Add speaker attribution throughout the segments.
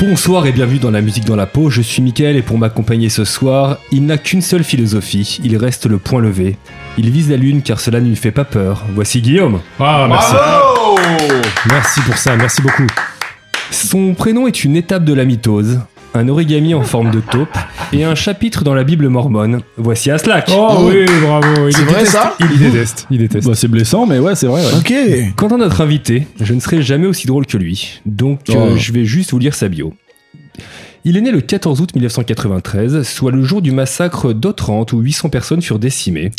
Speaker 1: Bonsoir et bienvenue dans la musique dans la peau, je suis Mickaël et pour m'accompagner ce soir, il n'a qu'une seule philosophie, il reste le point levé. Il vise la lune car cela ne lui fait pas peur. Voici Guillaume.
Speaker 2: Ah, merci.
Speaker 3: Bravo
Speaker 2: Merci pour ça, merci beaucoup.
Speaker 1: Son prénom est une étape de la mitose, un origami en forme de taupe et un chapitre dans la Bible mormone. Voici Aslak.
Speaker 2: Oh oui, bravo. Il
Speaker 3: C'est vrai,
Speaker 2: déteste-
Speaker 3: ça
Speaker 2: Il déteste, il déteste.
Speaker 4: Bah, c'est blessant, mais ouais, c'est vrai. ouais.
Speaker 3: Ok.
Speaker 1: Quant à notre invité, je ne serai jamais aussi drôle que lui, donc euh,
Speaker 4: Oh.
Speaker 1: je vais juste vous lire sa bio. Il est né le 14 août 1993, soit le jour du massacre d'Otrante où 800 personnes furent décimées.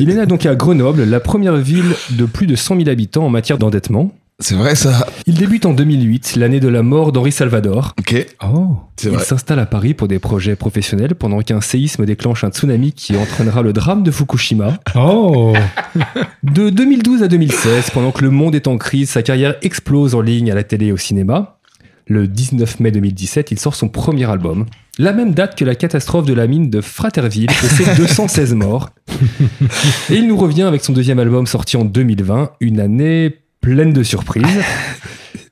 Speaker 1: Il est né donc à Grenoble, la première ville de plus de 100 000 habitants en matière d'endettement.
Speaker 3: C'est vrai, ça.
Speaker 1: Il débute en 2008, l'année de la mort d'Henri Salvador.
Speaker 3: Ok.
Speaker 1: Oh,
Speaker 3: C'est
Speaker 1: il
Speaker 3: vrai.
Speaker 1: s'installe à Paris pour des projets professionnels pendant qu'un séisme déclenche un tsunami qui entraînera le drame de Fukushima.
Speaker 2: Oh.
Speaker 1: De 2012 à 2016, pendant que le monde est en crise, sa carrière explose en ligne, à la télé et au cinéma. Le 19 mai 2017, il sort son premier album. La même date que la catastrophe de la mine de Fraterville et ses 216 morts. Et il nous revient avec son deuxième album sorti en 2020, une année pleine de surprises.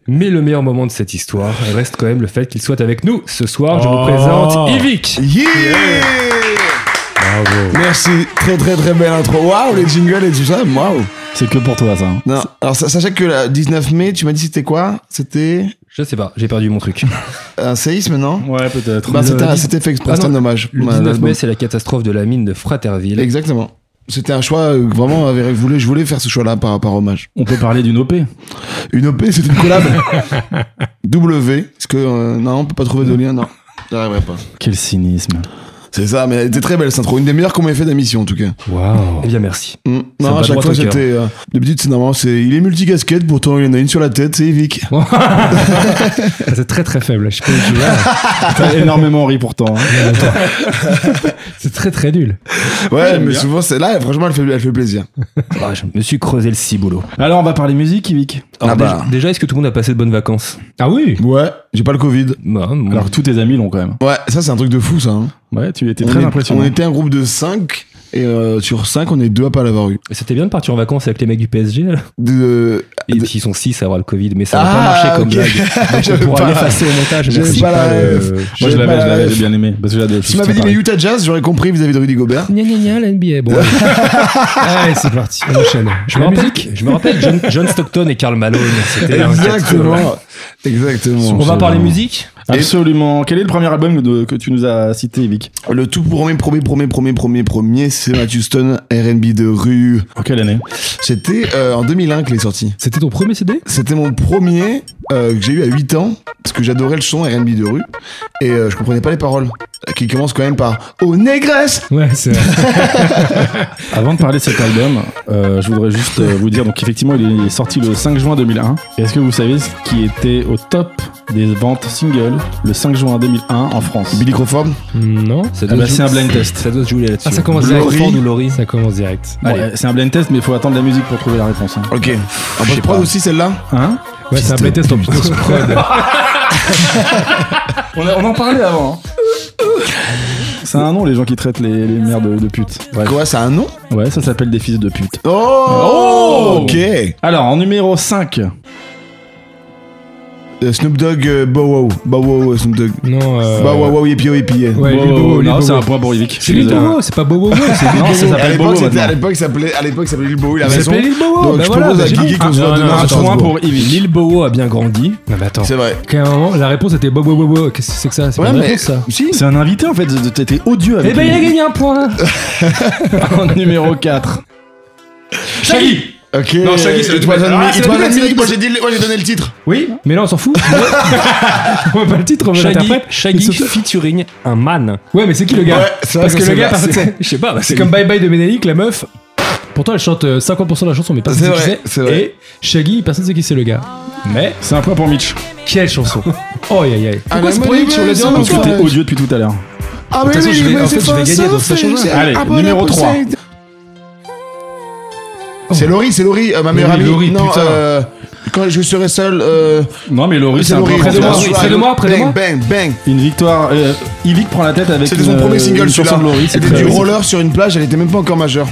Speaker 1: Mais le meilleur moment de cette histoire reste quand même le fait qu'il soit avec nous. Ce soir, je vous
Speaker 2: Oh.
Speaker 1: présente Yvick.
Speaker 2: Bravo.
Speaker 3: Merci. Très, très, très belle intro. Waouh, les jingles et tout ça. Waouh.
Speaker 4: C'est que pour toi, ça. hein.
Speaker 3: Non. Alors, sa- sachez que le 19 mai, tu m'as dit c'était quoi C'était
Speaker 1: Je sais pas, j'ai perdu mon truc.
Speaker 3: un séisme, non
Speaker 4: Ouais, peut-être.
Speaker 3: Bah,
Speaker 4: Le-
Speaker 3: c'était un- c'était fait exprès.
Speaker 1: Ah
Speaker 3: C'était
Speaker 1: non,
Speaker 3: un hommage.
Speaker 1: Le
Speaker 3: Ouais,
Speaker 1: 19 mai,
Speaker 3: l'album.
Speaker 1: c'est la catastrophe de la mine de Fraterville.
Speaker 3: Exactement. C'était un choix euh, vraiment avéré. Je voulais, je voulais faire ce choix-là par, par hommage.
Speaker 4: On peut parler d'une OP.
Speaker 3: Une OP, c'est une collab. w. Parce que, euh, non, on peut pas trouver de lien, non. J'arriverai pas.
Speaker 4: Quel cynisme.
Speaker 3: C'est ça, mais elle était très belle cette intro. Une des meilleures qu'on m'ait fait d'émission, en tout cas.
Speaker 2: Waouh.
Speaker 1: Eh bien, merci.
Speaker 3: Mm.
Speaker 1: Ça
Speaker 3: Non,
Speaker 1: va
Speaker 3: à chaque
Speaker 1: droit
Speaker 3: fois
Speaker 1: au cœur.
Speaker 3: c'était. euh, D'habitude, c'est normal, c'est. Il est multicasquette, pourtant il y en a une sur la tête, c'est Evic.
Speaker 2: Ah, C'est très très faible. Je ah, sais pas où tu vas.
Speaker 4: T'as énormément ri pourtant. hein.
Speaker 2: C'est très très nul.
Speaker 3: Ouais, mais souvent c'est là, franchement, elle fait, elle fait plaisir.
Speaker 1: Ah, je me suis creusé le ciboulot.
Speaker 4: Alors, on va parler musique, Yvick.
Speaker 3: Ah
Speaker 1: Alors,
Speaker 3: bah.
Speaker 1: déjà, déjà, est-ce que tout le monde a passé de bonnes vacances
Speaker 2: Ah oui.
Speaker 3: Ouais, j'ai pas le Covid.
Speaker 1: Bah, moi,
Speaker 4: Alors, tous tes amis l'ont quand même.
Speaker 3: Ouais, ça c'est un truc de fou ça. hein.
Speaker 4: Ouais, tu étais
Speaker 3: On
Speaker 4: très
Speaker 3: est-
Speaker 4: impressionnant.
Speaker 3: On était un groupe de 5 et euh, sur 5, on est deux à pas l'avoir eu.
Speaker 1: C'était bien de partir en vacances avec les mecs du PSG. Là.
Speaker 3: De...
Speaker 1: Et
Speaker 3: de-
Speaker 1: ils sont 6 à avoir le Covid, mais ça n'a pas
Speaker 3: Ah,
Speaker 1: marché comme
Speaker 3: ok.
Speaker 1: blague. Donc,
Speaker 3: J'avais
Speaker 1: on pourra
Speaker 3: pas-
Speaker 1: l'effacer au montage.
Speaker 3: j'avais
Speaker 1: Merci.
Speaker 3: pas la
Speaker 1: Euh,
Speaker 3: ref.
Speaker 4: Moi, je
Speaker 3: J'ai
Speaker 4: l'avais,
Speaker 3: pas
Speaker 4: je
Speaker 3: la
Speaker 4: l'avais,
Speaker 3: ref.
Speaker 4: j'ai bien aimé. Parce que là, de-
Speaker 3: Tu m'avais dit les Utah Jazz, j'aurais compris vis-à-vis de Rudy Gobert.
Speaker 1: Gna gna gna, la NBA. Bon,
Speaker 2: Allez, c'est parti. On enchaîne.
Speaker 1: je, me
Speaker 2: La
Speaker 1: rappelle,
Speaker 2: musique
Speaker 1: je me rappelle John, John Stockton et Karl Malone. C'était un quatre-
Speaker 3: Exactement.
Speaker 1: Eh, On
Speaker 3: Exactement.
Speaker 1: va parler musique
Speaker 4: Absolument. Quel est le premier album de- que tu nous as cité, Yvick
Speaker 3: Le tout premier, premier, premier, premier, premier, premier, c'est Matt Houston, RB de rue.
Speaker 4: En quelle année
Speaker 3: C'était euh, en 2001 qu'il est sorti.
Speaker 1: C'était ton premier CD
Speaker 3: C'était mon premier euh, que j'ai eu à 8 ans, parce que j'adorais le son RB de rue, et euh, je comprenais pas les paroles, qui commencent quand même par Oh négresse
Speaker 2: Ouais, c'est vrai.
Speaker 4: Avant de parler de cet album, euh, je voudrais juste euh, vous dire, donc effectivement, il est sorti le 5 juin 2001. Et Est-ce que vous savez ce qui était au top des ventes singles le 5 juin 2001 en France
Speaker 3: Billy Crawford
Speaker 2: Non.
Speaker 1: Ça
Speaker 4: Ah
Speaker 1: doit
Speaker 4: bah,
Speaker 1: se
Speaker 4: c'est un
Speaker 1: jou-
Speaker 4: blind test.
Speaker 1: Ça doit se jouer là-dessus.
Speaker 2: Ah, ça commence
Speaker 1: Blue
Speaker 2: direct.
Speaker 1: Ford ou Laurie
Speaker 2: Ça commence direct.
Speaker 3: Bah,
Speaker 4: Bon,
Speaker 1: Allez.
Speaker 4: euh, c'est un blind test, mais il faut attendre la musique pour trouver la réponse. hein.
Speaker 3: Ok. En je prod aussi celle-là
Speaker 4: Hein
Speaker 2: Ouais, c'est un blind test en plus.
Speaker 4: on, en parlait avant. C'est un nom, les gens qui traitent les, les mères de, de pute. Ouais.
Speaker 3: Quoi, ça a un nom
Speaker 4: Ouais, ça s'appelle des fils de pute.
Speaker 3: Oh,
Speaker 4: Oh
Speaker 3: Ok
Speaker 4: Alors, en numéro 5,
Speaker 3: Euh, Snoop Dogg, euh, Bow Wow, Bow Wow, euh, Snoop Dogg.
Speaker 2: Non. euh,
Speaker 3: Bow Wow, wow, yippee, oh, yippee, eh.
Speaker 2: Ouais, lui, Bobo, lui,
Speaker 4: non, c'est
Speaker 2: Bobo.
Speaker 4: un point pour Yvick.
Speaker 2: C'est Lil Bobo, c'est pas Bobo Bobo, c'est Lil
Speaker 4: Non,
Speaker 2: Bobo.
Speaker 4: ça
Speaker 3: À
Speaker 4: s'appelle Bobo
Speaker 3: l'époque, c'était- à
Speaker 4: maintenant.
Speaker 3: l'époque, il s'appelait, à l'époque, il s'appelait Lil Bow, il a
Speaker 2: Il
Speaker 3: raison.
Speaker 2: s'appelait Lil Bobo.
Speaker 3: Donc,
Speaker 2: bah
Speaker 3: je
Speaker 2: voilà,
Speaker 3: propose à
Speaker 2: bah, j'ai
Speaker 3: Guigui
Speaker 2: dit.
Speaker 3: qu'on se
Speaker 2: Ah,
Speaker 3: voit
Speaker 2: non,
Speaker 3: demain
Speaker 2: non,
Speaker 3: à
Speaker 4: Un
Speaker 2: attends.
Speaker 4: point
Speaker 3: Strasbourg.
Speaker 4: pour Yvick.
Speaker 1: Lil Bowo a bien grandi.
Speaker 2: Non, mais attends.
Speaker 3: C'est vrai.
Speaker 2: Qu'à un moment, la réponse était Bobo Bobo. Qu'est-ce que c'est que ça C'est pas
Speaker 3: Ouais,
Speaker 2: une
Speaker 3: mais.
Speaker 2: réponse, ça.
Speaker 3: Si
Speaker 4: C'est un invité en fait, de- de- t'étais odieux avec
Speaker 2: Eh ben, il a
Speaker 4: lui.
Speaker 2: gagné un point.
Speaker 4: En numéro 4.
Speaker 2: Shaggy.
Speaker 3: Ok.
Speaker 2: Non, Shaggy, c'est le
Speaker 3: It was
Speaker 2: double.
Speaker 3: on me,
Speaker 2: Ah, c'est
Speaker 3: it
Speaker 2: le
Speaker 3: was
Speaker 2: double,
Speaker 3: on me.
Speaker 2: c'est le double.
Speaker 3: Moi, j'ai dit le- moi, j'ai donné le titre.
Speaker 2: Oui, mais là on s'en fout. on voit pas le titre, on veut
Speaker 1: Shaggy,
Speaker 2: l'interprète.
Speaker 1: Shaggy
Speaker 2: Il se-
Speaker 1: featuring un man.
Speaker 2: Ouais, mais c'est qui le gars
Speaker 3: Ouais, c'est vrai
Speaker 2: Parce
Speaker 3: qu'on
Speaker 2: que le
Speaker 3: sait
Speaker 2: gars,
Speaker 3: pas,
Speaker 2: par-
Speaker 3: c'est-
Speaker 2: c'est-
Speaker 1: Je sais pas, bah,
Speaker 2: c'est comme Bye Bye de Ménélique, la meuf. Pourtant, elle chante euh, 50% de la chanson, mais personne
Speaker 3: C'est
Speaker 2: sait qui
Speaker 3: vrai, c'est
Speaker 2: c'est.
Speaker 3: vrai.
Speaker 2: Et Shaggy, personne sait qui c'est le gars. Mais
Speaker 4: C'est un point pour Mitch.
Speaker 2: quelle chanson Oh, aïe, aïe, aïe. Pourquoi
Speaker 3: Ah, la
Speaker 2: ce
Speaker 3: money,
Speaker 2: point sur le
Speaker 3: c'est
Speaker 2: dernier
Speaker 3: un
Speaker 4: Parce que
Speaker 3: Ouais.
Speaker 4: t'es odieux depuis tout à l'heure.
Speaker 3: Ah,
Speaker 2: toute façon, je vais- en fait, je vais gagner, donc ça change rien.
Speaker 4: Allez, numéro trois.
Speaker 3: Oh. C'est Laurie, c'est Laurie, euh, ma meilleure
Speaker 2: Oui,
Speaker 3: amie.
Speaker 2: Laurie,
Speaker 3: non,
Speaker 2: putain.
Speaker 3: euh, quand je serai seul, euh,
Speaker 4: Non, mais Laurie, c'est un
Speaker 3: Laurie.
Speaker 4: point pour
Speaker 2: de moi,
Speaker 4: toi.
Speaker 2: oui. près de moi, près de
Speaker 3: bang,
Speaker 2: moi.
Speaker 3: Bang, bang.
Speaker 4: Une victoire. Euh, Yvick prend la tête avec
Speaker 3: C'était
Speaker 4: une,
Speaker 3: son premier
Speaker 4: euh,
Speaker 3: single,
Speaker 4: une
Speaker 3: celui-là.
Speaker 4: chanson de Laurie.
Speaker 3: C'était
Speaker 4: très-
Speaker 3: du roller sur une plage, elle était même pas encore majeure.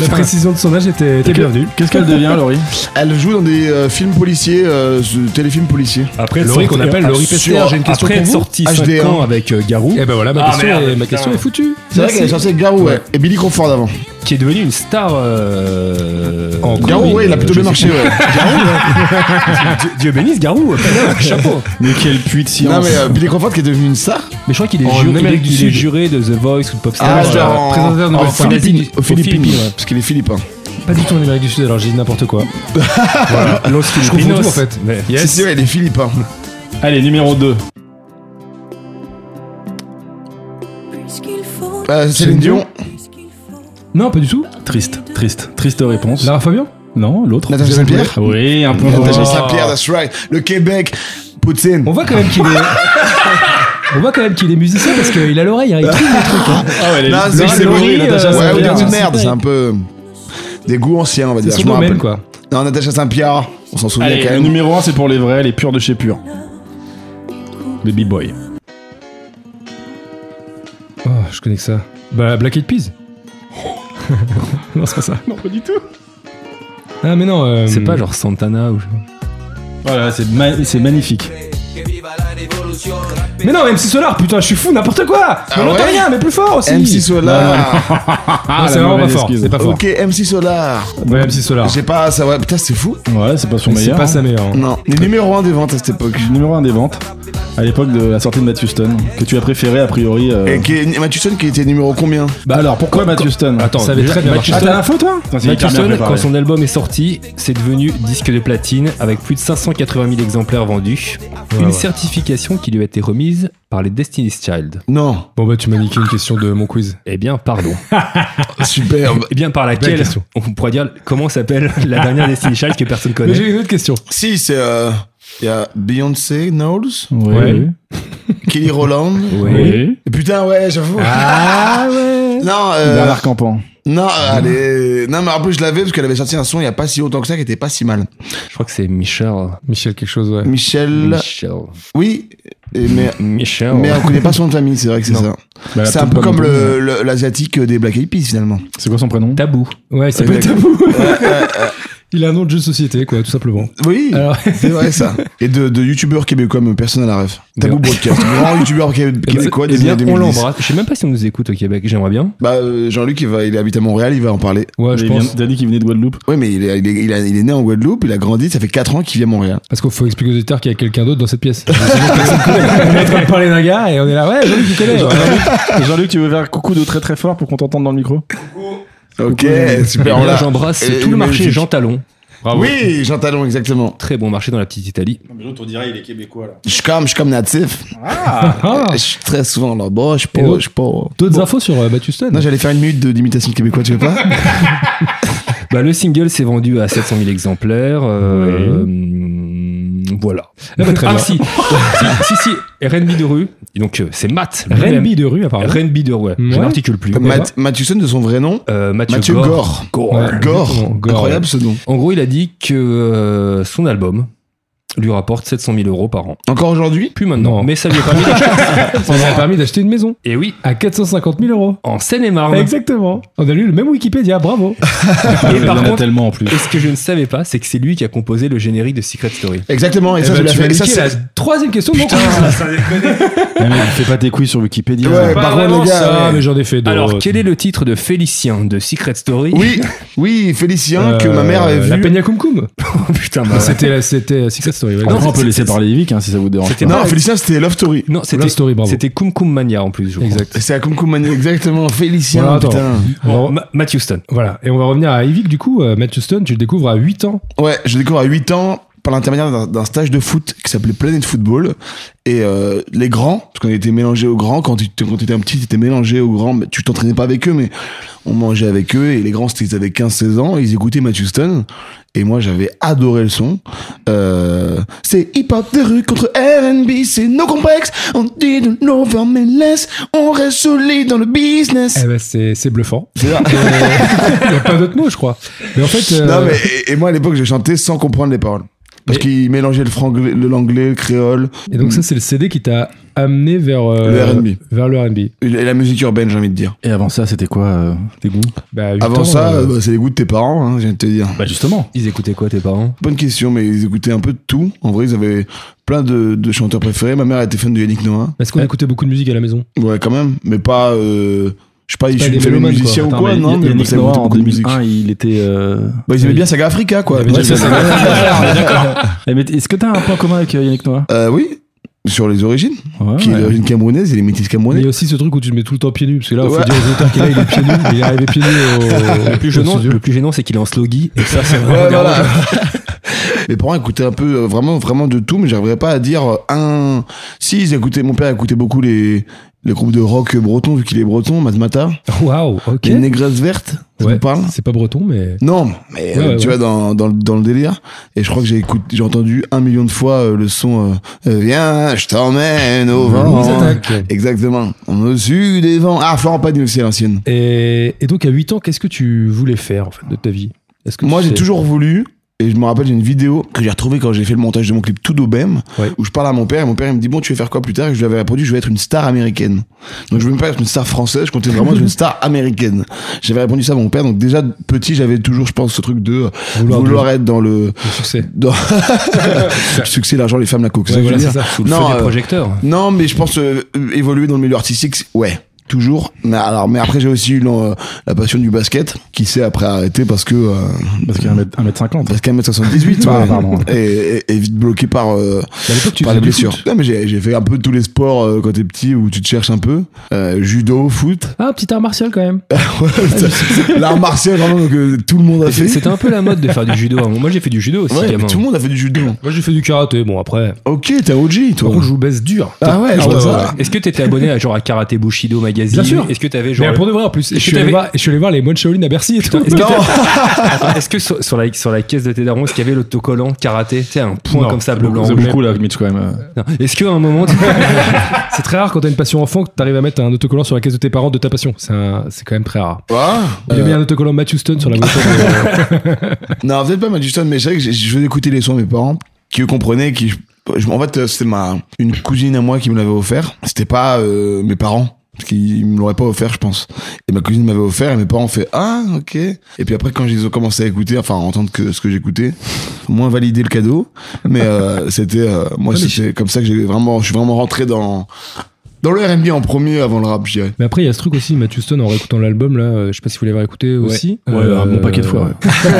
Speaker 2: La précision de son âge était, était bienvenue.
Speaker 4: Qu'est-ce qu'elle devient, Laurie
Speaker 3: Elle joue dans des euh, films policiers, euh, ce- téléfilms policiers.
Speaker 1: Après,
Speaker 2: Laurie,
Speaker 1: sorti-
Speaker 2: qu'on appelle
Speaker 1: ah,
Speaker 2: Laurie
Speaker 1: sur-
Speaker 2: Pester, j'ai une question
Speaker 1: après
Speaker 2: pour
Speaker 1: être
Speaker 2: vous.
Speaker 1: sortie 5
Speaker 3: HDR.
Speaker 1: ans avec euh, Garou,
Speaker 2: Eh ben voilà, ma,
Speaker 1: Ah,
Speaker 2: question,
Speaker 1: merde,
Speaker 2: est, ma question
Speaker 1: putain.
Speaker 2: est foutue.
Speaker 3: C'est vrai qu'elle est sortie avec Garou, ouais. Et Billy Crawford avant.
Speaker 1: qui est devenue une star. euh,
Speaker 2: En
Speaker 1: euh,
Speaker 3: Garou, ouais, il a
Speaker 1: euh,
Speaker 3: plutôt bien
Speaker 1: je sais
Speaker 3: marché, ouais.
Speaker 1: pas. Dieu- Dieu bénisse Garou, putain, chapeau.
Speaker 4: Mais quel puits de
Speaker 3: Non,
Speaker 4: science
Speaker 3: mais euh, Billy Crawford qui est devenu une star
Speaker 1: Mais je crois qu'il est,
Speaker 2: En
Speaker 1: juré- il est,
Speaker 2: Amérique du
Speaker 1: il est
Speaker 2: Sud.
Speaker 1: juré de The Voice ou de Popstar.
Speaker 3: Ah,
Speaker 1: euh,
Speaker 3: genre en-
Speaker 1: présentateur de
Speaker 3: en
Speaker 1: Popstar.
Speaker 3: Philippines.
Speaker 1: Aux Philippines.
Speaker 3: ouais, Parce qu'il est philippin.
Speaker 2: Pas du tout en Amérique du Sud, alors j'ai dit n'importe quoi.
Speaker 1: Voilà. Los
Speaker 2: confonds
Speaker 1: Filipinos.
Speaker 2: tout, en fait.
Speaker 1: Mais-
Speaker 3: Si, si, ouais, il est hein. philippin.
Speaker 4: Allez, numéro 2.
Speaker 5: Puisqu'il faut,
Speaker 3: Euh, Céline Dion,
Speaker 5: puisqu'il faut.
Speaker 2: Non, pas du tout.
Speaker 4: Triste, triste, triste réponse.
Speaker 2: Lara Fabian
Speaker 4: Non, l'autre.
Speaker 3: Natasha Saint-Pierre
Speaker 4: Ah Oui, un point pour
Speaker 3: Natasha
Speaker 4: moi.
Speaker 3: Saint-Pierre, that's right. Le Québec, Poutine.
Speaker 2: Oh. On voit quand même qu'il est. On voit quand même qu'il est musicien parce qu'il a l'oreille, hein, il trouve des trucs. hein.
Speaker 4: Ah ouais, elle est-
Speaker 3: Non, c'est-
Speaker 4: Laura
Speaker 3: c'est
Speaker 4: Laurie,
Speaker 2: Laurie,
Speaker 4: Natasha
Speaker 2: euh,
Speaker 3: Ouais,
Speaker 4: Saint-Pierre.
Speaker 3: ou des
Speaker 2: Saint-Pierre.
Speaker 3: goûts de merde, c'est un peu. Des goûts anciens, on va
Speaker 2: C'est
Speaker 3: dire.
Speaker 2: son
Speaker 3: Ah, je me
Speaker 2: domaine
Speaker 3: rappelle.
Speaker 2: quoi.
Speaker 3: Non, Natasha Saint-Pierre, on s'en souvient
Speaker 4: Allez,
Speaker 3: quand
Speaker 4: le
Speaker 3: même.
Speaker 4: numéro 1, c'est pour les vrais, les purs de chez pur. Les B-Boy.
Speaker 2: Oh, je connais que ça. Bah, Black Eyed Peas. non, c'est pas ça.
Speaker 4: Non, pas du tout.
Speaker 2: Ah, mais non. euh,
Speaker 1: C'est pas genre Santana ou.
Speaker 4: Voilà, c'est ma- c'est magnifique.
Speaker 2: Mais non, MC Solar, putain, je suis fou, n'importe quoi On
Speaker 3: Ah
Speaker 2: n'entend
Speaker 3: ouais
Speaker 2: rien, mais plus fort aussi
Speaker 3: MC Solar.
Speaker 2: Ah, c'est
Speaker 4: la
Speaker 2: vraiment pas
Speaker 4: mauvaise
Speaker 2: fort.
Speaker 4: excuse.
Speaker 2: C'est pas fort.
Speaker 3: Ok, MC Solar.
Speaker 2: Ouais, MC Solar.
Speaker 3: J'ai pas ça, ouais. Putain, c'est fou.
Speaker 4: Ouais, c'est pas son
Speaker 2: Mais C'est
Speaker 4: meilleur.
Speaker 2: pas sa meilleure. hein.
Speaker 3: Non, les numéro 1 des ventes à cette époque.
Speaker 4: Numéro 1 des ventes, à l'époque de la sortie de Matt Houston, que tu as préféré a priori. euh,
Speaker 3: Et qui est- Mathewson qui était numéro combien
Speaker 4: Bah alors, pourquoi Matt Houston
Speaker 1: Attends,
Speaker 2: Ça avait
Speaker 1: déjà,
Speaker 2: très bien
Speaker 1: Matt
Speaker 2: marché.
Speaker 4: Ah,
Speaker 1: Houston-
Speaker 4: t'as l'info toi Putain, c'est
Speaker 1: Matt
Speaker 4: hyper bien
Speaker 1: Houston,
Speaker 4: préparé.
Speaker 1: quand son album est sorti, c'est devenu disque de platine avec plus de 580 000 exemplaires vendus. une
Speaker 2: ouais.
Speaker 1: certification qui lui a été remise par les Destiny's Child.
Speaker 3: Non.
Speaker 2: Bon, bah, tu m'as niqué une question de mon quiz.
Speaker 1: Eh bien, pardon.
Speaker 3: Superbe.
Speaker 1: Eh bien, par laquelle
Speaker 2: question.
Speaker 1: on pourrait dire comment s'appelle la dernière Destiny's Child que personne
Speaker 2: Mais
Speaker 1: connaît.
Speaker 2: j'ai une autre question.
Speaker 3: Si, c'est. euh, Il y a Beyoncé, Knowles,
Speaker 4: Ouais.
Speaker 2: Ouais.
Speaker 3: Kelly Rowland.
Speaker 4: Oui.
Speaker 3: Putain, ouais, j'avoue.
Speaker 2: Ah ouais
Speaker 3: Non, euh,
Speaker 4: Bernard Campan.
Speaker 3: non,
Speaker 1: Ah.
Speaker 3: euh, elle est- non, mais en plus, je l'avais parce qu'elle avait sorti un son il y a pas si longtemps que ça qui était pas si mal.
Speaker 1: Je crois que c'est Michel.
Speaker 2: Michel, quelque chose, ouais.
Speaker 3: Michel.
Speaker 1: Michel.
Speaker 3: Oui, et mais.
Speaker 1: Michel.
Speaker 3: Mais on connaît pas son nom de famille, c'est vrai que c'est ça.
Speaker 4: Bah, la
Speaker 3: C'est un
Speaker 4: petite
Speaker 3: peu
Speaker 4: pomme
Speaker 3: comme
Speaker 4: de
Speaker 3: le- le- l'asiatique des Black Eyed Peas finalement.
Speaker 4: Peas. C'est quoi son prénom
Speaker 1: Tabou.
Speaker 2: Ouais, il s'appelle Tabou. Il a un nom de jeu de société, quoi, tout simplement.
Speaker 3: Oui,
Speaker 2: Alors-
Speaker 3: c'est vrai ça. Et de, de youtubeurs québécois, mais personne à la ref. Tabou Broadcast, grand youtubeur qué- québécois
Speaker 1: Eh
Speaker 3: des
Speaker 1: bien,
Speaker 3: années
Speaker 1: on
Speaker 3: 2010.
Speaker 1: l'embrasse. Je sais même pas si on nous écoute au Québec. J'aimerais bien.
Speaker 3: Bah, euh, Jean-Luc, il, va- il habite à Montréal, il va en parler.
Speaker 2: Ouais, je
Speaker 4: Il vient-
Speaker 2: pense.
Speaker 4: T'as dit qu'il venait de Guadeloupe
Speaker 3: Oui, mais il est, il, est, il a- il est né en Guadeloupe, il a grandi, ça fait 4 ans qu'il vit à Montréal.
Speaker 2: Parce qu'il faut expliquer aux auditeurs qu'il y a quelqu'un d'autre dans cette pièce. Sinon, personne connaît. on est en train de parler d'un gars et on est là, ouais, jean tu connais. ouais.
Speaker 4: Et Jean-Luc, tu veux faire coucou de très très fort pour qu'on t'entende dans le micro
Speaker 3: Ok,
Speaker 1: Eh
Speaker 3: super, Ben, on
Speaker 1: bien,
Speaker 3: l'a.
Speaker 1: J'embrasse
Speaker 3: Et
Speaker 1: tout le marché
Speaker 3: magnifique.
Speaker 1: Jean Talon.
Speaker 3: Oui, Jean Talon, exactement.
Speaker 1: Très bon marché dans la petite Italie.
Speaker 4: Non, mais l'autre, on dirait il est québécois là.
Speaker 3: Je suis comme, je suis comme natif.
Speaker 2: Ah.
Speaker 3: Je suis très souvent là-bas, je suis pas.
Speaker 2: Et donc-
Speaker 3: Je suis pas...
Speaker 2: D'autres infos sur euh, Matt Houston
Speaker 3: Non, j'allais faire une minute de- d'imitation de québécois, tu veux pas
Speaker 1: Bah, le single s'est vendu à 700 000 exemplaires. euh, hum, Voilà.
Speaker 2: Ah, bah, très
Speaker 1: Ah,
Speaker 2: bien.
Speaker 1: si. si, si, si. R&B de rue. Et donc, euh, c'est Matt. lui-même.
Speaker 2: Renby de rue, apparemment.
Speaker 1: R&B de rue. Je
Speaker 2: Ouais.
Speaker 1: n'articule plus.
Speaker 3: Math- Mathewson, de son vrai nom,
Speaker 1: Euh, Mathieu,
Speaker 3: Mathieu
Speaker 1: Gore. Gore.
Speaker 3: Gore.
Speaker 2: Ouais.
Speaker 3: Gore.
Speaker 2: exactement, Gore,
Speaker 3: Incroyable ce nom.
Speaker 1: En gros, il a dit que euh, son album lui rapporte 700 000 euros par an.
Speaker 3: Encore aujourd'hui
Speaker 1: Plus maintenant.
Speaker 2: Non.
Speaker 1: Mais ça lui a permis d'acheter.
Speaker 2: Ça nous a permis d'acheter une maison
Speaker 1: Et oui,
Speaker 2: à 450 000 euros.
Speaker 1: en Seine-et-Marne.
Speaker 2: Exactement. On a lu le même Wikipédia, bravo.
Speaker 3: Eh
Speaker 1: Et
Speaker 4: Ah, Il y
Speaker 1: par
Speaker 4: en a
Speaker 1: contre,
Speaker 4: tellement en plus.
Speaker 1: et ce que je ne savais pas, c'est que c'est lui qui a composé le générique de Secret Story.
Speaker 3: Exactement, et, ça, je
Speaker 2: Eh ben,
Speaker 3: l'ai
Speaker 2: tu
Speaker 3: fait.
Speaker 2: m'as
Speaker 3: Et ça,
Speaker 2: niqué la
Speaker 3: c'est-
Speaker 2: troisième question de mon quiz.
Speaker 4: Mais Eh, mec, fais pas tes couilles sur Wikipédia.
Speaker 3: Ouais,
Speaker 2: Pas
Speaker 3: par contre,
Speaker 2: vraiment
Speaker 3: les gars,
Speaker 2: ça,
Speaker 3: ouais.
Speaker 2: mais j'en ai fait d'autres.
Speaker 1: Alors, quel est le titre de Félicien de Secret Story
Speaker 3: Oui, oui, Félicien,
Speaker 2: Euh,
Speaker 3: que ma mère avait
Speaker 2: La
Speaker 3: vu. Oh,
Speaker 2: Peña Cum Cum.
Speaker 1: Putain, bah,
Speaker 2: C'était la- C'était Secret Story. ouais.
Speaker 1: Non,
Speaker 4: Après, on peut
Speaker 1: c'est-
Speaker 4: laisser
Speaker 1: c'est-
Speaker 4: parler Yvick hein, si ça vous dérange
Speaker 1: C'était-
Speaker 4: pas.
Speaker 1: Non,
Speaker 3: Non, Félicien, c'était Love Story.
Speaker 1: Non, c'était
Speaker 2: Love Story, bravo.
Speaker 1: C'était Cum Cum Mania en plus, je crois.
Speaker 2: Exact.
Speaker 3: C'est à Kumkumani, exactement. Félicien,
Speaker 2: Voilà, attends.
Speaker 3: putain.
Speaker 1: Bon, Ma- Matt Houston.
Speaker 2: Voilà. Et on va revenir à Evic, du coup. euh, Matt Houston, tu le découvres à 8 ans.
Speaker 3: Ouais, je découvre à 8 ans par l'intermédiaire d'un- d'un stage de foot qui s'appelait Planet Football. Et euh, les grands, parce qu'on était mélangés aux grands, quand tu quand étais un petit, tu étais mélangé aux grands, mais tu t'entraînais pas avec eux, mais on mangeait avec eux. Et les grands, c'était ils avaient 15-16 ans, ils écoutaient Matt Houston. Et moi, j'avais adoré le son. Euh, c'est hip-hop de rue contre R&B, c'est no complexe. On dit de l'overmeless, on reste solide dans le business.
Speaker 2: Eh ben, c'est c'est bluffant.
Speaker 3: C'est ça.
Speaker 2: Il n'y a pas d'autre mot, je crois. Mais en fait. euh,
Speaker 3: Non, mais et, et moi à l'époque, je chantais sans comprendre les paroles. Parce
Speaker 2: Mais-
Speaker 3: qu'il mélangeait le franglais, le l'anglais, le créole
Speaker 2: Et donc, ça, c'est le CD qui t'a amené vers euh,
Speaker 3: Le R&B.
Speaker 2: Vers le RB.
Speaker 3: et la musique urbaine, j'ai envie de dire.
Speaker 4: Et avant ça, c'était quoi euh, tes goûts
Speaker 2: Bah, huit
Speaker 3: Avant
Speaker 2: ans,
Speaker 3: ça,
Speaker 2: euh,
Speaker 3: euh, bah, c'est les goûts de tes parents, hein, je viens de te dire.
Speaker 4: Bah justement.
Speaker 1: Ils écoutaient quoi tes parents
Speaker 3: Bonne question, mais ils écoutaient un peu de tout. En vrai, ils avaient plein de, de chanteurs préférés. Ma mère était fan de Yannick Noah.
Speaker 2: Est-ce qu'on écoutait beaucoup de musique à la maison
Speaker 3: Ouais, quand même, mais pas. Euh, je sais pas, ils
Speaker 2: pas
Speaker 3: sont
Speaker 2: des
Speaker 3: famille
Speaker 2: mélomanes,
Speaker 3: musiciens ou
Speaker 4: Attends,
Speaker 3: quoi,
Speaker 4: mais
Speaker 3: non
Speaker 4: Y-
Speaker 3: mais
Speaker 4: Yannick
Speaker 3: ça écoute
Speaker 4: Noah en
Speaker 3: beaucoup de musique.
Speaker 4: 2001, il était. euh,
Speaker 3: Bah, ils aimaient bien Saga Africa, quoi.
Speaker 2: Il y avait
Speaker 4: Ouais,
Speaker 2: déjà
Speaker 4: c'est
Speaker 2: Saga
Speaker 4: Eh, mais Est-ce que t'as un point commun avec euh, Yannick Noah
Speaker 3: Euh, oui, sur les origines,
Speaker 4: Ouais,
Speaker 3: qui est
Speaker 4: ouais.
Speaker 3: d'origine camerounaise et les métis
Speaker 2: Mais il y
Speaker 3: camerounais.
Speaker 2: a aussi ce truc où tu te mets tout le temps pieds nus, parce que là, il
Speaker 3: Ouais.
Speaker 2: faut dire aux auteurs qu'il est là, il est pieds nus, mais il est arrivé pieds nus au,
Speaker 1: le plus,
Speaker 2: au
Speaker 1: gênant,
Speaker 2: studio.
Speaker 1: le plus gênant, c'est qu'il est en sloggy. Et ça, c'est
Speaker 3: Ouais,
Speaker 1: vraiment
Speaker 3: voilà. Mes parents écoutaient un peu, euh, vraiment, vraiment de tout, mais j'arriverais pas à dire euh, un. Si, ils écoutaient, mon père écoutait beaucoup les, les groupes de rock breton, vu qu'il est breton, Matmata,
Speaker 2: Waouh, ok.
Speaker 3: les négresses vertes, ça
Speaker 2: Ouais,
Speaker 3: vous parle
Speaker 2: C'est pas breton, mais.
Speaker 3: Non, mais
Speaker 2: Ouais,
Speaker 3: euh,
Speaker 2: ouais,
Speaker 3: tu
Speaker 2: ouais.
Speaker 3: vois, dans, dans, le- dans le délire. Et je crois que j'ai écouté- j'ai entendu un million de fois euh, le son euh, euh, Viens, je t'emmène au
Speaker 2: Ils
Speaker 3: vent.
Speaker 2: attaquent.
Speaker 3: Exactement. Au-dessus des vents. Ah, Florent Pagny aussi à l'ancienne.
Speaker 2: Et, et donc, à 8 ans, qu'est-ce que tu voulais faire, en fait, de ta vie Est-ce que
Speaker 3: Moi,
Speaker 2: tu
Speaker 3: j'ai
Speaker 2: sais-
Speaker 3: toujours voulu. Et je me rappelle, j'ai une vidéo que j'ai retrouvée quand j'ai fait le montage de mon clip Tout d'Aubem,
Speaker 2: Ouais.
Speaker 3: où je parle à mon père, et mon père il me dit Bon, tu veux faire quoi plus tard Et je lui avais répondu Je vais être une star américaine. Donc, je veux même pas être une star française, je comptais vraiment être une star américaine. J'avais répondu ça à mon père, donc déjà petit, j'avais toujours, je pense, ce truc de
Speaker 2: vouloir, de-
Speaker 3: vouloir être dans le,
Speaker 2: de succès.
Speaker 3: dans le succès, l'argent, les femmes, la coke. c'est
Speaker 2: Ouais,
Speaker 3: ça que je
Speaker 2: voilà,
Speaker 3: veux dire.
Speaker 2: c'est ça.
Speaker 1: le
Speaker 3: Non,
Speaker 1: feu
Speaker 3: euh,
Speaker 1: des projecteurs.
Speaker 3: Non, mais je pense euh, euh, évoluer dans le milieu artistique, c'est- ouais, toujours. Mais alors, mais après j'ai aussi eu euh, la passion du basket, qui s'est après arrêté parce que euh,
Speaker 4: Parce qu'il y a 1m50.
Speaker 3: parce qu'à 1m78,
Speaker 4: Ah,
Speaker 3: ouais.
Speaker 4: pardon.
Speaker 3: et, et- et vite bloqué par euh,
Speaker 2: Mais à l'époque, tu
Speaker 3: par les
Speaker 2: faisais du
Speaker 3: blessures.
Speaker 2: foot.
Speaker 3: Non, mais j'ai j'ai fait un peu tous les sports euh, quand t'es petit où tu te cherches un peu, Euh, judo, foot,
Speaker 2: Ah, petit art martial quand même.
Speaker 3: l'art martial vraiment que tout le monde a fait.
Speaker 1: C'était un peu la mode de faire du judo. à un moment. Moi, j'ai fait du judo aussi,
Speaker 3: Ouais, mais
Speaker 1: gamin.
Speaker 3: tout le monde a fait du judo.
Speaker 2: Moi, j'ai fait du karaté, bon, après.
Speaker 3: Ok, t'es OG,
Speaker 2: Par
Speaker 3: toi.
Speaker 2: contre, je vous baisse dur.
Speaker 3: Ah ouais, je vois ça.
Speaker 1: Est-ce que t'étais abonné à genre à Karate Bushido magazine
Speaker 2: Bien sûr.
Speaker 1: Est-ce que t'avais
Speaker 2: Mais
Speaker 1: genre
Speaker 2: pour de vrai en plus, et je, suis
Speaker 1: que
Speaker 2: allé
Speaker 1: t'avais-
Speaker 2: voir, et je suis allé voir les bonnes Shaolin à Bercy et tout.
Speaker 1: Est-ce que, Attends, est-ce que sur, sur la, sur la caisse de tes darons, est-ce qu'il y avait l'autocollant karaté C'est un point
Speaker 2: Non,
Speaker 1: comme ça,
Speaker 2: c'est
Speaker 1: bleu,
Speaker 2: beaucoup,
Speaker 1: blanc,
Speaker 4: C'est
Speaker 1: rouge.
Speaker 4: beaucoup là, Mitch, quand même. euh.
Speaker 1: Non. Est-ce qu'à un moment,
Speaker 2: C'est très rare quand t'as une passion enfant que t'arrives à mettre un autocollant sur la caisse de tes parents de ta passion. C'est un- c'est quand même très rare.
Speaker 3: Ah,
Speaker 2: Il a
Speaker 3: euh,
Speaker 2: mis un autocollant Matthew Stone sur la voiture. euh, de-
Speaker 3: Non, peut-être pas Madison, mais c'est vrai que j'ai- je faisais écouter les sons à mes parents, qui eux comprenaient, qui. je- en fait, euh, c'était ma une cousine à moi qui me l'avait offert. C'était pas euh, mes parents. Parce qu'ils me l'auraient pas offert, je pense. Et ma cousine m'avait offert, et mes parents ont fait Ah, ok. Et puis après, quand ils ont commencé à écouter, enfin, à entendre que ce que j'écoutais, moins validé le cadeau. Mais euh, c'était, euh, moi,
Speaker 2: Ouais, mais
Speaker 3: c'était comme ça que j'ai vraiment, je suis vraiment rentré dans dans le R&B en premier avant le rap, je dirais.
Speaker 2: Mais après, il y a ce truc aussi, Matthew Stone, en réécoutant l'album, là, euh, je sais pas si vous l'avez réécouté aussi.
Speaker 4: Ouais,
Speaker 2: Euh,
Speaker 4: un bon paquet de fois. ouais.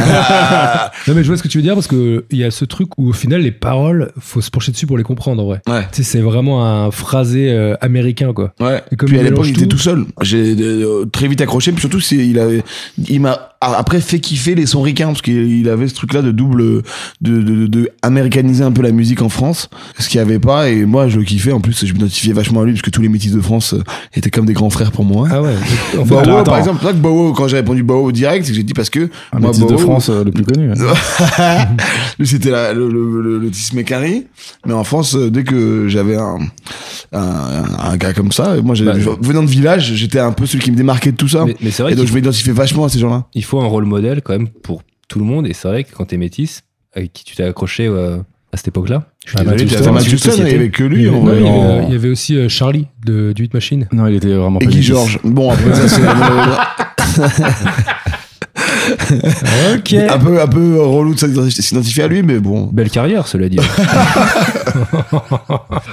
Speaker 2: Non, mais je vois ce que tu veux dire parce que il y a ce truc où au final, les paroles, faut se pencher dessus pour les comprendre en vrai.
Speaker 3: Ouais.
Speaker 2: Tu sais, c'est vraiment un phrasé euh, américain, quoi.
Speaker 3: Ouais.
Speaker 2: Et comme
Speaker 3: puis
Speaker 2: il
Speaker 3: à l'époque,
Speaker 2: mélange
Speaker 3: il était
Speaker 2: tout.
Speaker 3: tout seul. J'ai euh, très vite accroché. Puis surtout, c'est il avait, il m'a a- après fait kiffer les sons ricains parce qu'il il avait ce truc-là de double, de, de, de, de américaniser un peu la musique en France, ce qu'il n'y avait pas. Et moi, je le kiffais. En plus, je m'identifiais vachement à lui parce que tous les métis de France euh, étaient comme des grands frères pour moi.
Speaker 2: Ah ouais. En
Speaker 3: Bow
Speaker 2: fait,
Speaker 3: Wow,
Speaker 4: attends.
Speaker 3: par exemple, c'est vrai que Bow Wow, quand j'ai répondu Bow Wow direct, c'est que j'ai dit parce que
Speaker 4: Un
Speaker 3: moi,
Speaker 4: métis
Speaker 3: Bow
Speaker 4: de
Speaker 3: Wow,
Speaker 4: France euh, le plus connu. ouais.
Speaker 3: lui, c'était la- le, le, le, le Tis Mécari. Mais en France, euh, dès que j'avais un, un, un gars comme ça, et moi, j'avais-
Speaker 1: Bah,
Speaker 3: venant de village, j'étais un peu celui qui me démarquait de tout ça.
Speaker 1: mais, mais c'est vrai
Speaker 3: et donc,
Speaker 1: qu'il
Speaker 3: je m'identifiais vachement à ces gens-là.
Speaker 1: il faut un rôle modèle quand même pour tout le monde. Et c'est vrai que quand t'es métisse, avec qui tu t'es accroché euh, à cette époque-là, je suis
Speaker 2: bah
Speaker 4: Ah,
Speaker 1: désolé,
Speaker 4: Matthew
Speaker 1: j'ai
Speaker 4: Stone,
Speaker 3: C'était
Speaker 1: un
Speaker 4: Matthew
Speaker 1: sujet de
Speaker 3: Mathieu Stone, il y
Speaker 1: société.
Speaker 3: avait que lui.
Speaker 2: il y
Speaker 3: en
Speaker 2: avait-
Speaker 3: vrai.
Speaker 2: non, il y avait-
Speaker 4: non.
Speaker 2: il y avait aussi euh, Charlie de, du Hit Machine.
Speaker 4: Non, il était vraiment
Speaker 3: Et
Speaker 4: pas
Speaker 3: Guy
Speaker 4: métis.
Speaker 3: Georges. Bon, après, ça, c'est euh, un,
Speaker 2: Ok.
Speaker 3: un peu, un peu relou de s'identifier s'identifier à lui, mais bon.
Speaker 1: Belle carrière, cela dit.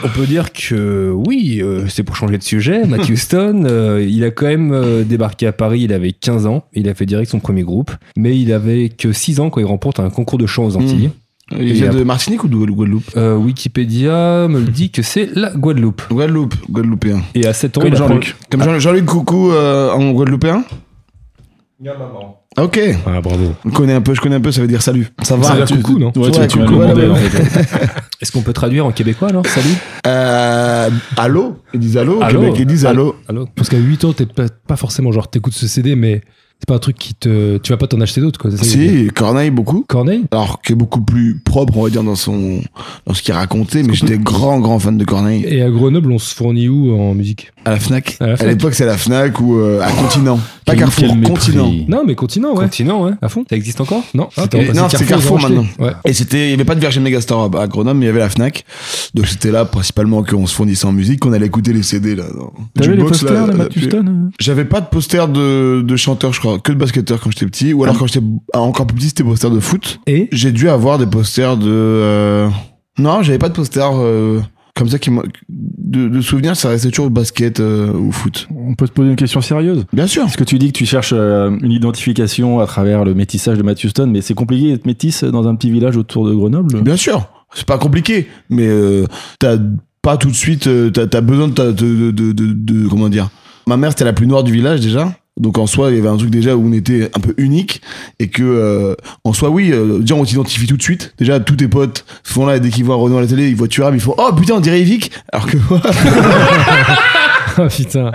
Speaker 1: On peut dire que oui, euh, c'est pour changer de sujet. Matthew Stone, euh, il a quand même euh, débarqué à Paris, il avait 15 ans, il a fait direct son premier groupe, mais il avait que 6 ans quand il remporte un concours de chant aux Antilles.
Speaker 3: Il vient de Martinique ou de Guadeloupe
Speaker 1: Euh, Wikipédia me le dit que c'est la Guadeloupe.
Speaker 3: Guadeloupe, Guadeloupéen.
Speaker 1: Et à 7 ans,
Speaker 4: Comme
Speaker 1: il apprend-
Speaker 4: Jean-Luc.
Speaker 3: Comme Jean- Jean-Luc Coucou euh, en Guadeloupéen Ah, Ok,
Speaker 2: Ah, bravo.
Speaker 3: je connais un peu, je connais un peu, ça veut dire salut. Ça va
Speaker 2: Ça veut
Speaker 3: tu-
Speaker 2: dire coucou, non
Speaker 4: Ouais, tu-
Speaker 3: Ouais,
Speaker 4: tu m'as
Speaker 3: coucou,
Speaker 4: demandé
Speaker 3: ouais,
Speaker 4: en
Speaker 3: ouais.
Speaker 4: fait.
Speaker 1: Est-ce qu'on peut traduire en québécois alors Salut
Speaker 3: Euh, allô Ils disent allô, au
Speaker 1: Allô
Speaker 3: Québec, ils disent allô.
Speaker 1: Allô
Speaker 2: Parce qu'à 8 ans, t'es pas, pas forcément genre, t'écoutes ce CD, mais C'est pas un truc qui te. Tu vas pas t'en acheter d'autres, quoi. c'est ça que je veux dire.
Speaker 3: Ah, Si, Corneille, beaucoup.
Speaker 2: Corneille
Speaker 3: Alors, qui est beaucoup plus propre, on va dire, dans son, dans ce qu'il racontait, mais j'étais grand, grand fan de Corneille.
Speaker 2: Et à Grenoble, on se fournit où en musique
Speaker 3: À la Fnac.
Speaker 2: À la
Speaker 3: À
Speaker 2: Fnac.
Speaker 3: l'époque, c'est à la Fnac ou euh, à Continent. Pas
Speaker 4: Quel-
Speaker 3: Carrefour,
Speaker 4: quel mépris.
Speaker 3: Continent.
Speaker 2: Non, mais continent, ouais.
Speaker 1: Continent, ouais.
Speaker 2: À fond.
Speaker 1: Ça existe encore
Speaker 2: Non,
Speaker 1: Ah,
Speaker 2: attends,
Speaker 3: Et-
Speaker 2: bah,
Speaker 3: non, c'est Carrefour
Speaker 2: ils ont
Speaker 3: maintenant.
Speaker 2: racheté. Ouais.
Speaker 3: Et c'était, il n'y avait pas de Virgin Megastore à, à Grenoble, mais il y avait la Fnac. Donc c'était là principalement qu'on se fournissait en musique, qu'on allait écouter les CD là. dans-
Speaker 4: T'avais les
Speaker 3: jukebox, là,
Speaker 4: posters,
Speaker 3: là,
Speaker 4: les
Speaker 3: puis-
Speaker 4: Matthewston
Speaker 3: J'avais pas de poster de, de chanteur, je crois, que de basketteur quand j'étais petit. Ou alors quand j'étais ah, encore plus petit, c'était poster de foot.
Speaker 2: Et
Speaker 3: J'ai dû avoir des posters de. euh, Non, j'avais pas de poster euh, comme ça qui m'a- de, de souvenirs. Ça restait toujours basket euh, ou foot.
Speaker 4: On peut se poser une question sérieuse
Speaker 3: Bien sûr.
Speaker 4: Est-ce que tu dis que tu cherches euh, une identification à travers le métissage de Matthewston, mais c'est compliqué d'être métisse dans un petit village autour de Grenoble
Speaker 3: Bien sûr, c'est pas compliqué, mais euh, t'as pas tout de suite, euh, t'as as besoin de, ta- de, de, de- de- comment dire. Ma mère c'était la plus noire du village déjà, donc en soi il y avait un truc déjà où on était un peu unique et que euh, en soi oui, euh, déjà on t'identifie tout de suite. Déjà tous tes potes font là dès qu'ils voient Renaud à la télé, ils voient Turam, ils font oh putain on dirait Evic, alors que
Speaker 2: Ah putain.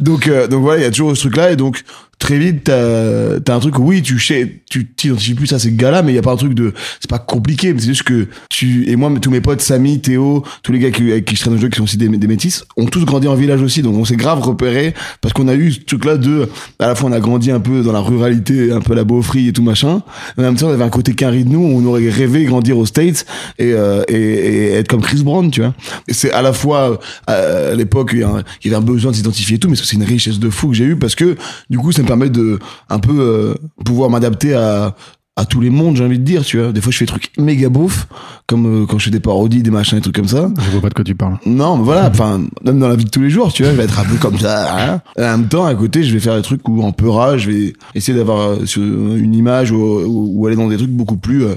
Speaker 3: donc euh, donc voilà il y a toujours ce truc là et donc très vite t'as t'as un truc où oui tu sais tu t'identifies plus à ces gars là mais il y a pas un truc de c'est pas compliqué mais c'est juste que tu et moi tous mes potes Samy Théo tous les gars qui, avec qui je traîne au jeu qui sont aussi des, des métis ont tous grandi en village aussi donc on s'est grave repéré parce qu'on a eu ce truc là de à la fois on a grandi un peu dans la ruralité un peu la beaufrie et tout machin mais en même temps on avait un côté quinri de nous on aurait rêvé grandir aux States et, euh, et, et être comme Chris Brown tu vois et c'est à la fois euh, à l'époque il y a un- il y avait un besoin de s'identifier et tout mais c'est aussi une richesse de fou que j'ai eu parce que du coup ça me permet de un peu euh, pouvoir m'adapter à à tous les mondes j'ai envie de dire tu vois des fois je fais des trucs méga beauf comme euh, quand je fais des parodies des machins des trucs comme ça
Speaker 4: Je vois pas de quoi tu parles.
Speaker 3: non, mais voilà, enfin, même dans la vie de tous les jours, tu vois, je vais être un peu comme ça. hein. Et en même temps, à côté, je vais faire des trucs où en peu rare, je vais essayer d'avoir euh, sur- une image ou, ou- ou aller dans des trucs beaucoup plus. euh,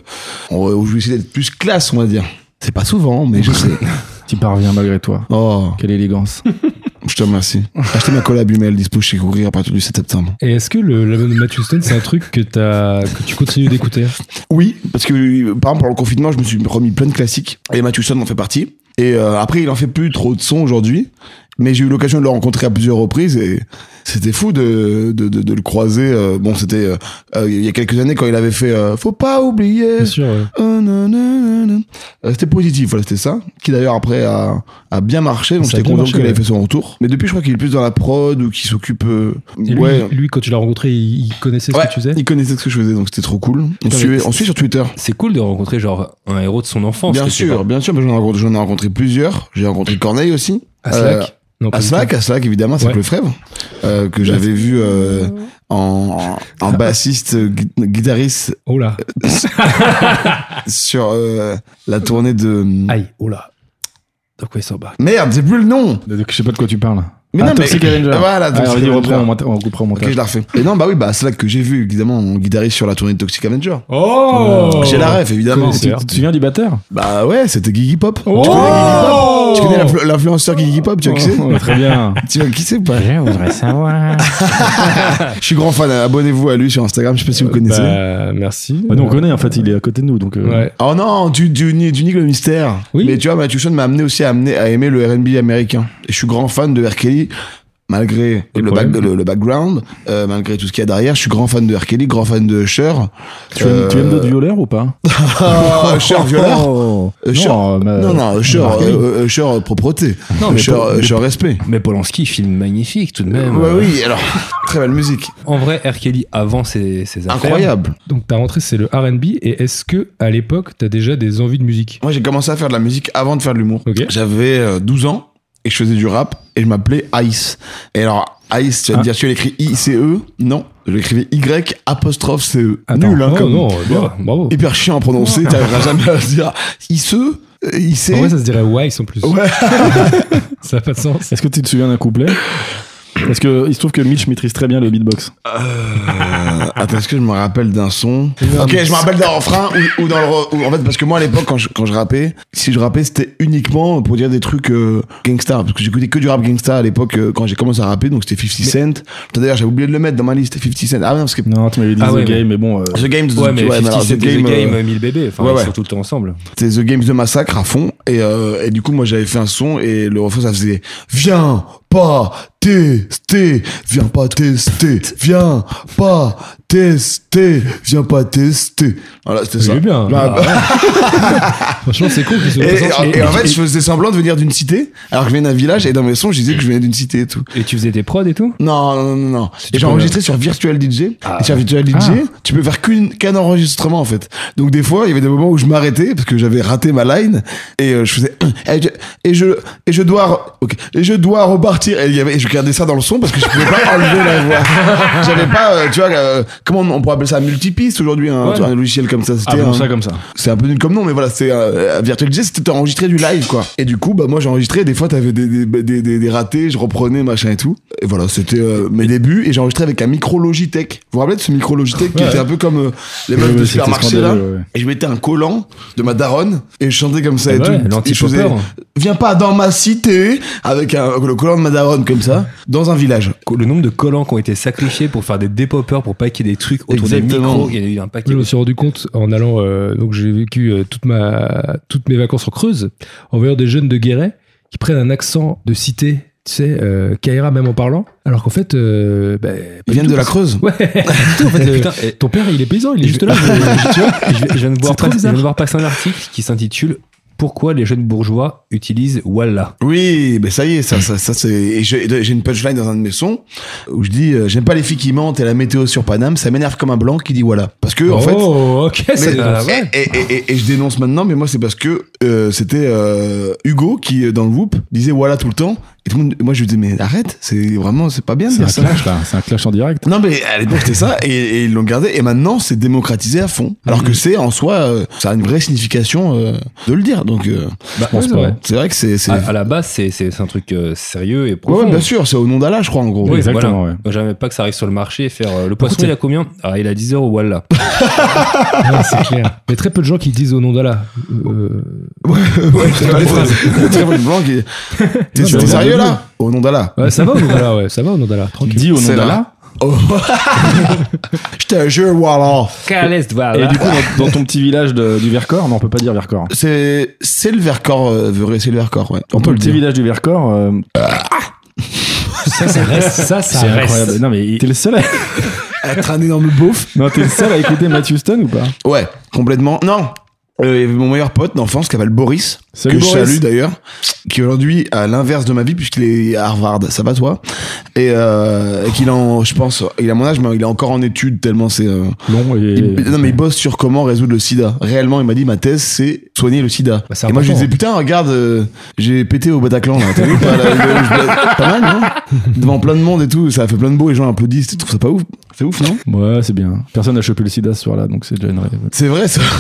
Speaker 3: où je vais essayer d'être plus classe, on va dire. C'est pas souvent, mais je sais.
Speaker 4: Tu parviens malgré toi.
Speaker 3: Oh,
Speaker 4: Quelle élégance.
Speaker 3: je te remercie. Achetez ma collab Hummel, dispo chez Courir à partir du 7 septembre.
Speaker 2: Et est-ce que le- l'album de Matthew Stone, c'est un truc que, t'as- que tu continues d'écouter
Speaker 3: Oui, parce que euh, par exemple, pendant le confinement, je me suis remis plein de classiques et Matthewson en fait partie. Et euh, après, il en fait plus trop de sons aujourd'hui, mais j'ai eu l'occasion de le rencontrer à plusieurs reprises et c'était fou de, de, de, de le croiser. Euh, bon, c'était euh, euh, il y a quelques années quand il avait fait euh, Faut pas oublier.
Speaker 2: Bien sûr. ouais.
Speaker 3: Oh, non, non, non, non. Euh, C'était positif, voilà, c'était ça. Qui d'ailleurs après a, a bien marché, donc
Speaker 2: Ça a
Speaker 3: j'étais
Speaker 2: bien
Speaker 3: content
Speaker 2: marché,
Speaker 3: qu'il ait
Speaker 2: ouais.
Speaker 3: fait son retour. Mais depuis, je crois qu'il est plus dans la prod ou qu'il s'occupe. euh,
Speaker 2: Et lui, lui, quand tu l'as rencontré, il, il connaissait ce
Speaker 3: Ouais,
Speaker 2: que tu faisais
Speaker 3: il connaissait ce que je faisais, donc c'était trop cool. On
Speaker 1: Putain,
Speaker 3: suivait,
Speaker 1: mais-
Speaker 3: on suit sur Twitter.
Speaker 1: C'est cool de rencontrer genre un héros de son enfance.
Speaker 3: Bien
Speaker 1: que c'est
Speaker 3: sûr,
Speaker 1: pas-
Speaker 3: bien sûr, mais j'en ai rencontré, j'en ai rencontré plusieurs. J'ai rencontré Corneille aussi.
Speaker 1: Ah,
Speaker 2: À
Speaker 3: Euh,
Speaker 2: Slack Non, pas
Speaker 3: À
Speaker 2: du
Speaker 3: Slack, à Slack, évidemment, c'est
Speaker 2: Ouais.
Speaker 3: le frère euh, que j'avais vu euh, en, en bassiste, euh, gui- guitariste
Speaker 2: tout. Oh là.
Speaker 3: sur euh, la tournée de.
Speaker 2: Aïe, oh là. Dans quoi il s'embarque
Speaker 3: Merde, j'ai plus le nom.
Speaker 4: Donc, je sais pas de quoi tu parles.
Speaker 3: Mais non, mais-
Speaker 4: Toxic Avenger.
Speaker 3: Ah, voilà,
Speaker 4: Ah,
Speaker 3: Toxic
Speaker 4: vas-y,
Speaker 3: Avenger.
Speaker 4: reprends, on monta- on coupera au
Speaker 3: Ok, je
Speaker 4: montage.
Speaker 3: la refais. Et non, bah oui, bah à Slack que j'ai vu évidemment en guitariste sur la tournée de Toxic Avenger.
Speaker 2: Oh
Speaker 3: Euh, J'ai la ref évidemment.
Speaker 4: Tu tu te souviens du batteur
Speaker 3: Bah ouais, c'était Gigi Pop.
Speaker 2: Oh
Speaker 3: tu connais Gigi Pop Tu connais l'influ- l'influenceur Gigi Pop Tu vois qui c'est
Speaker 4: Oh, Très bien.
Speaker 3: Tu vois qui c'est ou pas
Speaker 6: Je voudrais savoir.
Speaker 3: Je suis grand fan, abonnez-vous à lui sur Instagram, je sais pas si vous connaissez.
Speaker 2: Bah, merci.
Speaker 4: Ah, nous, on connaît, en fait, il est à côté de nous. Donc, euh,
Speaker 2: Ouais.
Speaker 3: Oh non, tu, tu, ni- tu niques le mystère.
Speaker 2: Oui.
Speaker 3: Mais tu vois, Matthew Sean m'a amené aussi à, amener, à aimer le RB américain. Et je suis grand fan de R. Kelly, malgré
Speaker 2: Des
Speaker 3: le, back-
Speaker 2: problèmes.
Speaker 3: le, le background, euh, malgré tout ce qu'il y a derrière. Je suis grand fan de R. Kelly, grand fan de Usher.
Speaker 4: tu, aimes,
Speaker 3: Euh.
Speaker 4: tu aimes d'autres violeurs ou pas
Speaker 3: Ah, Usher, violeur.
Speaker 4: Oh.
Speaker 3: Usher.
Speaker 4: Non, bah,
Speaker 3: Euh, Non, non, Usher,
Speaker 4: R. Kelly.
Speaker 3: euh, euh, Usher, euh, propreté.
Speaker 1: Non, mais
Speaker 3: Usher,
Speaker 1: pour-
Speaker 3: euh,
Speaker 1: mais-
Speaker 3: Usher, respect.
Speaker 1: Mais Polanski, film magnifique tout de même.
Speaker 3: Ouais, oui, alors, très belle musique.
Speaker 1: En vrai, R. Kelly avant ses, ses affaires.
Speaker 3: Incroyable.
Speaker 2: Donc ta rentrée, c'est le RB. Et est-ce que à l'époque, t'as déjà des envies de musique
Speaker 3: Moi, j'ai commencé à faire de la musique avant de faire de l'humour.
Speaker 2: Ok.
Speaker 3: J'avais euh, 12 ans et je faisais du rap et je m'appelais Ice. Et alors, Ice, tu vas me
Speaker 2: Ah.
Speaker 3: dire, tu l'écris I-C-E Non, je l'écrivais Y apostrophe C-E.
Speaker 2: Attends.
Speaker 3: Nul, hein,
Speaker 2: Oh,
Speaker 3: comme.
Speaker 2: non, bien, bravo.
Speaker 3: Hyper chiant à prononcer, t'arriveras jamais à dire E, I-C-E I-C
Speaker 2: En vrai, ça se dirait Wise en plus.
Speaker 3: Ouais.
Speaker 2: ça n'a pas de sens.
Speaker 4: Est-ce que tu te souviens d'un couplet Parce que il se trouve que Mitch maîtrise très bien le beatbox.
Speaker 3: Euh, Attends, est-ce que je me rappelle d'un son Ok, je me rappelle d'un refrain ou, ou dans le. re- ou- en fait, parce que moi à l'époque, quand je, quand je rappais, si je rappais, c'était uniquement pour dire des trucs euh, gangsta. Parce que j'écoutais que du rap gangsta à l'époque euh, quand j'ai commencé à rapper, donc c'était 50 Cent. Putain, D'ailleurs, j'avais oublié de le mettre dans ma liste, 50 Cent. Ah non, parce que
Speaker 4: Non, tu m'avais dit
Speaker 1: Ah
Speaker 4: The
Speaker 1: ouais,
Speaker 4: Game, mais bon. euh,
Speaker 3: The Games,
Speaker 1: Ouais, mais
Speaker 3: ouais, mais
Speaker 1: 50
Speaker 3: alors,
Speaker 1: Cent et The Game,
Speaker 3: euh,
Speaker 1: 1000 bébés. Enfin,
Speaker 3: ouais,
Speaker 1: ils
Speaker 3: ouais.
Speaker 1: sont tout le temps ensemble.
Speaker 3: c'était The Games de Massacre à fond. Et, euh, et du coup, moi, j'avais fait un son et le refrain, ça faisait Viens pas tester, viens pas tester, viens pas tester, viens pas tester. Voilà, c'était ça.
Speaker 2: C'est bien.
Speaker 3: Bah,
Speaker 2: Franchement, c'est cool qu'ils soient
Speaker 3: Et,
Speaker 2: pas sortis.
Speaker 3: et en fait, je faisais semblant de venir d'une cité, alors que je viens d'un village, et dans mes sons, je disais que je venais d'une cité et tout.
Speaker 1: Et tu faisais des prods et tout
Speaker 3: Non, non, non, non. Et j'ai
Speaker 4: euh,
Speaker 3: enregistré sur Virtual DJ.
Speaker 4: Ah.
Speaker 3: Et sur Virtual DJ, tu peux faire qu'une- qu'un enregistrement, en fait. Donc, des fois, il y avait des moments où je m'arrêtais, parce que j'avais raté ma line, et euh, je faisais, et je, et je, et je dois, re- ok, et je dois repartir. Et, il y avait, et je gardais ça dans le son, parce que je pouvais pas enlever la voix. J'avais pas, euh, tu vois, euh, comment on, on pourrait appeler ça, multipiste aujourd'hui, un, tu vois, un logiciel comme ça. C'était
Speaker 4: Ah bon,
Speaker 3: un-
Speaker 4: ça comme ça.
Speaker 3: c'est un peu nul comme nom, mais voilà, c'est euh, Virtual DJ, c'était enregistré du live, quoi. Et du coup, bah moi j'ai enregistré, des fois t'avais des, des, des, des, des ratés, je reprenais, machin et tout. Et voilà, c'était euh, mes débuts, et j'ai enregistré avec un micro Logitech. Vous vous rappelez de ce micro Logitech qui était un peu comme euh, les meufs
Speaker 4: Ouais,
Speaker 3: de
Speaker 4: ouais, c'était
Speaker 3: supermarché là
Speaker 4: scandaleux, ouais.
Speaker 3: Et je mettais un collant de ma daronne, et je chantais comme ça et
Speaker 4: bah
Speaker 1: Ah ouais,
Speaker 3: tout. Et je
Speaker 1: l'anti-popper.
Speaker 4: hein.
Speaker 3: Viens pas dans ma cité Avec un, le collant de ma daronne comme ça, dans un village.
Speaker 1: Le nombre de collants qui ont été sacrifiés pour faire des dépoppers pour pas qu'il y ait des trucs autour des
Speaker 3: Exactement.
Speaker 1: micros. Il y a eu un paquet.
Speaker 2: Je
Speaker 1: de-
Speaker 2: me suis rendu compte en allant, euh, donc j'ai vécu euh, toute ma, toutes mes vacances en Creuse, en voyant des jeunes de Guéret qui prennent un accent de cité, tu sais, euh, Kaira même en parlant, alors qu'en fait, euh, bah, pas
Speaker 3: Ils
Speaker 2: du
Speaker 3: viennent
Speaker 2: tout,
Speaker 3: de la
Speaker 2: parce-
Speaker 3: Creuse
Speaker 2: Ouais, du tout, en fait, euh,
Speaker 1: Putain, et-
Speaker 2: ton père il est paysan, il est
Speaker 1: Je-
Speaker 2: juste là. mais- tu vois
Speaker 1: je, je viens de voir
Speaker 2: C'est trop
Speaker 1: pas- je viens de
Speaker 2: bizarre.
Speaker 1: voir passer un article qui s'intitule Pourquoi les jeunes bourgeois utilisent Wallah
Speaker 3: Oui, ben ça y est, ça, ça, ça c'est. Et je- et j'ai une punchline dans un de mes sons où je dis euh, j'aime pas les filles qui mentent et la météo sur Paname, ça m'énerve comme un blanc qui dit voilà. Parce que en fait.
Speaker 2: Oh, ok,
Speaker 3: mais- euh, eh,
Speaker 2: c'est
Speaker 1: Ah ouais.
Speaker 3: et, et- et- et je dénonce maintenant, mais moi c'est parce que euh, c'était euh, Hugo qui euh, dans le Whoop disait voilà tout le temps. Et tout le monde, moi je lui disais mais arrête, c'est vraiment c'est pas bien de
Speaker 4: C'est
Speaker 3: dire
Speaker 4: un
Speaker 3: ça.
Speaker 4: clash là, c'est un clash en direct.
Speaker 3: Non mais à l'époque c'était ça et, et ils l'ont gardé et maintenant c'est démocratisé à fond. Alors que c'est en soi, euh, ça a une vraie signification euh, de le dire. Donc euh,
Speaker 1: Bah,
Speaker 4: pense
Speaker 1: ouais,
Speaker 4: pas.
Speaker 1: ouais.
Speaker 3: c'est vrai que c'est. c'est-
Speaker 1: À, à la base, c'est- c'est c'est un truc euh, sérieux et
Speaker 3: Ouais,
Speaker 1: profond.
Speaker 3: bien sûr, c'est au nom d'Allah je crois en gros.
Speaker 1: Oui,
Speaker 4: Exactement,
Speaker 1: voilà.
Speaker 4: ouais.
Speaker 1: Moi, J'aimerais pas que ça arrive sur le marché et faire euh, le poisson,
Speaker 2: contre,
Speaker 1: il a combien Ah, il a 10 euros, Wallah.
Speaker 2: Ouais, c'est clair. Mais très peu de gens qui disent au nom d'Allah. Euh,
Speaker 3: Ouais, c'est pas les phrases. Très bonne blague. T'es
Speaker 2: Non, mais
Speaker 3: t'es
Speaker 2: au
Speaker 3: sérieux
Speaker 2: nom de
Speaker 3: là Au nom d'Allah.
Speaker 2: ouais, ça va au nom d'Allah, ouais, ça va au nom d'Allah, tranquille.
Speaker 4: Dis au nom
Speaker 3: C'est
Speaker 4: d'Allah.
Speaker 3: Oh. Je te jure, voilà.
Speaker 1: Calest
Speaker 4: Et du coup, dans, dans ton petit village de- du Vercors, non, on peut pas dire Vercors.
Speaker 3: C'est c'est le Vercors, euh, vrai, c'est le Vercors, ouais. On
Speaker 4: Dans
Speaker 3: peut
Speaker 4: ton
Speaker 3: le
Speaker 4: petit
Speaker 3: dire.
Speaker 4: village du Vercors, euh,
Speaker 2: Ça, ça reste, ça, ça
Speaker 4: c'est
Speaker 2: reste.
Speaker 4: incroyable. Non, mais t'es le seul à,
Speaker 3: Être un énorme beauf.
Speaker 4: non, t'es le seul à écouter Matt Houston ou pas
Speaker 3: Ouais, complètement. Non. Euh, Il y avait mon meilleur pote d'enfance qui s'appelle Boris,
Speaker 4: Salut,
Speaker 3: que
Speaker 4: Boris.
Speaker 3: je salue d'ailleurs, qui aujourd'hui a l'inverse de ma vie puisqu'il est à Harvard, ça va toi Et, euh, et qu'il est en, je pense, il a mon âge, mais il est encore en études tellement c'est... euh,
Speaker 4: Non, et.
Speaker 3: Il- non mais il bosse sur comment résoudre le sida. Réellement, il m'a dit ma thèse c'est soigner le sida.
Speaker 2: Bah, c'est
Speaker 3: et moi je lui disais
Speaker 2: important.
Speaker 3: putain regarde euh, j'ai pété au Bataclan là. T'as vu pas, la- la- je blague- pas mal non Devant plein de monde et tout, ça a fait plein de beaux, les gens applaudissent, tu trouves ça pas ouf C'est ouf non
Speaker 4: Ouais, c'est bien. Personne n'a chopé le sida ce soir-là, donc c'est déjà une rêve.
Speaker 3: C'est vrai ça.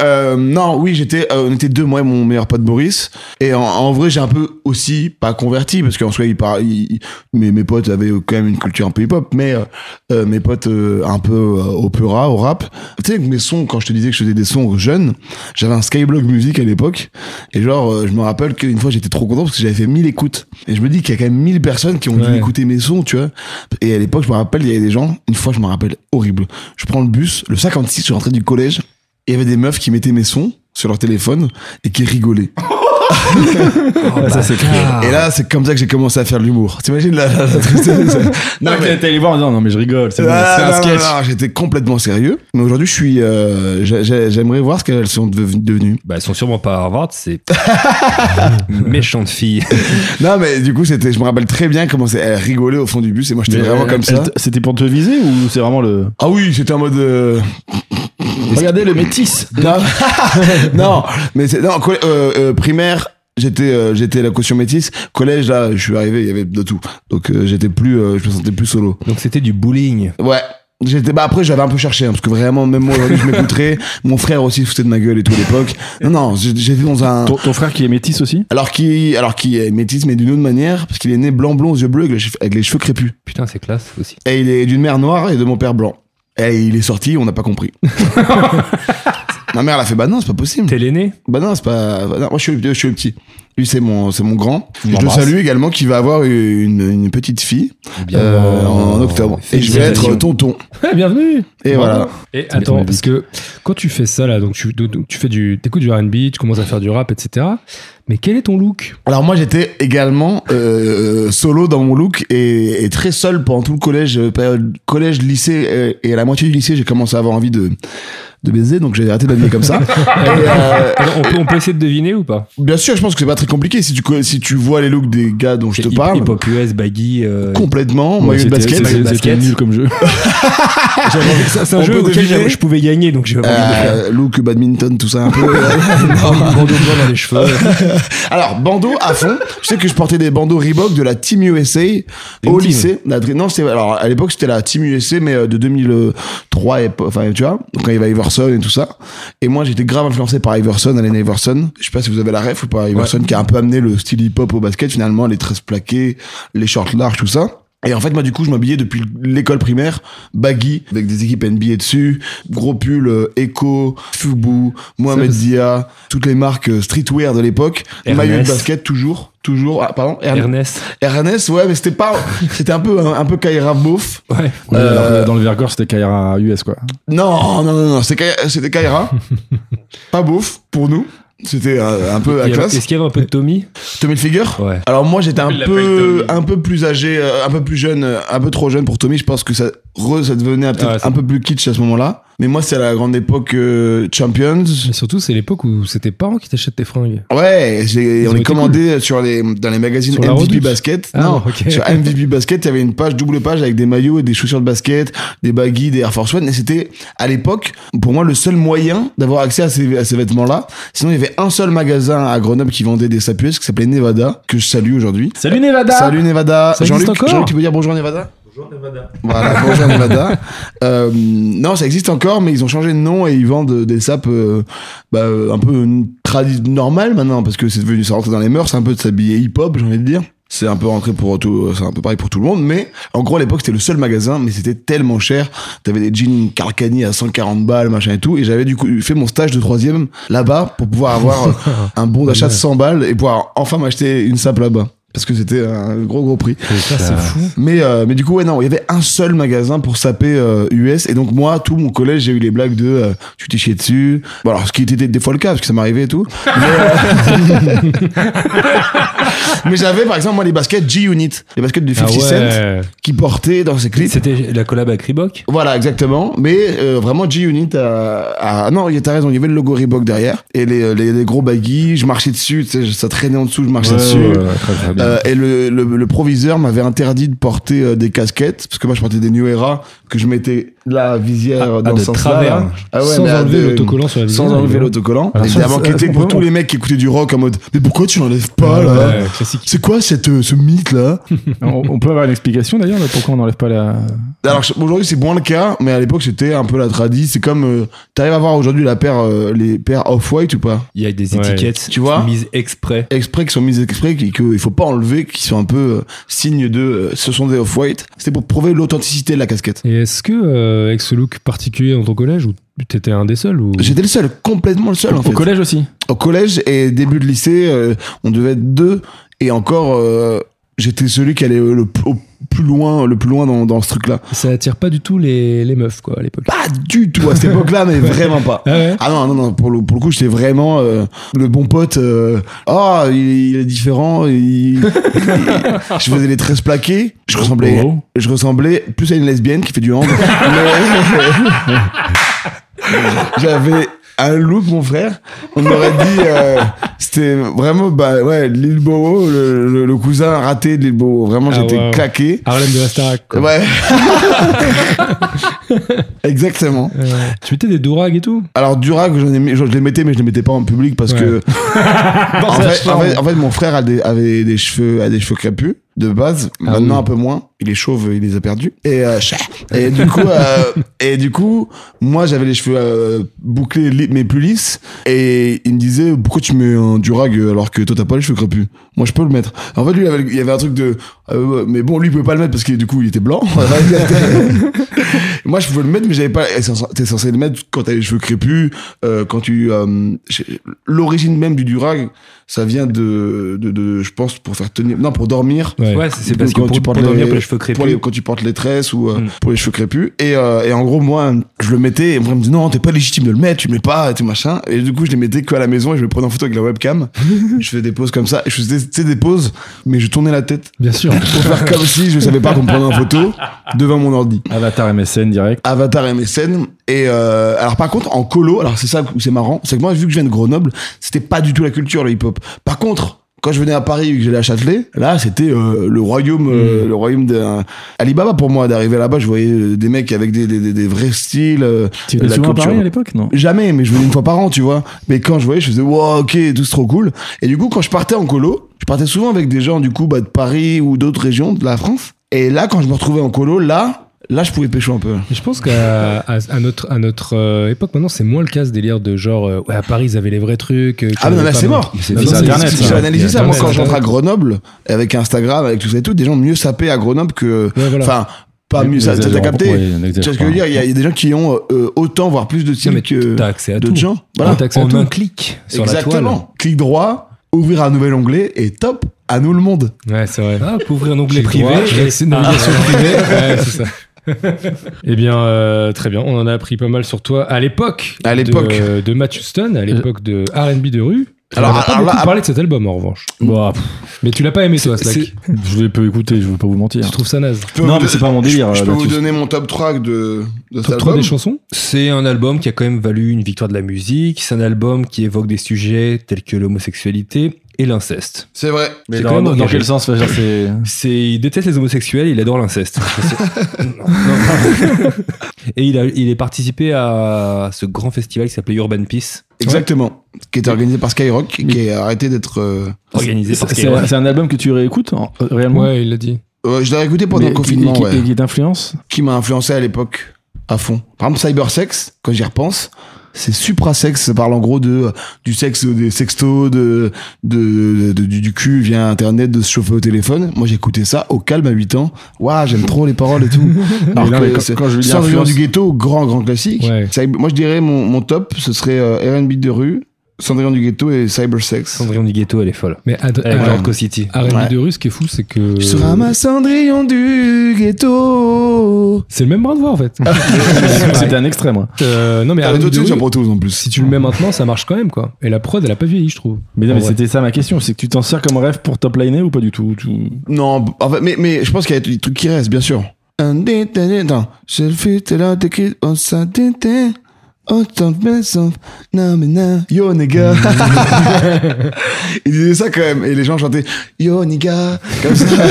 Speaker 3: Euh, non, oui, j'étais, euh, on était deux, moi et mon meilleur pote Boris. Et en, en vrai, j'ai un peu aussi pas converti parce qu'en soi, il par- il- mes, mes potes avaient quand même une culture un peu hip-hop, mais euh, euh, mes potes euh, un peu euh, opéra, au rap. Tu sais, mes sons, quand je te disais que je faisais des sons jeunes, j'avais un Skyblog musique à l'époque. Et genre, euh, je me rappelle qu'une fois, j'étais trop content parce que j'avais fait 1000 écoutes. Et je me dis qu'il y a quand même 1000 personnes qui ont dû
Speaker 2: Ouais.
Speaker 3: écouter mes sons, tu vois. Et à l'époque, je me rappelle, il y avait des gens, une fois, je me rappelle, horrible. Je prends le bus, le 56, je suis rentré du collège. Il y avait des meufs qui mettaient mes sons sur leur téléphone et qui rigolaient.
Speaker 4: Ah, ça, c'est
Speaker 3: Et là, c'est comme ça que j'ai commencé à faire de l'humour. T'imagines la, la- la tristesse
Speaker 4: Non,
Speaker 3: mais-
Speaker 4: t'es allé voir en disant, non, mais je rigole, c'est bon,
Speaker 3: Ah,
Speaker 4: c'est un
Speaker 3: non,
Speaker 4: sketch.
Speaker 3: non, non, J'étais complètement sérieux. Mais aujourd'hui, je suis. euh, j'ai- j'ai- J'aimerais voir ce qu'elles sont deven- devenues.
Speaker 1: Bah, ils sont sûrement pas à Harvard, c'est. Méchante fille.
Speaker 3: Non, mais du coup, c'était. Je me rappelle très bien comment c'est- elles rigolaient au fond du bus et moi, j'étais
Speaker 4: Mais,
Speaker 3: vraiment
Speaker 4: euh,
Speaker 3: comme ça.
Speaker 4: elle t- C'était pour te viser ou c'est vraiment le.
Speaker 3: Ah oui, c'était en mode. euh,
Speaker 4: Regardez le métis
Speaker 3: Non, non, mais c'est non collè- euh, euh, primaire. J'étais euh, j'étais la caution métisse. Collège là, je suis arrivé, il y avait de tout. Donc euh, j'étais plus, euh, je me sentais plus solo.
Speaker 1: Donc, c'était du bullying.
Speaker 3: Ouais. J'étais bah après j'avais un peu cherché hein, parce que vraiment même moi aujourd'hui je m'écouterais mon frère aussi se foutait de ma gueule et tout à l'époque non non j'ai- j'étais dans un
Speaker 4: Ton, ton frère qui est métis aussi
Speaker 3: alors qui alors qui est métis mais d'une autre manière parce qu'il est né blanc blond aux yeux bleus avec les cheveux, avec les cheveux crépus
Speaker 1: Putain, c'est classe aussi.
Speaker 3: et il est d'une mère noire et de mon père blanc et il est sorti on n'a pas compris Ma mère, elle a fait bah non, c'est pas possible.
Speaker 1: T'es l'aîné
Speaker 3: Bah non, c'est pas. bah non, moi, je suis, le- je suis le petit. Lui, c'est mon, c'est mon grand. Je le
Speaker 4: l'embrasse.
Speaker 3: salue également qui va avoir une, une petite fille euh, en octobre. Et je vais être tonton.
Speaker 2: Ah, bienvenue
Speaker 3: Et voilà.
Speaker 2: Et
Speaker 4: bien,
Speaker 2: attends,
Speaker 4: bien.
Speaker 2: parce que quand tu fais ça là, donc tu, donc tu fais du, t'écoutes du R&B, tu commences à faire du rap, etc. Mais quel est ton look
Speaker 3: Alors moi, j'étais également euh, solo dans mon look et, et très seul pendant tout le collège, euh, période collège, lycée euh, et à la moitié du lycée, j'ai commencé à avoir envie de de baiser, donc j'ai arrêté de m'habiller comme ça. Et, euh,
Speaker 1: Alors, on, peut, on peut essayer de deviner ou pas
Speaker 3: bien sûr, je pense que c'est pas très compliqué si tu co- si tu vois les looks des gars dont je te
Speaker 1: Hip-
Speaker 3: parle.
Speaker 1: Hip-hop US, baggy. euh,
Speaker 3: Complètement,
Speaker 4: Ouais,
Speaker 3: maillot de
Speaker 4: c'était-
Speaker 3: basket.
Speaker 4: c'était- C'était
Speaker 1: Basket.
Speaker 4: nul comme jeu.
Speaker 1: j'avais envie- C'est c'est un
Speaker 3: On
Speaker 1: jeu
Speaker 3: peut
Speaker 1: auquel
Speaker 3: deviner.
Speaker 1: j'avais- je pouvais gagner, donc j'ai pas
Speaker 3: Euh, look badminton, tout ça un peu.
Speaker 1: envie de bandeau blanc dans les cheveux.
Speaker 3: Alors, bandeau à fond. Je sais que je portais des bandeaux Reebok de la Team USA au
Speaker 1: team.
Speaker 3: lycée. La dri- non, c'était, alors, à l'époque, c'était la Team USA, mais euh, de 2003, et, po- enfin, tu vois, donc quand il y avait Iverson et tout ça. Et moi, j'étais grave influencé par Iverson, Allen Iverson. Je sais pas si vous avez la ref ou pas, Iverson qui a un peu amené le style hip-hop au basket, finalement, les tresses plaquées, les shorts larges, tout ça. Et en fait, moi, du coup, je m'habillais depuis l'école primaire, baggy, avec des équipes NBA dessus, gros pull euh, Echo, Fubu, Mohamed
Speaker 2: Ça,
Speaker 3: Dia, toutes les marques euh, streetwear de l'époque, maillot de
Speaker 1: Ernest.
Speaker 3: basket toujours, toujours, ah, pardon, Ern-
Speaker 1: Ernest.
Speaker 3: Ernest, ouais, mais c'était pas, c'était un peu, un, un peu Kyra Beauf.
Speaker 1: Ouais.
Speaker 4: Ouais,
Speaker 3: Euh,
Speaker 4: alors que Dans le Vercors, c'était Kaira US, quoi.
Speaker 3: Non, non, non, non, c'était Ky- c'était Kyra, pas Beauf, pour nous. C'était euh, un peu à
Speaker 1: Il y a-
Speaker 3: classe.
Speaker 1: Est-ce qu'il y avait un peu de Tommy
Speaker 3: Tommy Hilfiger
Speaker 1: Ouais.
Speaker 3: Alors moi j'étais un
Speaker 4: Il
Speaker 3: peu
Speaker 4: l'appelle Tommy.
Speaker 3: un peu plus âgé, euh, un peu plus jeune, euh, un peu trop jeune pour Tommy. Je pense que ça re, ça devenait
Speaker 2: Ah,
Speaker 3: peut-être
Speaker 1: Ouais, c'est
Speaker 3: un peu plus kitsch à ce moment-là. Mais moi c'est à la grande époque euh, Champions.
Speaker 2: Mais surtout, c'est l'époque où c'était tes parents qui t'achètent tes fringues.
Speaker 3: Ouais, j'ai-
Speaker 2: Ils ont
Speaker 3: on les
Speaker 2: été
Speaker 3: commandait sur les dans les magazines
Speaker 2: Sur la
Speaker 3: MVP
Speaker 2: redoute.
Speaker 3: Basket.
Speaker 2: Ah,
Speaker 3: non,
Speaker 2: ok.
Speaker 3: sur MVP Basket, il y avait une page double page avec des maillots et des chaussures de basket, des baggy, des Air Force One. Et c'était à l'époque pour moi le seul moyen d'avoir accès à ces, à ces vêtements-là. Sinon il y avait un seul magasin à Grenoble qui vendait des sapuces qui s'appelait Nevada que je salue aujourd'hui.
Speaker 4: Salut Nevada
Speaker 3: Salut Nevada.
Speaker 2: Ça
Speaker 3: Jean-Luc,
Speaker 2: existe encore
Speaker 3: Jean-Luc, tu peux dire bonjour Nevada Bonjour Nevada. Voilà, bonjour Nevada. Euh, non, ça existe encore, mais ils ont changé de nom et ils vendent des sapes euh, bah, euh, un peu tradi normales maintenant, parce que c'est devenu, ça rentre dans les mœurs, c'est un peu de s'habiller hip-hop, j'ai envie de dire. C'est un peu rentré pour tout, euh, c'est un peu pareil pour tout le monde, mais en gros à l'époque c'était le seul magasin, mais c'était tellement cher. T'avais des jeans Carcani à 140 balles, machin et tout, et j'avais du coup fait mon stage de troisième là-bas pour pouvoir avoir euh, un bon d'achat de 100 balles et pouvoir enfin m'acheter une sape là-bas. Parce que c'était un gros gros prix.
Speaker 2: Ça, c'est fou.
Speaker 3: Mais, euh, mais du coup, ouais, non, il y avait un seul magasin pour saper euh, US. Et donc, moi, tout mon collège, j'ai eu les blagues de euh, tu t'es chié dessus. Bon, alors, ce qui était des fois le cas, parce que ça m'arrivait et tout. Mais, euh, mais j'avais, par exemple, moi, les baskets G-Unit, les baskets de
Speaker 2: Ah
Speaker 3: 50 Cent, qui portaient dans ses clips.
Speaker 1: C'était la collab avec Reebok
Speaker 3: Voilà, exactement. Mais euh, vraiment, G-Unit a, a- Non, il y a- t'as raison, il y avait le logo Reebok derrière. Et les, les, les gros baggy, je marchais dessus, tu sais, ça traînait en dessous, je marchais dessus. Euh, et le, le, le proviseur m'avait interdit de porter euh, des casquettes parce que moi je portais des New Era que je mettais la visière
Speaker 1: Ah, ah,
Speaker 3: dans
Speaker 1: de
Speaker 3: ce sens
Speaker 1: travers.
Speaker 3: là, ah ouais,
Speaker 2: sans
Speaker 3: mais à
Speaker 2: enlever
Speaker 3: de-
Speaker 2: l'autocollant sur la
Speaker 3: sans enlever l'autocollant
Speaker 2: Alors ça,
Speaker 3: évidemment
Speaker 2: ça,
Speaker 3: qui était pour tous
Speaker 2: complètement.
Speaker 3: les mecs qui écoutaient du rock en mode mais pourquoi tu l'enlèves pas là
Speaker 2: Ouais, classique.
Speaker 3: c'est quoi cette, euh, ce mythe là
Speaker 4: on, on peut avoir une explication d'ailleurs, là, pourquoi on n'enlève pas la.
Speaker 3: Alors je- aujourd'hui c'est moins le cas, mais à l'époque c'était un peu la tradie. C'est comme euh, t'arrives à voir aujourd'hui la paire, euh, les paires off white ou pas
Speaker 1: Il y a des
Speaker 2: Ouais.
Speaker 1: étiquettes
Speaker 3: Tu vois
Speaker 1: mises exprès.
Speaker 3: exprès qui sont mises exprès qui- qu'il faut pas enlever, qui sont un peu euh, signes de euh, ce sont des off white. C'était pour prouver l'authenticité de la casquette.
Speaker 2: Et est-ce que, euh, avec ce look particulier dans ton collège, où t'étais un des seuls ou...
Speaker 3: J'étais le seul, complètement le seul en
Speaker 4: Au
Speaker 3: fait.
Speaker 4: collège aussi.
Speaker 3: Au collège et début de lycée, euh, on devait être deux et encore, euh, j'étais celui qui allait euh, le p- au plus loin, le plus loin dans, dans ce truc-là.
Speaker 2: Ça attire pas du tout les, les meufs, quoi, à l'époque.
Speaker 3: Pas du tout à cette époque-là, mais vraiment pas.
Speaker 2: Ah ouais
Speaker 3: Ah non, non, non, pour le, pour le coup, j'étais vraiment euh, le bon pote. euh, oh, il, il est différent. il- je faisais les tresses plaquées. Je ressemblais,
Speaker 4: Oh.
Speaker 3: je ressemblais plus à une lesbienne qui fait du hand. Mais- J'avais un look, mon frère. On aurait dit, euh, c'était vraiment, bah ouais, Lil Bowo, le, le- le cousin raté de Lil Bowo. Vraiment,
Speaker 2: Ah,
Speaker 3: j'étais
Speaker 2: waouh.
Speaker 3: claqué.
Speaker 2: Harlem de la Starac, quoi.
Speaker 3: Ouais. Exactement.
Speaker 2: Euh, tu mettais des dourags et tout
Speaker 3: Alors Durag, j'en ai mis- je, je les mettais, mais je les mettais pas en public parce
Speaker 2: Ouais.
Speaker 3: que
Speaker 2: Dans
Speaker 3: en,
Speaker 2: sa
Speaker 3: fait, en
Speaker 2: chambre.
Speaker 3: fait- en fait, mon frère a des- avait des cheveux, a des cheveux crépus de base.
Speaker 2: Ah
Speaker 3: Maintenant
Speaker 2: oui.
Speaker 3: un peu moins. Il est chauve, il les a perdus. Et euh, chat. et du coup, euh, et du coup, moi j'avais les cheveux euh, bouclés li- mais plus lisses. Et il me disait pourquoi tu mets un Durag alors que toi t'as pas les cheveux crépus. Moi je peux le mettre. En fait lui il avait, il y avait un truc de euh, mais bon lui il pouvait pas le mettre parce que du coup il était blanc. Moi Moi, je veux le mettre, mais j'avais pas. et c'est censé- T'es censé le mettre quand t'as les cheveux crépus, euh, quand tu. euh, j'ai- L'origine même du durag, ça vient de, de, de- je pense, pour faire tenir. Non, pour dormir.
Speaker 2: Ouais.
Speaker 1: Ouais, c'est- c'est parce que
Speaker 3: Quand
Speaker 1: pour,
Speaker 3: tu
Speaker 1: pour
Speaker 3: portes
Speaker 1: dormir
Speaker 3: les-
Speaker 1: pour les cheveux crépus.
Speaker 3: Pour les- quand tu portes les tresses ou euh,
Speaker 2: Hmm.
Speaker 1: Mm.
Speaker 3: pour les cheveux crépus. Et, euh, et en gros, moi, je le mettais et mon frère me disait non, t'es pas légitime de le mettre, tu le mets pas, et tout machin. Et du coup, je les mettais que à la maison et je me prenais en photo avec la webcam. je faisais des poses comme ça. Et je faisais tu sais, des poses, mais je tournais la tête
Speaker 2: Bien sûr.
Speaker 3: pour faire comme si je savais pas qu'on me prenait en photo devant mon ordi.
Speaker 4: Avatar MSN direct.
Speaker 3: Avatar MSN. Et euh, alors par contre, en colo, alors c'est ça où c'est marrant, c'est que moi, vu que je viens de Grenoble, c'était pas du tout la culture le hip-hop. Par contre, quand je venais à Paris et que j'allais à Châtelet, là, c'était euh, le royaume,
Speaker 4: Hmm.
Speaker 3: euh, le royaume d'un Alibaba pour moi. D'arriver là-bas, je voyais euh, des mecs avec des, des, des- des vrais styles. euh,
Speaker 4: Tu
Speaker 3: de
Speaker 4: étais
Speaker 3: la
Speaker 4: souvent à
Speaker 3: culture.
Speaker 4: Paris à l'époque Non.
Speaker 3: Jamais, mais je venais une fois par an, tu vois. Mais quand je voyais, je faisais, wow, ok, tout c'est trop cool. Et du coup, quand je partais en colo, je partais souvent avec des gens, du coup, bah, de Paris ou d'autres régions de la France. Et là, quand je me retrouvais en colo, là, là, je pouvais pécho un peu.
Speaker 2: Mais je pense qu'à à, à notre, à notre euh, époque, maintenant, c'est moins le cas ce délire de genre, euh, ouais, à Paris, ils avaient les vrais trucs. euh,
Speaker 3: Ah, mais non,
Speaker 2: qu'on
Speaker 3: là,
Speaker 2: avait
Speaker 3: c'est
Speaker 2: pas
Speaker 3: mort.
Speaker 2: Non,
Speaker 4: c'est
Speaker 2: non,
Speaker 4: Internet,
Speaker 2: c'est-
Speaker 4: ça.
Speaker 3: J'ai
Speaker 2: c'est-
Speaker 3: analysé
Speaker 2: c'est-
Speaker 3: ça. Moi,
Speaker 2: c'est-
Speaker 3: quand
Speaker 2: c'est-
Speaker 3: j'entre à Grenoble, avec Instagram, avec tout ça et tout, des gens mieux sapés à Grenoble que.
Speaker 2: Ouais, voilà.
Speaker 3: Enfin, pas mieux. ça- ça- T'as capté Tu vois ce que je veux dire Il y, a- il y a des gens qui ont euh, autant, voire plus de
Speaker 1: Non,
Speaker 3: style
Speaker 1: mais
Speaker 3: que
Speaker 1: t'as accès à tout.
Speaker 3: d'autres gens.
Speaker 2: Ah,
Speaker 3: Voilà.
Speaker 2: t'as accès à
Speaker 1: En
Speaker 2: tout.
Speaker 1: un clic sur la toile.
Speaker 3: Exactement. Clic droit, ouvrir un nouvel onglet et top, à nous le monde.
Speaker 2: Ouais, c'est vrai.
Speaker 1: Ah, pour ouvrir un onglet
Speaker 2: J'ai le
Speaker 1: privé.
Speaker 2: droit, j'ai
Speaker 1: et-
Speaker 2: accès à une
Speaker 1: Ah,
Speaker 2: navigation privée. Ouais, c'est ça. eh bien, euh, très bien. On en a appris pas mal sur toi à l'époque.
Speaker 3: À l'époque.
Speaker 2: De, euh, de Matt Houston, à l'époque de R&B de rue.
Speaker 3: Alors,
Speaker 2: Alors, on n'a pas
Speaker 3: alors là,
Speaker 2: beaucoup
Speaker 3: à-
Speaker 2: parlé de cet album en revanche.
Speaker 4: Bah, pff,
Speaker 2: Mais tu l'as pas aimé toi, Slack.
Speaker 1: c'est-
Speaker 2: Tu
Speaker 4: je l'ai peu écouté, je veux pas vous mentir.
Speaker 2: trouves ça naze.
Speaker 3: Je peux
Speaker 4: Non,
Speaker 3: vous
Speaker 4: mais
Speaker 3: don-
Speaker 4: c'est pas mon
Speaker 3: je-
Speaker 4: délire.
Speaker 3: Je,
Speaker 4: euh,
Speaker 3: peux vous
Speaker 4: là-dessus.
Speaker 3: donner mon top track de, de cet
Speaker 2: Top 3
Speaker 3: album.
Speaker 2: des chansons
Speaker 1: C'est un album qui a quand même valu une victoire de la musique. C'est un album qui évoque des sujets tels que l'homosexualité et l'inceste.
Speaker 3: C'est vrai.
Speaker 4: Mais
Speaker 1: C'est
Speaker 4: dans,
Speaker 1: quand même
Speaker 4: dans
Speaker 1: engagé.
Speaker 4: quel sens genre, c'est-
Speaker 1: C'est, il déteste les homosexuels, il adore l'inceste. C'est- Non, non. et il a, il est participé à ce grand festival qui s'appelait Urban Peace,
Speaker 3: Exactement. Qui était organisé par Skyrock, qui a arrêté d'être. euh,
Speaker 1: organisé par
Speaker 4: C'est
Speaker 1: Skyrock.
Speaker 4: c'est un album que tu réécoutes en- euh,
Speaker 3: Mmh.
Speaker 4: réellement
Speaker 2: Ouais, il l'a dit.
Speaker 3: euh, je l'avais écouté pendant
Speaker 4: Mais
Speaker 3: le
Speaker 4: qui-
Speaker 3: confinement.
Speaker 4: et qui,
Speaker 3: ouais.
Speaker 4: et qui t'influence
Speaker 3: qui m'a influencé à l'époque à fond. Par exemple, Cybersex, quand j'y repense, c'est suprasex, ça parle en gros de du sexe, des sextos, de, de, de- du, du cul via internet, de se chauffer au téléphone. Moi, j'écoutais ça au calme à 8 ans. Waouh, j'aime trop les paroles et tout. Alors
Speaker 4: Mais là, mais
Speaker 3: que
Speaker 4: quand-
Speaker 3: c'est-
Speaker 4: quand je lui dis
Speaker 3: Sans
Speaker 4: influence-
Speaker 3: du ghetto, grand, grand classique.
Speaker 2: Ouais.
Speaker 3: Cyber- moi, je dirais mon, mon top, ce serait euh, R&B de rue, Cendrillon du ghetto et Cybersex.
Speaker 1: Cendrillon du ghetto, elle est folle.
Speaker 2: Mais Ad-
Speaker 1: Avec
Speaker 2: Ad-
Speaker 1: Lord City.
Speaker 2: R&B
Speaker 3: Ouais.
Speaker 2: de rue, ce qui est fou, c'est que.
Speaker 3: Tu seras ma Cendrillon du ghetto.
Speaker 2: C'est le même bras de voix en fait.
Speaker 4: C'était un extrême. ouais.
Speaker 2: Euh, non, mais
Speaker 3: Ah, mais
Speaker 2: R&B
Speaker 3: toi,
Speaker 2: de
Speaker 3: tu
Speaker 2: rue,
Speaker 3: en proposes en plus.
Speaker 2: si tu le mets maintenant, ça marche quand même quoi. Et la prod, elle a pas vieilli, je trouve.
Speaker 4: Mais non,
Speaker 2: En
Speaker 4: mais
Speaker 2: vrai.
Speaker 4: c'était ça ma question, c'est que tu t'en sers comme rêve pour top liner ou pas du tout tu-
Speaker 3: Non, en fait, mais, mais je pense qu'il y a des trucs qui restent, bien sûr. Attends, je le fais, t'es là, t'es qui, on s'entendait, on s'en fait sans- na, na, na, Yo, nigga. Il disait ça quand même, et les gens chantaient Yo, nigga, comme ça.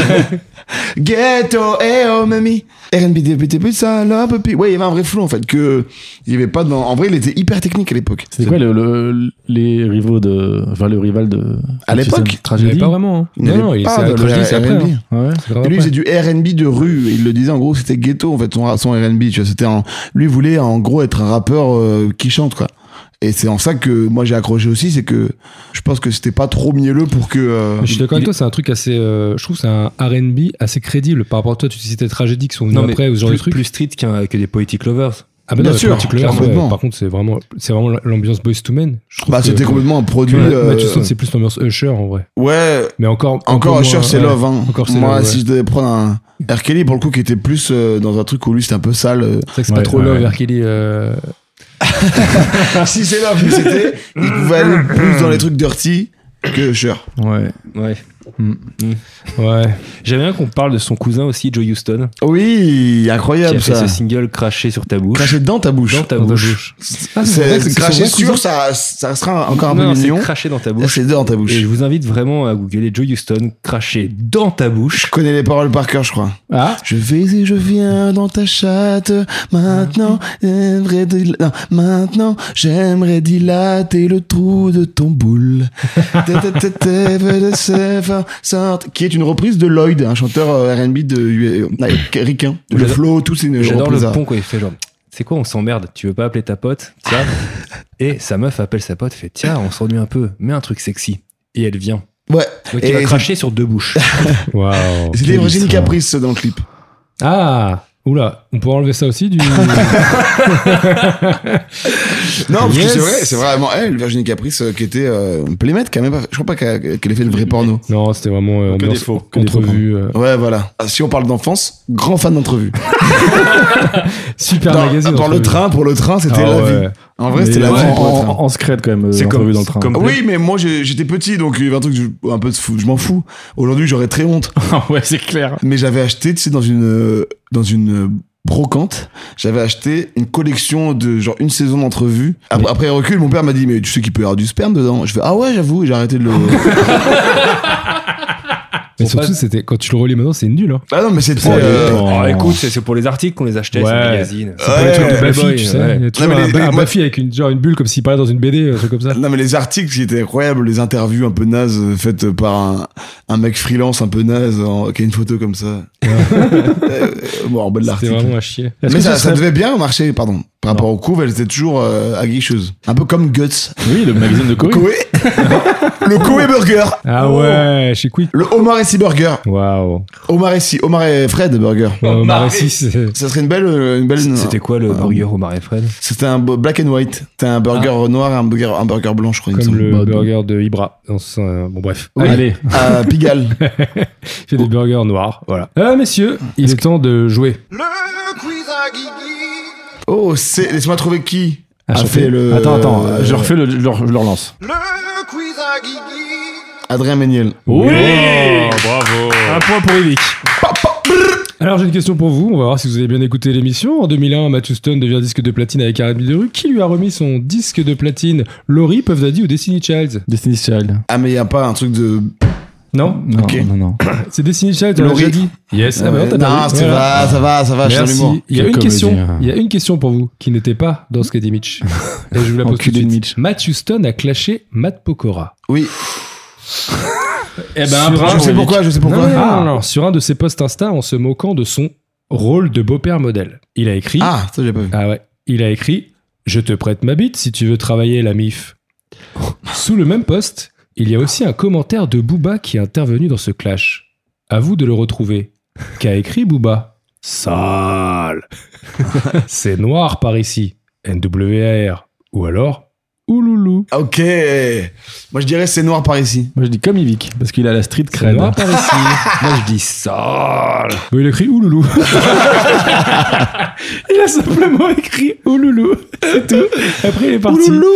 Speaker 3: Ghetto, eh oh, mamie. RB, DPT, plus ça, là, papi. Ouais, il y avait un vrai flou en fait, que il y avait pas dans. En vrai, il était hyper technique à l'époque.
Speaker 4: C'était quoi le, le- les rivaux de. Enfin, le rival de.
Speaker 3: À l'époque,
Speaker 4: Susan
Speaker 2: Il y avait
Speaker 4: Tragédie
Speaker 2: pas vraiment. hein.
Speaker 3: Il
Speaker 2: Non,
Speaker 3: n'y
Speaker 2: non,
Speaker 3: avait
Speaker 2: il
Speaker 3: pas
Speaker 2: c'est
Speaker 3: de
Speaker 2: tragédie, c'est après.
Speaker 3: R&B.
Speaker 2: hein.
Speaker 4: Ouais.
Speaker 2: C'est grave
Speaker 3: Et lui, il
Speaker 2: après.
Speaker 3: faisait du RB de rue. Il le disait, en gros, c'était ghetto, en fait, son, son RB. Tu vois, c'était un- Lui voulait, en gros, être un rappeur euh, qui chante, quoi. Et c'est en ça que moi j'ai accroché aussi, c'est que je pense que c'était pas trop mielleux pour que. euh,
Speaker 2: Mais je suis d'accord avec toi, c'est un truc assez. euh, je trouve que c'est un RB assez crédible par rapport à toi. Tu citais tragédie qui sont venues
Speaker 1: Non, mais
Speaker 2: après ou ce genre
Speaker 1: plus,
Speaker 2: de truc.
Speaker 1: plus street qu'un- que des Poetic Lovers.
Speaker 2: Ah,
Speaker 3: Bien
Speaker 2: mais
Speaker 3: sûr,
Speaker 2: Poetic Lovers, ouais,
Speaker 3: complètement.
Speaker 2: par contre, c'est vraiment, c'est vraiment l'ambiance Boys to Men. Je trouve
Speaker 3: bah,
Speaker 2: que-
Speaker 3: c'était complètement un
Speaker 2: Tu
Speaker 3: produit.
Speaker 2: vois,
Speaker 3: euh,
Speaker 2: Matthew Stone, c'est plus l'ambiance Usher en vrai.
Speaker 3: ouais,
Speaker 2: Mais encore.
Speaker 3: encore
Speaker 2: encore
Speaker 3: Usher,
Speaker 2: moins,
Speaker 3: c'est
Speaker 2: ouais.
Speaker 3: Love. Hein.
Speaker 2: Encore, c'est
Speaker 3: moi,
Speaker 2: Love,
Speaker 3: si
Speaker 2: ouais.
Speaker 3: je devais prendre un. R. Kelly, pour le coup, qui était plus euh, dans un truc où lui c'était un peu sale. euh.
Speaker 2: C'est vrai que c'est
Speaker 4: Ouais,
Speaker 2: pas trop
Speaker 4: ouais,
Speaker 2: Love,
Speaker 4: ouais.
Speaker 2: R. Kelly. euh,
Speaker 3: Ah, si c'est Love, mais c'était. Il pouvait aller plus dans les trucs dirty que Usher.
Speaker 4: Ouais.
Speaker 1: Ouais.
Speaker 2: Ouais.
Speaker 1: J'aimerais bien qu'on parle de son cousin aussi, Joe Houston,
Speaker 3: Oui,
Speaker 1: qui
Speaker 3: incroyable
Speaker 1: a fait ce
Speaker 3: ça.
Speaker 1: single Craché sur ta bouche.
Speaker 3: Cracher dans ta bouche.
Speaker 1: dans ta
Speaker 2: Dans ta
Speaker 1: bouche.
Speaker 2: bouche. Ah, c'est vrai,
Speaker 3: C'est
Speaker 2: c'est-
Speaker 3: c'est
Speaker 2: c'est
Speaker 3: craché
Speaker 2: son vrai
Speaker 3: sur,
Speaker 2: cousin
Speaker 3: ça, ça sera encore un peu
Speaker 1: Non,
Speaker 3: mignon.
Speaker 1: c'est craché dans ta
Speaker 3: Ah,
Speaker 1: bouche.
Speaker 3: C'est dans ta bouche.
Speaker 1: Et je
Speaker 3: Je
Speaker 1: vous invite vraiment à googler Joe Houston craché dans ta bouche.
Speaker 3: connais les paroles par cœur, je crois.
Speaker 4: Ah
Speaker 3: Je vais et je viens dans ta chatte. Maintenant, j'aimerais dil- non, maintenant, j'aimerais dilater le trou de ton boule. Ta- ta- ta- ta- ta- ta- ta- ta- sorte- Qui est une reprise de Lloyd, un chanteur euh, R&B de euh, américain. Le
Speaker 1: J'adore-
Speaker 3: flow, tout c'est une
Speaker 1: J'adore le
Speaker 3: reprise. à-
Speaker 1: pont quand il fait genre. C'est quoi, on s'emmerde Tu veux pas appeler ta pote Tiens. Et sa meuf appelle sa pote, fait Tiens, on s'ennuie un peu, mets un truc sexy. Et elle vient.
Speaker 3: Ouais.
Speaker 1: Donc
Speaker 3: Et
Speaker 1: il va
Speaker 3: c'est-
Speaker 1: cracher sur deux bouches.
Speaker 2: Waouh.
Speaker 3: C'était
Speaker 1: hein.
Speaker 2: quelle
Speaker 3: Virginie
Speaker 2: histoire.
Speaker 3: Caprice dans le clip.
Speaker 2: Ah Oula, on peut enlever ça aussi du.
Speaker 3: Non, parce
Speaker 2: Yes.
Speaker 3: que c'est vrai, c'est vraiment elle, Virginie Caprice, euh, qui était euh, une playmate quand même. pas- Je crois pas qu'elle qu'elle ait fait le vrai porno.
Speaker 2: non, c'était vraiment euh,
Speaker 4: Que
Speaker 2: ambiance
Speaker 4: des faux, que des faux
Speaker 2: entrevue. euh,
Speaker 3: Ouais, voilà. Ah, Si on parle d'enfance, grand fan d'entrevue.
Speaker 2: super
Speaker 3: Dans,
Speaker 2: magazine.
Speaker 3: dans le
Speaker 2: entrevue.
Speaker 3: train, pour le train, c'était
Speaker 2: Ah
Speaker 3: la
Speaker 2: ouais.
Speaker 3: vie. En vrai, c'était
Speaker 4: Mais
Speaker 3: la
Speaker 4: ouais,
Speaker 3: vie
Speaker 4: en,
Speaker 3: pour le train.
Speaker 4: en- en secret quand même.
Speaker 1: C'est
Speaker 4: euh,
Speaker 1: comme-
Speaker 4: entrevue dans le train.
Speaker 1: comme-
Speaker 3: Ah Oui, mais moi j'ai- j'étais petit, donc il y avait un truc, je- un peu de fou, je m'en fous. Aujourd'hui, j'aurais très honte.
Speaker 4: Ah ouais, c'est clair.
Speaker 3: Mais j'avais acheté, tu sais, dans une, euh, dans une euh, brocante, j'avais acheté une collection de genre une saison d'entrevues. Après, après recul, mon père m'a dit, mais tu sais qu'il peut y avoir du sperme dedans. Je fais, ah ouais, j'avoue, et j'ai arrêté de le.
Speaker 2: Mais
Speaker 1: Faut
Speaker 2: surtout,
Speaker 1: pas-
Speaker 2: c'était quand tu le relis maintenant, c'est nul. Hein.
Speaker 3: ah non, mais c'était.
Speaker 2: Ouais,
Speaker 3: euh,
Speaker 4: ouais.
Speaker 1: Oh, écoute, c'est c'est pour les articles qu'on les achetait,
Speaker 2: Ouais.
Speaker 1: c'est les magazines.
Speaker 2: C'est pour les trucs de
Speaker 3: Ouais,
Speaker 2: Bafi,
Speaker 1: Playboy,
Speaker 2: tu sais.
Speaker 1: ouais.
Speaker 2: Il y a toujours
Speaker 3: Non, mais
Speaker 2: un,
Speaker 3: les-
Speaker 2: ba- un
Speaker 3: moi-
Speaker 2: Bafi avec une, genre une bulle comme s'il parlait dans une BD, un truc comme ça.
Speaker 3: Non mais les articles qui étaient incroyables, les interviews un peu nazes euh, faites par un, un mec freelance un peu naze en- qui a une photo comme ça. Euh, bon, en bas de
Speaker 2: C'était
Speaker 3: l'article.
Speaker 2: vraiment à chier.
Speaker 4: Est-ce
Speaker 3: Mais
Speaker 4: que
Speaker 3: ça,
Speaker 4: ce
Speaker 3: ça
Speaker 4: serait-
Speaker 3: devait bien marcher, pardon. Par rapport aux couves, elles étaient toujours euh, aguicheuses. Un peu comme Guts.
Speaker 4: Oui, le magazine de
Speaker 2: Oh,
Speaker 4: Corée.
Speaker 3: Koé. le Koé Burger.
Speaker 2: Ah ouais, chez Quick.
Speaker 3: Le Omar et Burger.
Speaker 2: Waouh.
Speaker 3: Omar et Omar et Fred Burger.
Speaker 2: Euh, Marécy, c'est-
Speaker 3: Ça serait une belle, euh, une belle.
Speaker 1: C'était quoi le
Speaker 3: Ah,
Speaker 1: burger au marais Fred
Speaker 3: C'était un bo- black and white. C'était un burger noir et un burger, un burger blanc, je crois. il me
Speaker 2: Ah. comme
Speaker 3: semble.
Speaker 2: le
Speaker 3: Bah,
Speaker 2: burger de Ibra. Dans son- euh, bon, bref.
Speaker 4: Allez,
Speaker 3: À Pigalle.
Speaker 2: Il fait des burgers noirs. Voilà. Ah, messieurs, il est temps de jouer.
Speaker 3: Oh, c'est. Laisse-moi trouver qui
Speaker 2: Ah,
Speaker 3: a
Speaker 2: je
Speaker 3: fait
Speaker 2: fais-
Speaker 3: le.
Speaker 4: attends, attends,
Speaker 3: euh,
Speaker 4: je refais le, je le je le relance.
Speaker 3: Adrien Méniel.
Speaker 4: Oui
Speaker 2: Oh,
Speaker 1: bravo
Speaker 2: Un point pour Evic. Alors j'ai une question pour vous, on va voir si vous avez bien écouté l'émission. En 2001, Matthew Stone devient disque de platine avec Arrête de rue. Qui lui a remis son disque de platine Laurie, Puff Daddy ou Destiny Child
Speaker 4: Destiny's Child.
Speaker 3: Ah, mais y a pas un truc de.
Speaker 2: Non
Speaker 4: Non,
Speaker 3: Ok.
Speaker 4: non, non.
Speaker 2: C'est Destiny Child, on l'a
Speaker 3: Laurie.
Speaker 2: déjà dit. Yes, ah, bah non,
Speaker 3: Euh,
Speaker 2: t'as
Speaker 3: non,
Speaker 2: pas
Speaker 3: ça
Speaker 2: vu. Voilà.
Speaker 3: va, ça va, ça va, je suis dans
Speaker 2: Merci.
Speaker 3: l'humour.
Speaker 2: Il y a
Speaker 4: Quel
Speaker 2: une question.
Speaker 4: comédien.
Speaker 2: Il y a une question pour vous qui n'était pas dans Skady Mitch. Et je vous la pose tout de
Speaker 4: Enculé de
Speaker 2: suite.
Speaker 4: Mitch.
Speaker 2: Matthew Stone a clashé Matt Pokora.
Speaker 3: Oui.
Speaker 4: Eh
Speaker 2: ben, un bras,
Speaker 3: Je sais
Speaker 2: Eric.
Speaker 3: pourquoi, je sais
Speaker 2: Non, ah,
Speaker 3: pourquoi.
Speaker 2: non, non, non, non. Sur un de ses posts Insta en se moquant de son rôle de beau-père modèle. Il a écrit
Speaker 3: Ah, ça j'ai pas vu.
Speaker 2: Ah ouais. Il a écrit Je te prête ma bite si tu veux travailler la MIF. Sous le même poste, il y a aussi un commentaire de Booba qui est intervenu dans ce clash. À vous de le retrouver. Qu'a écrit Booba Sale C'est noir par ici. NWR. Ou alors Ouloulou.
Speaker 3: Ok. Moi je dirais c'est noir par ici.
Speaker 4: Moi je dis comme Yvick, parce qu'il a la street
Speaker 2: C'est
Speaker 4: cred.
Speaker 2: noir par ici.
Speaker 1: Moi je dis ça
Speaker 2: Mais il a écrit Ouloulou. il a simplement écrit Ouloulou. C'est tout. Après, il est parti.
Speaker 3: Ouloulou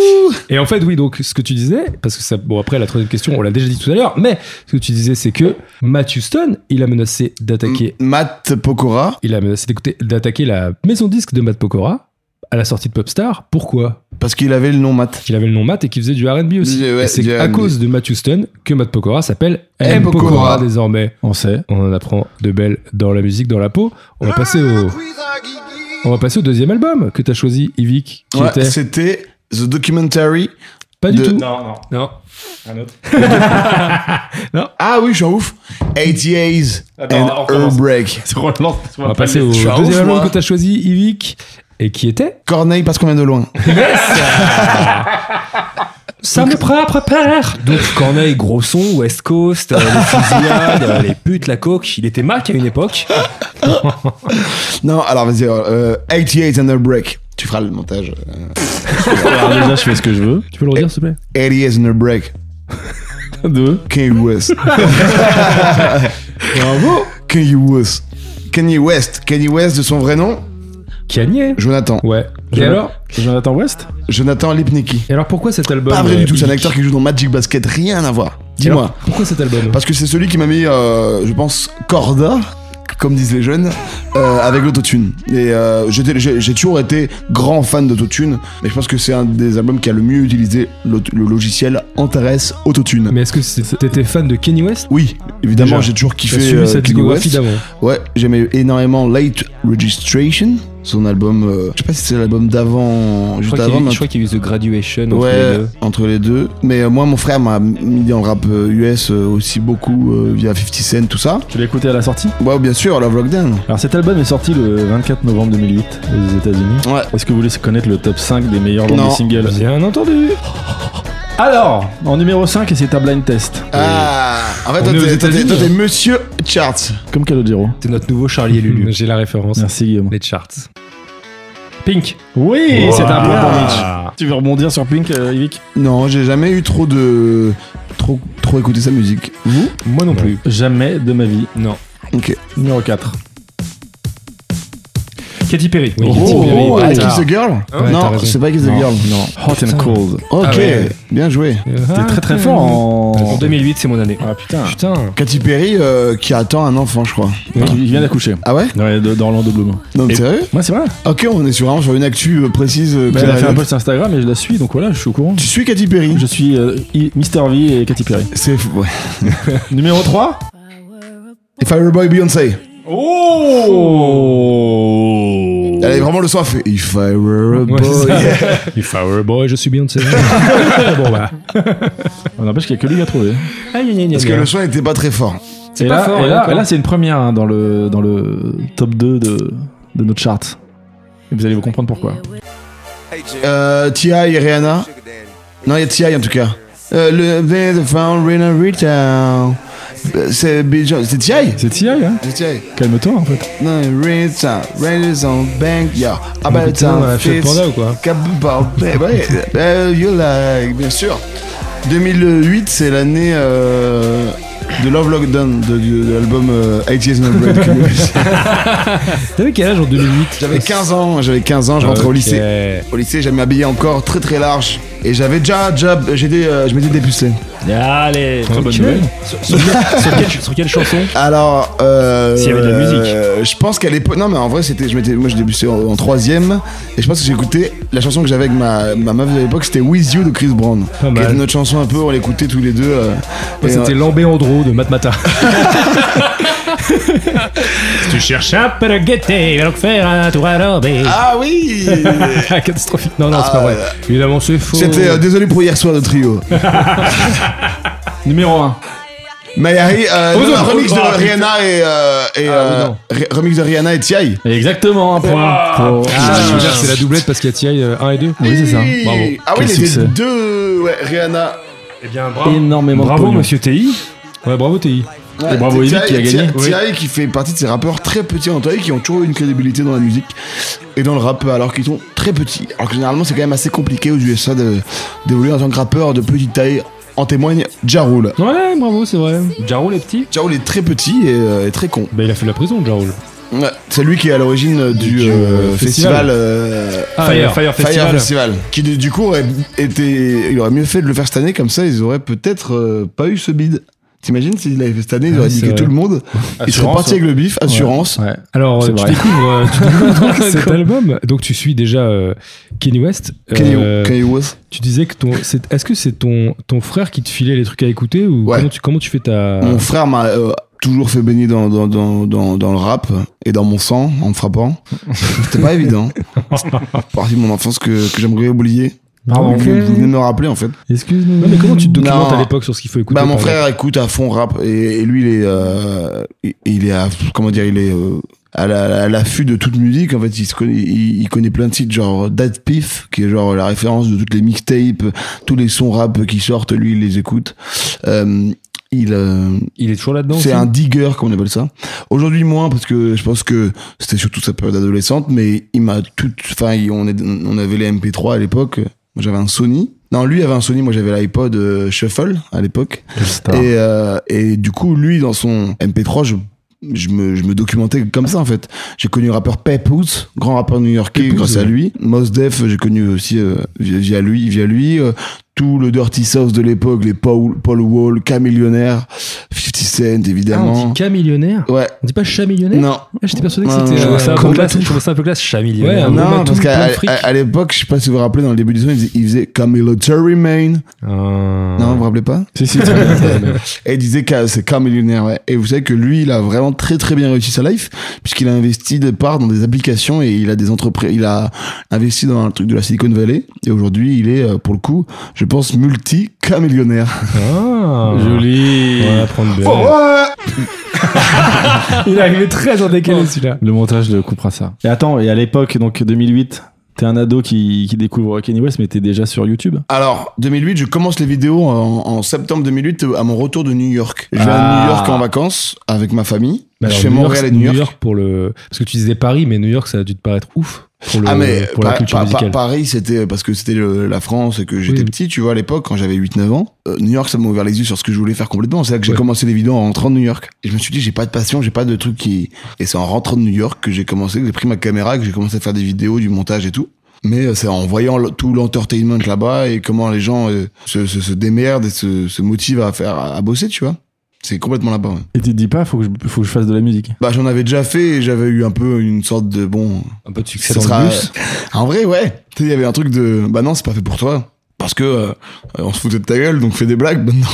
Speaker 2: Et en fait, oui, donc ce que tu disais, parce que ça, bon, après la troisième question, on l'a déjà dit tout à l'heure, mais ce que tu disais, c'est que Matthew Stone, il a menacé d'attaquer,
Speaker 3: M- Matt Pokora,
Speaker 2: il a menacé d'écouter, d'attaquer la maison disque de Matt Pokora à la sortie de Popstar. Pourquoi
Speaker 3: parce qu'il avait le nom Matt.
Speaker 2: Qu'il avait le nom Matt et qu'il faisait du RB aussi.
Speaker 3: Du- ouais,
Speaker 2: et c'est
Speaker 3: du
Speaker 2: à
Speaker 3: R&B.
Speaker 2: cause de Matthew Stone que Matt Pokora s'appelle M.
Speaker 3: M.
Speaker 2: Pokora.
Speaker 3: Pokora.
Speaker 2: désormais.
Speaker 4: On sait.
Speaker 2: On en apprend de belles dans la musique, dans la peau. On
Speaker 3: Ah,
Speaker 2: va passer au,
Speaker 3: Oh.
Speaker 2: on va passer au deuxième album que t'as choisi, Yvick, qui
Speaker 3: Ouais,
Speaker 2: était
Speaker 3: C'était The Documentary.
Speaker 2: pas du
Speaker 3: de-
Speaker 2: tout.
Speaker 4: Non, non.
Speaker 1: Non,
Speaker 3: Ah oui, je suis un ouf. 80s
Speaker 4: Attends, on
Speaker 3: and
Speaker 4: recommence.
Speaker 3: Her Break.
Speaker 4: C'est relance. parce qu'on
Speaker 2: On va
Speaker 4: pas
Speaker 2: passer
Speaker 4: le
Speaker 2: au
Speaker 4: laisser.
Speaker 3: suis un ouf,
Speaker 2: deuxième album
Speaker 3: moi.
Speaker 2: que t'as choisi, Yvick, et qui était
Speaker 3: Corneille parce qu'on vient de loin.
Speaker 2: Ça me propre père
Speaker 1: Donc Corneille, Grosson, West Coast, euh, les fusillades, euh, les putes, la coque, il était Mac à une époque.
Speaker 3: Non, alors vas-y. Euh, 88 and Her Break. Tu feras le montage. euh,
Speaker 4: Alors déjà, je fais ce que je veux.
Speaker 2: Tu peux le redire, s'il te plaît
Speaker 3: 88 and Her Break.
Speaker 4: Deux.
Speaker 3: Kanye West. Bravo. Kanye West. Kanye West. Kanye West de son vrai nom,
Speaker 2: Kanye
Speaker 3: Jonathan.
Speaker 2: Ouais. Et
Speaker 4: Jonathan-
Speaker 2: alors
Speaker 4: Jonathan West
Speaker 3: Jonathan Lipnicki.
Speaker 2: Et alors pourquoi cet album
Speaker 3: Pas vrai
Speaker 2: euh,
Speaker 3: du tout, c'est un
Speaker 2: Yvick
Speaker 3: acteur qui joue dans Magic Basket, rien à voir.
Speaker 2: Et alors,
Speaker 3: Dis-moi.
Speaker 2: Pourquoi cet album
Speaker 3: Parce que c'est celui qui m'a mis, euh, je pense, corda, comme disent les jeunes, euh, avec l'autotune. Et euh, j'étais- j'ai j'ai toujours été grand fan d'autotune, mais je pense que c'est un des albums qui a le mieux utilisé l'aut- le logiciel Antares Autotune.
Speaker 2: Mais est-ce que c'est- t'étais fan de Kanye West
Speaker 3: Oui, évidemment,
Speaker 2: Déjà,
Speaker 3: j'ai toujours
Speaker 2: T'as
Speaker 3: kiffé
Speaker 2: suivi
Speaker 3: euh,
Speaker 2: sa
Speaker 3: Kanye
Speaker 2: discographie
Speaker 3: West.
Speaker 2: d'avant.
Speaker 3: Ouais, j'aimais énormément Late Registration, son album. euh, je sais pas si c'est l'album d'avant,
Speaker 1: Je
Speaker 3: juste
Speaker 1: crois
Speaker 3: avant.
Speaker 1: qu'il
Speaker 3: mais
Speaker 1: y
Speaker 3: un
Speaker 1: a- je crois qu'il y a eu The Graduation entre
Speaker 3: ouais,
Speaker 1: les deux.
Speaker 3: entre les deux. Mais euh, moi, mon frère m'a mis dans le rap euh, US euh, aussi beaucoup euh, via 50 Cent, tout ça.
Speaker 4: Tu l'as écouté à la sortie
Speaker 3: Ouais, bien sûr, Love Lockdown.
Speaker 4: Alors cet album est sorti le 24 novembre 2008 aux États-Unis.
Speaker 3: Ouais.
Speaker 4: Est-ce que vous voulez connaître le top 5 des meilleurs ventes
Speaker 3: Non.
Speaker 4: de singles
Speaker 2: Bien entendu
Speaker 4: Alors, en numéro 5, et c'est ta blind test.
Speaker 3: Ah, en fait,
Speaker 2: On est
Speaker 3: Ah,
Speaker 2: aux
Speaker 3: toi, t'es- toi, t'es
Speaker 2: États-Unis.
Speaker 3: toi, t'es monsieur charts.
Speaker 4: Comme Calogero.
Speaker 1: C'est notre nouveau Charlie et Lulu.
Speaker 2: J'ai la référence.
Speaker 4: Merci Guillaume.
Speaker 2: Les charts.
Speaker 1: Pink.
Speaker 4: Oui, c'est un point pour Mitch.
Speaker 2: Ah.
Speaker 4: Tu veux rebondir sur Pink, euh, Yvick
Speaker 3: Non, j'ai jamais eu trop de. Trop, trop écouté sa musique. Vous
Speaker 1: Moi non plus.
Speaker 4: Jamais de ma vie.
Speaker 1: Non.
Speaker 3: Ok.
Speaker 4: Numéro 4.
Speaker 1: Katy Perry.
Speaker 2: Oui, Katy
Speaker 3: oh,
Speaker 2: Perry,
Speaker 3: oh,
Speaker 2: ouais,
Speaker 3: Kiss
Speaker 2: t'as-
Speaker 3: the Girl
Speaker 2: ouais, t'as
Speaker 3: Non,
Speaker 2: raison.
Speaker 3: c'est pas Kiss the Girl.
Speaker 4: Non. Hot and cold.
Speaker 3: Ok,
Speaker 1: Ah ouais.
Speaker 3: bien joué.
Speaker 2: Ah,
Speaker 4: T'es très très fort
Speaker 1: En
Speaker 4: en.
Speaker 1: 2008, c'est mon année.
Speaker 4: Ah putain.
Speaker 2: Putain.
Speaker 3: Katy Perry euh, qui attend un enfant, je crois.
Speaker 4: Il vient d'accoucher.
Speaker 3: Ah ouais
Speaker 4: Ouais, de- dans l'Orlando Bloom.
Speaker 3: Non, mais sérieux
Speaker 4: Moi, c'est vrai.
Speaker 3: Ok, on est sur, vraiment sur une actu euh, précise. euh,
Speaker 4: Bah,
Speaker 3: qui
Speaker 4: elle a fait un
Speaker 3: arrive.
Speaker 4: post Instagram et je la suis, donc voilà, je suis au courant.
Speaker 3: Tu suis Katy Perry
Speaker 4: Je suis euh, I- Mr. V et Katy Perry.
Speaker 3: C'est. Ouais.
Speaker 4: Numéro 3
Speaker 3: Et Fireboy Beyoncé.
Speaker 4: Oh
Speaker 3: Elle avait vraiment le soif. If I were a
Speaker 2: Ouais, c'est
Speaker 3: boy.
Speaker 2: ça. If I were a boy, je suis bien de ses. bon bah.
Speaker 4: On n'empêche qu'il n'y a que lui à trouver.
Speaker 3: Parce que le son n'était pas très fort.
Speaker 1: C'est
Speaker 4: et
Speaker 1: pas
Speaker 4: là,
Speaker 1: fort,
Speaker 4: et là,
Speaker 1: d'accord.
Speaker 4: et là, c'est une première hein, dans, le, dans le top 2 de, de notre chart. Et vous allez vous comprendre pourquoi.
Speaker 3: Euh, Tia et Rihanna. Non, il y a Tia en tout cas. Euh, le The Found Rina Rita. Euh, C'est Bijan- C'est Tia
Speaker 4: C'est TI, hein
Speaker 3: C'est Tia.
Speaker 4: Calme-toi, en fait.
Speaker 3: Non, Rita. Rita's on bank. Yeah. Ah bah,
Speaker 2: Putain, on a fait le panda ou quoi
Speaker 3: You like, bien sûr. 2008, c'est l'année euh, de Love Lockdown, de, de- de l'album euh, 80 Years No Bread.
Speaker 2: T'avais quel âge en 2008
Speaker 3: J'avais 15 ans, j'avais 15 ans, je rentrais au lycée. Au lycée, j'avais m'habiller encore très très large. Et j'avais déjà, déjà j'étais, euh, je m'étais dépucé.
Speaker 1: Allez.
Speaker 2: Très bonne nouvelle.
Speaker 1: Sur, sur quelle, sur quelle- sur quelle chanson
Speaker 3: Alors, euh,
Speaker 1: S'il y avait de la musique.
Speaker 3: euh, je pense qu'à l'époque, non mais en vrai, c'était, je m'étais, moi, je débutais en, en troisième, et je pense que j'écoutais la chanson que j'avais avec ma, ma meuf de l'époque, c'était With You de Chris Brown.
Speaker 2: Pas
Speaker 3: Qui
Speaker 2: mal.
Speaker 3: était notre chanson un peu, on l'écoutait tous les deux. euh, et,
Speaker 2: C'était Lambé Andro de Matmata.
Speaker 1: Tu cherches un peu de gaieté, alors faire un tour à l'orbée.
Speaker 3: euh, ah oui.
Speaker 2: Catastrophique. Non, non, c'est pas vrai. Évidemment, c'est faux.
Speaker 3: Ah. C'était euh, désolé pour hier soir de trio.
Speaker 4: Numéro 1.
Speaker 3: Mayari, euh, non,
Speaker 2: non,
Speaker 3: non, remix
Speaker 2: oh,
Speaker 3: de
Speaker 2: ah, putain.
Speaker 3: Rihanna et, euh, et euh, re- remix de Rihanna et T.I.
Speaker 4: Exactement, un point. pour-
Speaker 2: Ah, je veux dire, c'est la doublette parce qu'il y a TI 1 et 2.
Speaker 4: Oui, c'est ça. Bravo.
Speaker 3: Ah
Speaker 4: Quel
Speaker 3: oui, il y
Speaker 4: succès.
Speaker 3: avait deux, ouais, Rihanna.
Speaker 1: Eh bien, bravo.
Speaker 4: Énormément de
Speaker 1: Bravo,
Speaker 4: pognon.
Speaker 1: monsieur TI.
Speaker 2: Ouais, bravo TI.
Speaker 3: Ouais,
Speaker 4: Et bravo
Speaker 3: T.I.
Speaker 4: Evic qui a gagné.
Speaker 3: T.I. T.I. qui fait partie de ces rappeurs très petits en taille qui ont toujours eu une crédibilité dans la musique et dans le rap alors qu'ils sont très petits. Alors que généralement c'est quand même assez compliqué aux USA de- d'évoluer en tant que rappeur de petite taille. En témoigne Jarul.
Speaker 2: Ouais, bravo, c'est vrai.
Speaker 1: Jaro, les petits.
Speaker 3: Jarul est très petit et, euh, et très con.
Speaker 2: Bah, il a fait la prison, Jarul.
Speaker 3: Ouais, C'est lui qui est à l'origine du
Speaker 2: Du,
Speaker 3: euh,
Speaker 2: euh,
Speaker 3: festival
Speaker 2: festival.
Speaker 3: euh,
Speaker 1: Fire, Fire
Speaker 3: Fire
Speaker 1: Festival.
Speaker 3: Festival. Qui du du coup aurait été, il aurait mieux fait de le faire cette année comme ça ils auraient peut-être euh, pas eu ce bid. T'imagines s'il l'avait fait cette année ils
Speaker 2: Ah,
Speaker 3: auraient
Speaker 2: c'est
Speaker 3: niqué
Speaker 2: vrai.
Speaker 3: tout le monde. Ils seraient
Speaker 4: Assurance,
Speaker 3: partis avec le bif, assurance.
Speaker 4: Ouais.
Speaker 2: Alors,
Speaker 4: C'est
Speaker 2: euh, tu
Speaker 4: vrai.
Speaker 2: découvres, euh, tu découvres cet album. Donc, tu suis déjà euh, Kenny West.
Speaker 3: Kanye,
Speaker 2: Euh,
Speaker 3: Kanye West.
Speaker 2: Tu disais que ton. c'est- Est-ce que c'est ton, ton frère qui te filait les trucs à écouter ou
Speaker 3: Ouais.
Speaker 2: comment, tu, comment tu fais ta.
Speaker 3: Mon frère m'a euh, toujours fait baigner dans, dans, dans, dans, dans le rap et dans mon sang en me frappant. C'était pas évident. C'est partie de mon enfance que, que j'aimerais oublier. Vous-
Speaker 2: Pardon.
Speaker 3: Vous venez de me rappeler en fait.
Speaker 2: Excuse-nous. Non, mais comment tu te documentes
Speaker 3: Non.
Speaker 2: à l'époque sur ce qu'il faut écouter
Speaker 3: Bah, mon
Speaker 2: par exemple
Speaker 3: frère écoute à fond rap et, et lui il est euh, il- il est à, comment dire il est euh, à la- à l'affût de toute musique en fait il, se connaît, il, il connaît plein de titres genre Dat Piff qui est genre la référence de toutes les mixtapes tous les sons rap qui sortent lui il les écoute Euh, il euh,
Speaker 1: Il est toujours là-dedans.
Speaker 3: c'est
Speaker 1: aussi
Speaker 3: un digger comme on appelle ça aujourd'hui moins parce que je pense que c'était surtout sa période adolescente mais il m'a tout enfin il- on, est- on avait les MP3 à l'époque moi j'avais un Sony non lui avait un Sony moi j'avais l'iPod euh, Shuffle à l'époque et, euh, et du coup, lui, dans son MP3, je, je, me, je me documentais comme ça, en fait. J'ai connu le rappeur Pepus, grand rappeur new-yorkais,
Speaker 2: Pep Woods,
Speaker 3: grâce à
Speaker 2: ouais.
Speaker 3: lui. Mos Def, j'ai connu aussi euh, via, via lui. Via lui euh, tout le Dirty South de l'époque, les Paul, Paul Wall, K-Millionnaire, 50 Cent,
Speaker 2: Ah, on
Speaker 3: évidemment.
Speaker 2: dit K millionnaire
Speaker 3: ouais,
Speaker 2: On dit pas chat millionnaire
Speaker 3: non.
Speaker 2: Ah, J'étais persuadé que
Speaker 3: Non,
Speaker 2: c'était.
Speaker 1: Je
Speaker 3: non,
Speaker 2: euh,
Speaker 1: trouve ça un peu
Speaker 3: Combat
Speaker 1: classe-
Speaker 3: tout.
Speaker 1: je trouve ça un peu classe, Chamille.
Speaker 2: Ouais, un
Speaker 3: Non,
Speaker 2: Romain
Speaker 3: parce
Speaker 2: Toul,
Speaker 3: qu'à
Speaker 2: plein de
Speaker 3: à-
Speaker 2: fric.
Speaker 3: à l'époque, je sais pas si vous vous rappelez, dans le début du son, il faisait, il faisait Camilotary Main.
Speaker 2: Ah.
Speaker 3: Non, vous vous rappelez pas
Speaker 4: Si, si, très bien. très bien.
Speaker 3: Et il disait que c'est qu'un millionnaire, ouais. Et vous savez que lui, il a vraiment très très bien réussi sa life, puisqu'il a investi de part dans des applications et il a des entreprises, il a investi dans un truc de la Silicon Valley. Et aujourd'hui, il est, euh, pour le coup, je pense, multi-camillionnaire.
Speaker 2: Ah.
Speaker 4: Joli.
Speaker 2: On va prendre bien. Il est arrivé très en décalé celui-là.
Speaker 4: Le montage de coupera ça. Et attends, et à l'époque, donc 2008, T'es un ado qui, qui découvre Kanye West, mais t'es déjà sur YouTube.
Speaker 3: Alors, 2008, je commence les vidéos en, en septembre 2008 à mon retour de New York. Je vais
Speaker 4: Ah.
Speaker 3: à New York en vacances avec ma famille.
Speaker 2: Mais alors,
Speaker 3: je fais
Speaker 2: New York,
Speaker 3: Montréal et
Speaker 2: New York pour le. Parce que tu disais Paris, mais New York, ça a dû te paraître ouf pour, le,
Speaker 3: ah mais
Speaker 2: pour la
Speaker 3: Pa-
Speaker 2: culture
Speaker 3: Pa- Pa-
Speaker 2: musicale.
Speaker 3: Paris c'était parce que c'était le- la France et que j'étais
Speaker 2: Oui.
Speaker 3: petit tu vois à l'époque quand j'avais 8-9 ans Euh, New York ça m'a ouvert les yeux sur ce que je voulais faire complètement c'est là que j'ai
Speaker 2: Ouais.
Speaker 3: commencé les vidéos en rentrant de New York et je me suis dit j'ai pas de passion j'ai pas de truc qui et c'est en rentrant de New York que j'ai commencé que j'ai pris ma caméra que j'ai commencé à faire des vidéos du montage et tout mais euh, c'est en voyant le- tout l'entertainment là-bas et comment les gens euh, se, se, se démerdent et se, se motivent à faire à, à bosser tu vois c'est complètement là-bas ouais.
Speaker 4: Et tu te dis pas, faut que je, faut que je fasse de la musique.
Speaker 3: bah j'en avais déjà fait et j'avais eu un peu une sorte de bon
Speaker 1: Un peu de succès
Speaker 3: ça
Speaker 1: dans
Speaker 3: sera- euh,
Speaker 1: le bus.
Speaker 3: En vrai, ouais. Tu sais, il y avait un truc de. Bah non, c'est pas fait pour toi. Parce que euh, on se foutait de ta gueule, donc fais des blagues maintenant.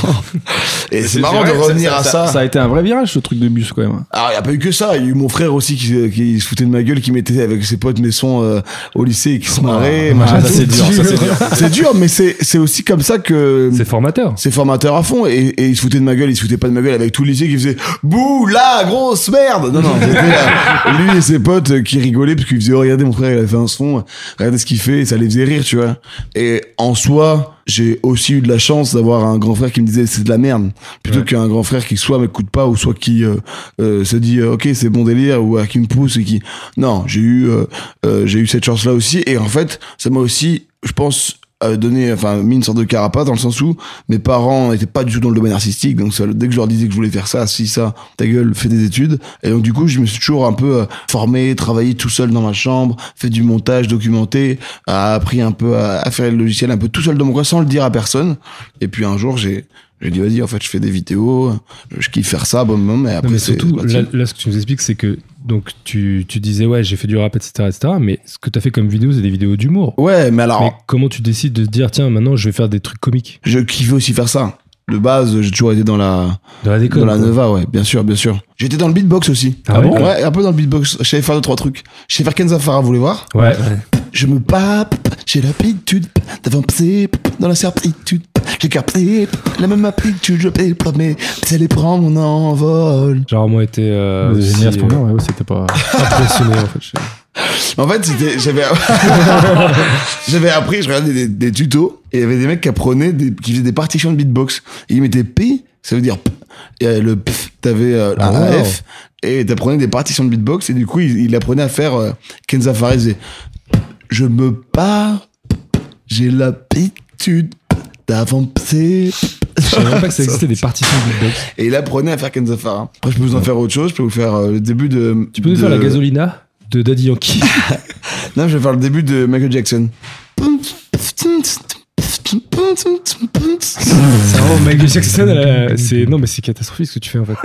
Speaker 3: Et c'est marrant de revenir à ça.
Speaker 4: Ça a été un vrai virage, ce truc de bus, quand même.
Speaker 3: Alors, il n'y a pas eu que ça. Il y a eu mon frère aussi qui, qui se foutait de ma gueule, qui mettait avec ses potes mes sons euh, au lycée et qui se marrait. machin,
Speaker 4: Ah, ça,
Speaker 3: tout.
Speaker 4: c'est dur, ça, c'est dur.
Speaker 3: C'est dur, mais c'est c'est aussi comme ça que.
Speaker 1: C'est formateur.
Speaker 3: C'est formateur à fond et, et il se foutait de ma gueule, il se foutait pas de ma gueule avec tout le lycée qui faisait bouh la grosse merde. Non non, c'était, euh, lui et ses potes euh, qui rigolaient parce qu'ils faisaient oh, regardez mon frère il a fait un son, regardez ce qu'il fait, et ça les faisait rire tu vois. Et en soi, j'ai aussi eu de la chance d'avoir un grand frère qui me disait c'est de la merde plutôt qu'un grand frère qui soit m'écoute pas ou soit qui euh, euh, se dit euh, ok c'est bon délire ou euh, qui me pousse et qui non j'ai eu euh, euh, j'ai eu cette chance là aussi et en fait ça m'a aussi je pense euh, donné enfin mis une sorte de carapace dans le sens où mes parents n'étaient pas du tout dans le domaine artistique donc ça, dès que je leur disais que je voulais faire ça si ça ta gueule fais des études et donc du coup je me suis toujours un peu euh, formé travaillé tout seul dans ma chambre fait du montage documenté a appris un peu à, à faire le logiciel un peu tout seul dans mon coin sans le dire à personne et puis un jour j'ai j'ai dit vas-y en fait je fais des vidéos je kiffe faire ça bon moment mais
Speaker 2: Non,
Speaker 3: après
Speaker 2: mais
Speaker 3: c'est
Speaker 2: surtout,
Speaker 3: c'est parti.
Speaker 2: là, là, ce que tu nous expliques, c'est que donc tu, tu disais, ouais, j'ai fait du rap, etc., etc., mais ce que tu as fait comme vidéo, c'est des vidéos d'humour.
Speaker 3: ouais mais Oh, alors
Speaker 2: Mais comment tu décides de te dire, tiens, maintenant, je vais faire des trucs comiques
Speaker 3: je kiffais aussi faire ça. De base, j'ai toujours été dans la,
Speaker 2: de la déconne
Speaker 3: dans la
Speaker 2: quoi.
Speaker 3: Neva, ouais, bien sûr, bien sûr. J'étais dans le beatbox aussi.
Speaker 2: Ah bon
Speaker 3: Ouais, un peu dans le beatbox. Je savais faire deux, trois trucs. Je savais faire Kenza Farah, vous voulez voir
Speaker 2: Ouais.
Speaker 3: Je me pape, j'ai l'aptitude d'avoir psy, dans la certitude. J'ai capté la même aptitude, je vais mais c'est les prendre mon envol.
Speaker 2: J'ai rarement été euh,
Speaker 4: Vous
Speaker 2: aussi,
Speaker 4: génial, ce
Speaker 2: euh,
Speaker 4: point-là, ouais, ouais, c'était pas.
Speaker 2: impressionné, en fait. Je-
Speaker 3: En fait, c'était, j'avais, j'avais appris, je regardais des, des tutos, et il y avait des mecs qui apprenaient, des- qui faisaient des partitions de beatbox. Et ils mettaient P, ça veut dire P, et euh, le P, t'avais euh, un
Speaker 2: Ah, wow.
Speaker 3: AF, et t'apprenais des partitions de beatbox, et du coup, il, il apprenait à faire euh, Kenza Fares et Je me pars, j'ai l'habitude d'avancer.
Speaker 2: Je savais même pas que ça existait des partitions de beatbox.
Speaker 3: Et il apprenait à faire Kenza Farah. Après, je peux vous en faire autre chose, je peux vous faire euh, le début de.
Speaker 2: Tu peux nous
Speaker 3: de-
Speaker 2: faire la gasolina de Daddy Yankee
Speaker 3: Non, je vais faire le début de Michael Jackson.
Speaker 2: C'est vraiment Michael Jackson. euh, c'est non, mais c'est catastrophique ce que tu fais en fait.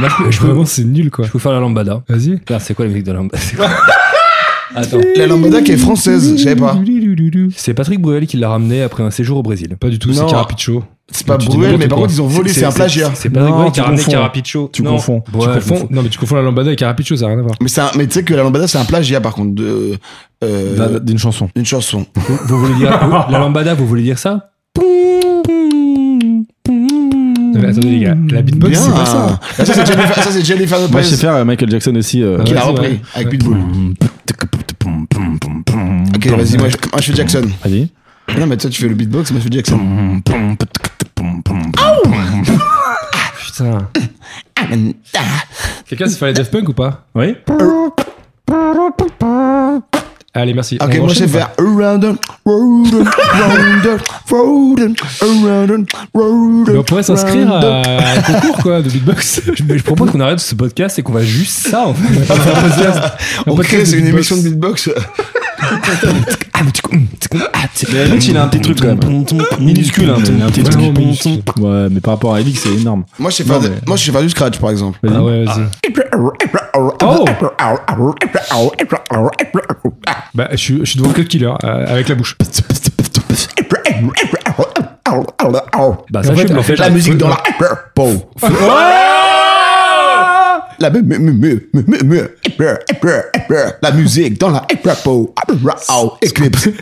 Speaker 1: Là, je peux- je peux-
Speaker 2: Vraiment, c'est nul quoi.
Speaker 1: je peux faire la lambada.
Speaker 2: Vas-y.
Speaker 1: Merde, c'est quoi la musique de la lambada C'est quoi Attends.
Speaker 3: La lambada qui est française, je savais pas.
Speaker 1: C'est Patrick Bruel qui l'a ramené après un séjour au Brésil.
Speaker 2: Pas du tout, c'est
Speaker 3: Non.
Speaker 2: Carapicho.
Speaker 3: C'est pas
Speaker 2: Tu dis
Speaker 3: Bruel,
Speaker 2: n'importe
Speaker 3: mais par
Speaker 2: quoi.
Speaker 3: contre, ils ont volé, c'est un plagiat.
Speaker 1: C'est Patrick
Speaker 4: Non,
Speaker 1: Bruel qui
Speaker 4: tu
Speaker 1: a ramené
Speaker 4: confonds.
Speaker 1: Carapicho.
Speaker 4: Tu
Speaker 1: Non.
Speaker 4: confonds.
Speaker 1: Ouais,
Speaker 2: tu
Speaker 1: je
Speaker 2: confonds.
Speaker 1: confonds.
Speaker 2: Non, mais tu confonds la lambada et Carapicho, ça n'a rien à voir.
Speaker 3: Mais, c'est un- mais tu sais que la lambada, c'est un plagiat, par contre, de. euh,
Speaker 4: D'un- D'une chanson.
Speaker 3: une chanson.
Speaker 1: Vous voulez dire la lambada Vous voulez dire ça
Speaker 2: Non, mais attendez les gars, la beatbox
Speaker 3: Bien.
Speaker 2: c'est pas
Speaker 3: Ah,
Speaker 2: ça.
Speaker 3: Ça, c'est Jennifer, ça, c'est Jennifer Lopez
Speaker 4: Moi, je sais faire euh, Michael Jackson aussi. euh,
Speaker 2: Ah
Speaker 3: qui
Speaker 2: ouais.
Speaker 3: l'a
Speaker 2: Vas-y,
Speaker 3: repris avec Pitbull. Ok, vas-y, moi, je- moi, je fais Jackson.
Speaker 4: Vas-y.
Speaker 3: Non, mais toi, tu fais le beatbox, moi, je fais Jackson.
Speaker 2: Putain. Quelqu'un s'est fait les Daft Punk ou pas
Speaker 4: Oui.
Speaker 2: Euh. Allez, merci.
Speaker 3: Ok,
Speaker 2: On
Speaker 3: moi je
Speaker 2: enchaîne
Speaker 3: vais
Speaker 2: ou pas
Speaker 3: faire around and round and round and round and around and round
Speaker 2: Mais
Speaker 3: and
Speaker 2: on pourrait s'inscrire
Speaker 3: round
Speaker 2: à
Speaker 3: and-
Speaker 2: un concours quoi de beatbox.
Speaker 1: Mais je propose qu'on arrête ce podcast et qu'on va juste ça en fait.
Speaker 3: On
Speaker 2: podcast
Speaker 3: crée,
Speaker 2: de
Speaker 3: c'est une
Speaker 2: beatbox.
Speaker 3: émission de beatbox.
Speaker 1: Ah,
Speaker 4: Mais Elix, il a un petit truc quand même. Minuscule, hein, mais il a un petit
Speaker 2: Vraiment
Speaker 4: truc.
Speaker 2: minuscule.
Speaker 4: Ouais, mais par rapport à Elix, c'est énorme.
Speaker 3: Moi je sais
Speaker 4: Non,
Speaker 3: faire, des-
Speaker 4: mais-
Speaker 3: moi je sais faire du scratch par exemple.
Speaker 4: Vas-y.
Speaker 2: Ah ouais, vas-y. Oh
Speaker 3: Ah.
Speaker 2: Bah, je suis, je suis devant Cut Killer euh, avec la bouche.
Speaker 1: Bah ça je
Speaker 2: En fait,
Speaker 1: peux le Bah,
Speaker 2: en fait,
Speaker 1: faire.
Speaker 3: La musique dans la. Bon. la, mu- mu- mu- mu- mu- mu- mu- la musique dans la éclipse.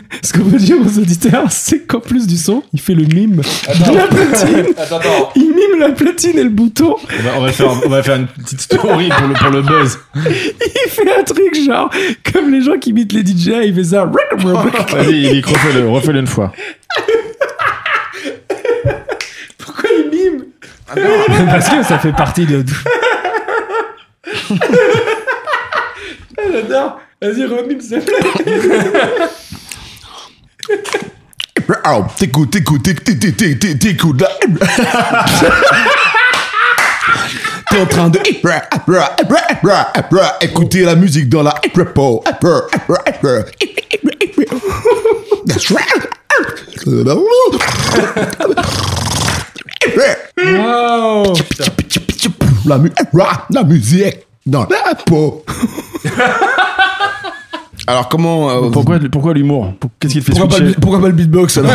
Speaker 4: Ce que veut dire aux auditeurs, c'est qu'en plus du son, il fait le mime de la platine. Il mime la platine et le bouton.
Speaker 6: On va, on va faire, on va faire une petite story pour le, pour le buzz.
Speaker 4: Il fait un truc genre comme les gens qui imitent les DJ, il fait ça.
Speaker 6: Vas-y, Yvick, refais-le, refais-le une fois.
Speaker 4: Pourquoi il mime
Speaker 1: Parce que ça fait partie de.
Speaker 4: Ah, J'adore. Vas-y, remime, s'il te plaît.
Speaker 3: T'écoutes, t'écoutes, t'écoutes, t'écoutes, t'écoutes la. T'es en train de écouter la musique dans la That's right.
Speaker 1: Wow
Speaker 3: La, mu- la musique dans la peau. Alors comment euh,
Speaker 4: Pourquoi, pourquoi l'humour Qu'est-ce qu'il te fait
Speaker 3: pourquoi pas, le,
Speaker 4: switcher
Speaker 3: bi- pourquoi pas le beatbox alors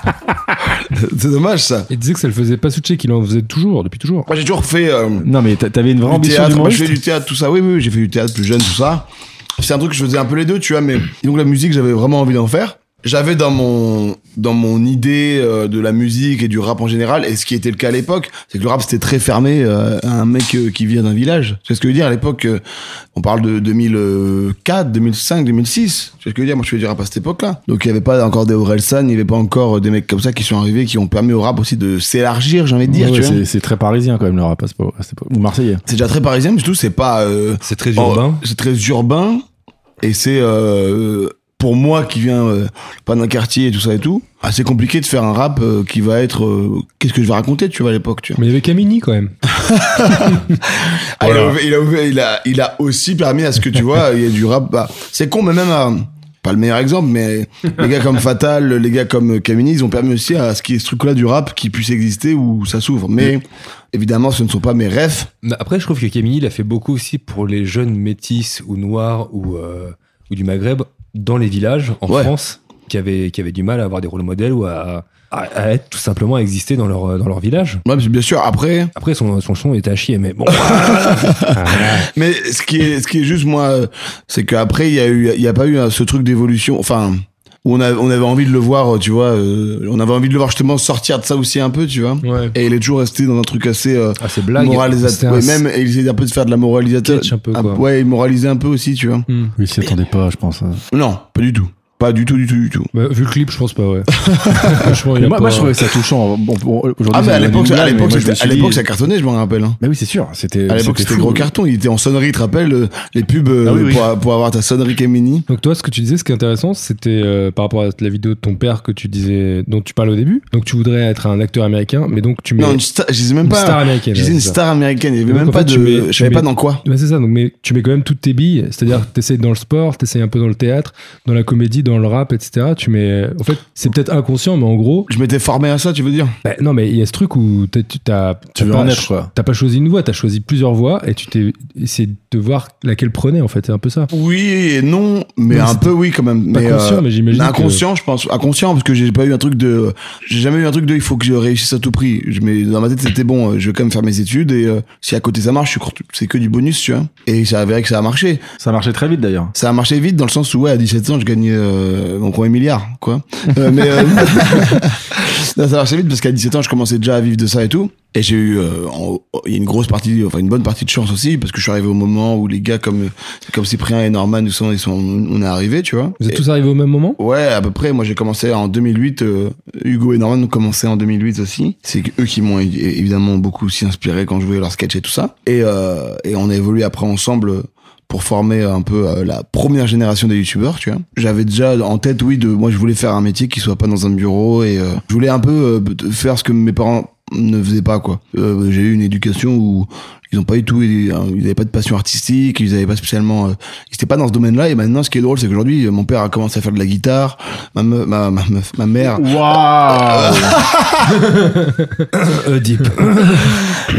Speaker 3: C'est dommage ça.
Speaker 2: Il disait que ça le faisait pas switcher, qu'il en faisait toujours, depuis toujours.
Speaker 3: Moi j'ai toujours fait euh,
Speaker 4: Non, mais t'a- t'avais une vraie
Speaker 3: du
Speaker 4: ambition
Speaker 3: théâtre, Moi,
Speaker 4: d'humoriste.
Speaker 3: je fais du théâtre tout ça. Oui oui, oui, j'ai fait du théâtre plus jeune tout ça. C'est un truc que je faisais un peu les deux, tu vois, mais et donc la musique, j'avais vraiment envie d'en faire. J'avais dans mon dans mon idée euh, de la musique et du rap en général et ce qui était le cas à l'époque, c'est que le rap c'était très fermé euh, à un mec euh, qui vient d'un village. C'est ce que je veux dire à l'époque euh, on parle de 2004, 2005, 2006. C'est ce que je veux dire. Moi, je fais du rap à cette époque-là. Donc, il n'y avait pas encore des Orelsan, il n'y avait pas encore euh, des mecs comme ça qui sont arrivés, qui ont permis au rap aussi de s'élargir, j'ai envie de dire.
Speaker 4: Ouais,
Speaker 3: tu vois.
Speaker 4: c'est- c'est très parisien quand même le rap à cette époque- à cette époque. ou marseillais.
Speaker 3: C'est déjà très parisien, mais surtout, c'est pas. euh,
Speaker 1: C'est très
Speaker 3: Oh,
Speaker 1: urbain.
Speaker 3: C'est très urbain. Et c'est, euh, pour moi qui viens euh, pas d'un quartier et tout ça et tout, assez compliqué de faire un rap euh, qui va être. euh, Qu'est-ce que je vais raconter, tu vois, à l'époque, tu vois.
Speaker 2: Mais il y avait Camini quand même.
Speaker 3: Ah, il, a ouvert- il a ouvert- il a- il a aussi permis à ce que tu vois, il y a du rap. bah, c'est con, mais même à- Pas le meilleur exemple, mais les gars comme Fatal, les gars comme Kamini, ils ont permis aussi à ce qui est ce truc-là du rap qui puisse exister ou ça s'ouvre. Mais évidemment, ce ne sont pas mes rêves.
Speaker 1: Mais Après, je trouve que Camille, il a fait beaucoup aussi pour les jeunes métis ou noirs ou, euh, ou du Maghreb dans les villages en
Speaker 3: Ouais.
Speaker 1: France qui avaient, qui avaient du mal à avoir des rôles modèles ou à, à- à être tout simplement à exister dans leur, euh, dans leur village.
Speaker 3: Ouais, bien sûr, après,
Speaker 1: Après, son, son son était à chier, mais bon. euh,
Speaker 3: Mais ce qui est, ce qui est juste, moi, euh, c'est qu'après, il y a eu, il y a pas eu euh, ce truc d'évolution. Enfin, où on, a, on avait envie de le voir, euh, tu vois. euh, on avait envie de le voir justement sortir de ça aussi un peu, tu vois.
Speaker 2: Ouais.
Speaker 3: Et il est toujours resté dans un truc assez euh,
Speaker 1: ah, c'est blague.
Speaker 2: c'était
Speaker 3: moralisateur.
Speaker 2: un
Speaker 3: Ouais, même, et il essayait un peu de faire de la moralisateur.
Speaker 2: sketch un peu, quoi.
Speaker 3: ouais, il moralisait un peu aussi, tu vois.
Speaker 2: Hmm.
Speaker 4: Oui, s'y attendait pas, je pense.
Speaker 3: Non, pas du tout. Pas du tout, du tout, du tout.
Speaker 2: Bah, vu le clip, je pense pas, ouais. Franchement, il y a
Speaker 4: moi, moi,
Speaker 2: pas-
Speaker 4: je trouvais ça touchant. Bon, bon, aujourd'hui,
Speaker 3: Ah, mais
Speaker 4: ça
Speaker 3: à
Speaker 4: me donne
Speaker 3: l'époque,
Speaker 4: du mal,
Speaker 3: à
Speaker 4: mais moi,
Speaker 3: l'époque,
Speaker 4: je me
Speaker 3: c'était- à
Speaker 4: suis dit-
Speaker 3: l'époque, ça cartonnait, je m'en rappelle. hein.
Speaker 4: Bah oui, c'est sûr. C'était
Speaker 3: À l'époque, c'était
Speaker 4: fou. hein.
Speaker 3: gros carton. Il était en sonnerie, tu te rappelles, euh, les pubs euh,
Speaker 4: Ah oui, oui.
Speaker 3: Pour, pour avoir ta sonnerie Kemini.
Speaker 2: Donc toi, ce que tu disais, ce qui est intéressant, c'était euh, par rapport à la vidéo de ton père que tu disais, dont tu parles au début. Donc tu voudrais être un acteur américain, mais donc tu mets
Speaker 3: Non, une star, je disais même
Speaker 2: une
Speaker 3: pas. hein.
Speaker 2: star américaine.
Speaker 3: Je disais une
Speaker 2: ouais, c'est ça.
Speaker 3: star américaine, il n'y avait
Speaker 2: Donc,
Speaker 3: même
Speaker 2: en
Speaker 3: pas
Speaker 2: fait, tu mets-
Speaker 3: de. Je
Speaker 2: tu
Speaker 3: savais
Speaker 2: mets-
Speaker 3: pas dans quoi.
Speaker 2: Ouais, c'est ça. Donc mais tu mets quand même toutes tes billes, c'est-à-dire que t'essayes dans le sport, t'essayes un peu dans le théâtre, dans la comédie, dans le rap, etc. Tu mets, euh, en fait, c'est peut-être inconscient, mais en gros,
Speaker 3: Je m'étais formé à ça, tu veux dire
Speaker 2: bah, non, mais il y a ce truc où t'as- tu t'as,
Speaker 4: Tu
Speaker 2: t'as
Speaker 4: veux
Speaker 2: pas-
Speaker 4: en être, quoi.
Speaker 2: T'as pas choisi une voie, t'as choisi plusieurs voies et tu t'es essayé de voir laquelle prenait en fait, c'est un peu ça.
Speaker 3: Oui et non, mais
Speaker 2: Mais
Speaker 3: un
Speaker 2: c'était
Speaker 3: peu oui quand même.
Speaker 2: Pas
Speaker 3: mais,
Speaker 2: conscient,
Speaker 3: euh,
Speaker 2: mais j'imagine. que-
Speaker 3: Inconscient, je pense. Inconscient, parce que j'ai pas eu un truc de. J'ai jamais eu un truc de. Il faut que je réussisse à tout prix. Je, mais dans ma tête, c'était bon. euh, Je vais quand même faire mes études et euh, si à côté ça marche, je suis cont- c'est que du bonus, tu vois. Et ça a avéré que ça a marché.
Speaker 4: Ça marchait très vite d'ailleurs.
Speaker 3: Ça a marché vite dans le sens où ouais, à 17 ans, je gagnais euh, mon premier milliard, quoi. Euh, mais euh, non, ça a marché vite parce qu'à 17 ans, je commençais déjà à vivre de ça et tout. Et j'ai eu, euh, en- il y a une grosse partie, enfin une bonne partie de chance aussi parce que je suis arrivé au moment où les gars comme comme Cyprien et Norman, nous sont, ils sont, on est arrivés, tu vois.
Speaker 2: Vous êtes
Speaker 3: Et-
Speaker 2: tous arrivés au même moment
Speaker 3: Ouais, à peu près. Moi, j'ai commencé en 2008. euh, Hugo et Norman ont commencé en 2008 aussi. C'est eux qui m'ont é- évidemment beaucoup aussi inspiré quand je voyais leurs sketchs et tout ça. Et, euh, et on a évolué après ensemble pour former un peu euh, la première génération des youtubeurs, tu vois. J'avais déjà en tête, oui, de moi, je voulais faire un métier qui soit pas dans un bureau et euh, je voulais un peu euh, faire ce que mes parents ne faisaient pas, quoi. Euh, j'ai eu une éducation où ils ont pas eu tout, ils n'avaient pas de passion artistique, ils n'avaient pas spécialement, euh, ils étaient pas dans ce domaine-là. Et maintenant, ce qui est drôle, c'est qu'aujourd'hui, euh, mon père a commencé à faire de la guitare, ma me- ma, ma, meuf- ma mère,
Speaker 4: Waouh
Speaker 1: Deep.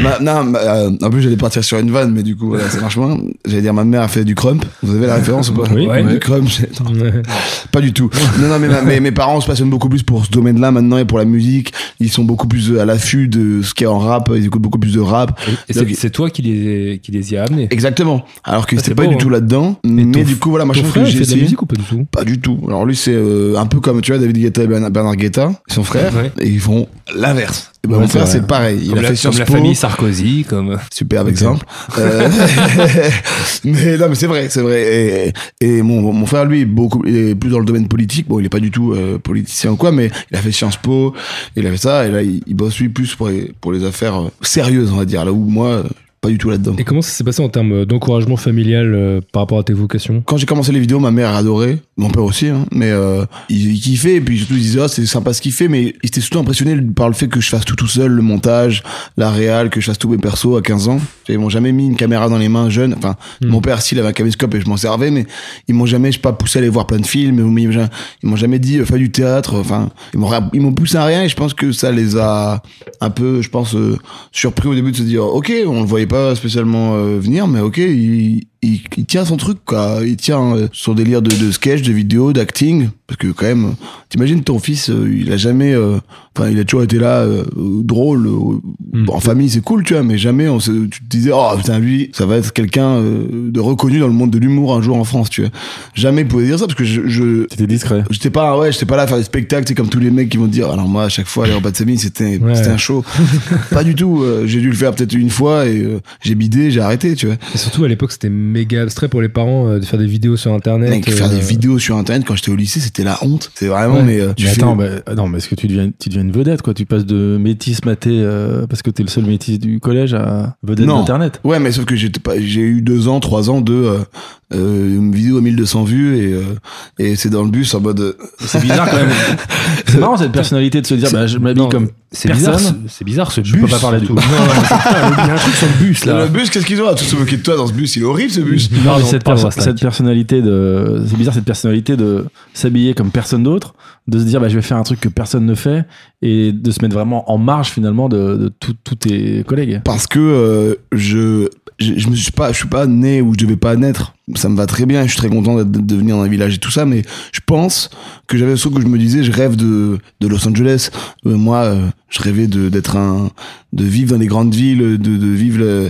Speaker 3: ma- non, ma- euh, en plus j'allais partir sur une vanne, mais du coup, voilà, ça marche moins. J'allais dire, ma mère a fait du crump. Vous avez la référence ou pas
Speaker 2: Oui,
Speaker 1: ouais.
Speaker 3: Du crump, c'est-
Speaker 2: Ouais.
Speaker 3: Pas du tout. Non, non, mais, ma- mais mes parents se passionnent beaucoup plus pour ce domaine-là maintenant euh, et pour la musique. Ils sont beaucoup plus à l'affût de ce qui est en rap. Ils écoutent beaucoup plus de rap.
Speaker 1: Et
Speaker 3: Donc,
Speaker 1: c'est- c'est toi qui les, qui les y a amenés.
Speaker 3: Exactement. Alors qu'il
Speaker 1: Ah,
Speaker 3: n'était
Speaker 1: c'est
Speaker 3: pas
Speaker 1: beau,
Speaker 3: du
Speaker 1: hein.
Speaker 3: tout là-dedans. Mais, du coup, voilà, ma
Speaker 2: Ton
Speaker 3: chanson
Speaker 2: frère,
Speaker 3: que
Speaker 2: il
Speaker 3: j'ai
Speaker 2: fait de la
Speaker 3: essayé.
Speaker 2: musique ou pas du tout
Speaker 3: Pas du tout. Alors lui, c'est euh, un peu comme, tu vois, David Guetta et Bernard Bernard Guetta, son frère,
Speaker 1: Ouais.
Speaker 3: et ils font l'inverse. Et ben,
Speaker 4: Ouais,
Speaker 3: mon
Speaker 4: c'est
Speaker 3: frère,
Speaker 4: vrai.
Speaker 3: c'est pareil. Il
Speaker 1: comme
Speaker 3: a
Speaker 1: la,
Speaker 3: fait
Speaker 1: comme
Speaker 3: Sciences
Speaker 1: la
Speaker 3: Po.
Speaker 1: famille Sarkozy, comme.
Speaker 3: Superbe exemple. Euh, mais non, mais c'est vrai, c'est vrai. Et, et mon, mon frère, lui, est beaucoup, il est plus dans le domaine politique. Bon, il est pas du tout euh, politicien ou quoi, mais il a fait Sciences Po, il a fait ça, et là, il, il bosse lui plus pour les, pour les affaires euh, sérieuses, on va dire. Là où moi, euh, pas du tout là-dedans.
Speaker 2: Et comment ça s'est passé en termes euh, d'encouragement familial euh, par rapport à tes vocations
Speaker 3: Quand j'ai commencé les vidéos, ma mère a adoré, mon père aussi, hein, mais euh, il, il kiffait, et puis surtout il disait, Ah, c'est sympa ce qu'il fait, mais il était surtout impressionné par le fait que je fasse tout tout seul, le montage, la réal, que je fasse tous mes persos à 15 ans. Ils m'ont jamais mis une caméra dans les mains jeunes, enfin,
Speaker 2: Hmm.
Speaker 3: mon père, s'il avait un caméscope et je m'en servais, mais ils m'ont jamais, je sais pas, poussé à aller voir plein de films, ils m'ont ja- ils m'ont jamais dit, euh, fais du théâtre, enfin, ils m'ont ra- ils m'ont poussé à rien, et je pense que ça les a un peu, je pense, euh, surpris au début de se dire ok on le voyait pas spécialement euh, venir mais ok il, il, il tient son truc quoi il tient euh, son délire de, de sketch de vidéo d'acting parce que quand même euh, t'imagines ton fils euh, il a jamais euh, enfin il a toujours été là euh, drôle euh,
Speaker 2: Mm.
Speaker 3: en famille c'est cool tu vois mais jamais on se, tu te disais oh putain lui ça va être quelqu'un euh, de reconnu dans le monde de l'humour un jour en France tu vois jamais il pouvait dire ça parce que je, je
Speaker 4: C'était discret.
Speaker 3: J'étais pas, ouais, j'étais pas là à faire des spectacles, c'est comme tous les mecs qui vont te dire, alors moi, à chaque fois, les repas de famille, c'était,
Speaker 2: Ouais.
Speaker 3: c'était un show. pas du tout, euh, j'ai dû le faire peut-être une fois et euh, j'ai bidé, j'ai arrêté, tu vois.
Speaker 2: Et surtout à l'époque, c'était méga abstrait pour les parents euh, de faire des vidéos sur internet.
Speaker 3: Mec, faire
Speaker 2: euh,
Speaker 3: des vidéos sur internet quand j'étais au lycée, c'était la honte. C'est vraiment,
Speaker 2: Ouais.
Speaker 3: mais euh, tu
Speaker 4: Mais
Speaker 3: fais-
Speaker 4: attends, bah, non, mais est-ce que tu deviens, tu deviens une vedette, quoi Tu passes de métis maté euh, parce que t'es le seul métis du collège à vedette
Speaker 3: Non.
Speaker 4: d'internet.
Speaker 3: Ouais, mais sauf que j'étais pas, j'ai eu deux ans, trois ans de euh, euh, une vidéo à 1200 vues et, euh, et c'est dans le bus en mode. euh,
Speaker 4: C'est bizarre quand même. C'est marrant cette personnalité de se dire, bah, je m'habille
Speaker 1: Non,
Speaker 4: comme.
Speaker 1: C'est bizarre, ce,
Speaker 4: personne.
Speaker 1: c'est bizarre ce bus.
Speaker 4: Je peux pas parler du
Speaker 1: surtout. Non, non, c'est- putain, il y a un truc sur le bus
Speaker 3: Dans
Speaker 1: là.
Speaker 3: le bus, qu'est-ce qu'ils ont à tout se moquer de toi dans ce bus Il est horrible ce bus.
Speaker 4: Non, mais
Speaker 1: Pardon,
Speaker 4: cette,
Speaker 1: pardon,
Speaker 4: perso-
Speaker 1: Slack.
Speaker 4: cette personnalité de. C'est bizarre cette personnalité de s'habiller comme personne d'autre, de se dire, bah, je vais faire un truc que personne ne fait et de se mettre vraiment en marge finalement de, de tout- tous tes collègues.
Speaker 3: parce que euh, je, je je me suis pas je suis pas né où je devais pas naître ça me va très bien je suis très content d'être- de venir dans un village et tout ça mais je pense que j'avais ce truc où je me disais je rêve de de Los Angeles Euh, moi euh, je rêvais de d'être un de vivre dans des grandes villes de de vivre le-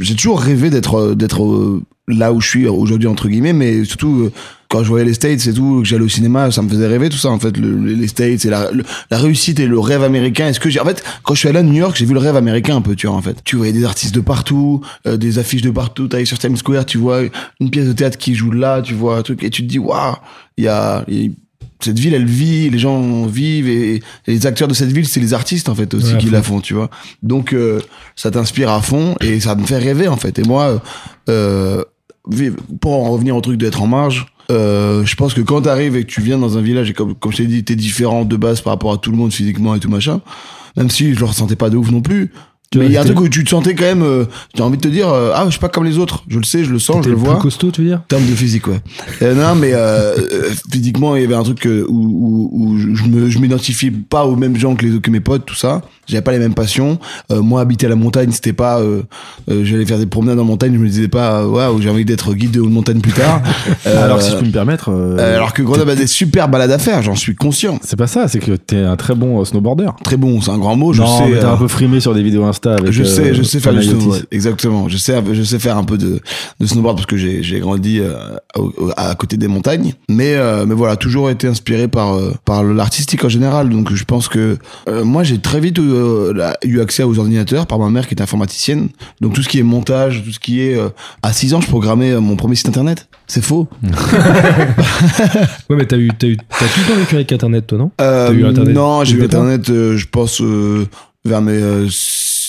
Speaker 3: j'ai toujours rêvé d'être euh, d'être euh, là où je suis aujourd'hui entre guillemets mais surtout euh, quand je voyais les States et tout, que j'allais au cinéma, ça me faisait rêver tout ça en fait. Le- le- les States et la, le- la réussite et le rêve américain. Est-ce que j'ai en fait quand je suis allé à New York, j'ai vu le rêve américain un peu, tu vois en fait. Tu voyais des artistes de partout, euh, des affiches de partout. T'arrives sur Times Square, tu vois une pièce de théâtre qui joue là, tu vois un truc et tu te dis waouh, il y a il- cette ville, elle vit, les gens vivent et, et les acteurs de cette ville, c'est les artistes en fait aussi
Speaker 2: Ouais, à
Speaker 3: qui
Speaker 2: fond.
Speaker 3: la font, tu vois. Donc euh, ça t'inspire à fond et ça me fait rêver en fait. Et moi, euh, vive- pour en revenir au truc d'être en marge, euh, je pense que quand t'arrives et que tu viens dans un village et comme, comme je t'ai dit, t'es différent de base par rapport à tout le monde physiquement et tout machin, même si je le ressentais pas de ouf non plus. mais il y a un truc où tu te sentais quand même, euh, t'as envie de te dire, euh, ah, je suis pas comme les autres, je le sais, je le sens,
Speaker 2: t'étais
Speaker 3: je le
Speaker 2: plus
Speaker 3: vois.
Speaker 2: costaud, tu veux dire
Speaker 3: En termes de physique, ouais. Euh, non, mais euh, euh, physiquement, il y avait un truc euh, où, où, où je me- je m'identifiais pas aux mêmes gens que, les, que mes potes, tout ça. J'avais pas les mêmes passions. Euh, moi, habiter à la montagne, c'était pas... Euh, euh, J'allais faire des promenades en montagne, je me disais pas, euh, waouh, j'ai envie d'être guide de haute montagne plus tard. Euh,
Speaker 4: Alors, si je peux me permettre. euh,
Speaker 3: euh, alors que Grenoble a des super balades à faire, j'en suis conscient.
Speaker 4: C'est pas ça, c'est que t'es un très bon euh, snowboarder.
Speaker 3: Très bon, c'est un grand mot, je
Speaker 4: non,
Speaker 3: sais.
Speaker 4: mais t'es
Speaker 3: euh,
Speaker 4: un peu frimé sur des vidéos Insta avec.
Speaker 3: je
Speaker 4: euh,
Speaker 3: sais, je sais faire du
Speaker 4: Panayotis.
Speaker 3: snowboard. Exactement. Je sais, je sais faire un peu de, de snowboard parce que j'ai, j'ai grandi euh, au- au- à, côté des montagnes. Mais, euh, mais voilà, toujours été inspiré par, euh, par l'artistique en général. Donc je pense que euh, moi j'ai très vite euh, la- eu accès aux ordinateurs par ma mère qui est informaticienne. Donc tout ce qui est montage, tout ce qui est euh, à 6 ans, je programmais euh, mon premier site internet. C'est faux.
Speaker 2: Ouais, mais t'as eu, t'as eu, t'as tout le temps vécu avec internet, toi, non
Speaker 3: Euh,
Speaker 2: T'as eu Internet
Speaker 3: Non, j'ai
Speaker 2: dès
Speaker 3: eu
Speaker 2: le départ
Speaker 3: internet, euh, je pense euh, vers mes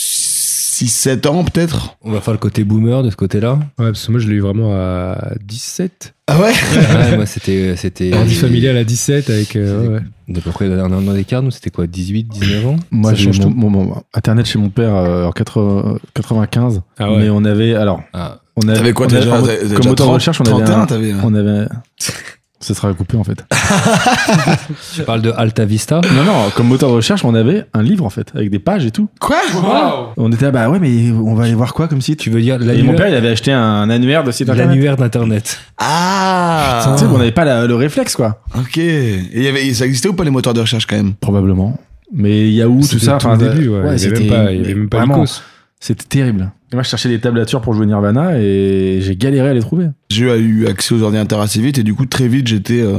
Speaker 3: 6-7 ans peut-être.
Speaker 1: On va faire le côté boomer de ce côté-là.
Speaker 2: Ouais, parce que moi, je l'ai eu vraiment à 17.
Speaker 3: Ah ouais.
Speaker 1: Ouais, moi c'était. c'était
Speaker 2: Ordi familial à 17 avec. euh, ouais.
Speaker 1: D'à peu près un an d'écart, nous c'était quoi 18, 19 ans
Speaker 4: Moi,
Speaker 1: Ça
Speaker 4: j'ai
Speaker 1: change
Speaker 4: mon,
Speaker 1: tout.
Speaker 4: mon- mon internet chez mon père euh, en 80 95.
Speaker 2: Ah ouais.
Speaker 4: Mais on avait. Alors,
Speaker 1: Ah,
Speaker 4: on avait.
Speaker 3: T'avais quoi
Speaker 4: on
Speaker 3: déjà
Speaker 4: avait- en-
Speaker 3: t'avais- t'avais
Speaker 4: Comme
Speaker 3: déjà
Speaker 4: moteur de
Speaker 3: 30,
Speaker 4: recherche, on avait.
Speaker 3: 31,
Speaker 4: un-
Speaker 3: t'avais. euh,
Speaker 4: On avait. Ça sera coupé en fait.
Speaker 1: tu parles de Alta Vista
Speaker 4: Non, non, comme moteur de recherche, on avait un livre en fait, avec des pages et tout.
Speaker 3: Quoi
Speaker 4: On était là, bah ouais, mais on va aller voir quoi comme site
Speaker 1: Tu veux dire
Speaker 4: Et mon père,
Speaker 1: l'annuaire
Speaker 4: il avait acheté un annuaire de site internet.
Speaker 1: l'annuaire d'Internet
Speaker 3: Ah
Speaker 4: Tu sais, on n'avait pas la- le réflexe quoi.
Speaker 3: Ok. Et il y avait, ça existait ou pas les moteurs de recherche quand même
Speaker 4: Probablement. Mais Yahoo, tout
Speaker 2: C'était
Speaker 4: ça.
Speaker 2: tout
Speaker 4: enfin,
Speaker 2: le début, ouais. il y avait
Speaker 4: c'était-
Speaker 2: même pas, il y avait même pas
Speaker 4: vraiment,
Speaker 2: l'icos.
Speaker 4: C'était terrible. Et moi, je cherchais des tablatures pour jouer Nirvana et j'ai galéré à les trouver.
Speaker 3: J'ai eu accès aux ordinateurs assez vite et du coup très vite j'étais euh,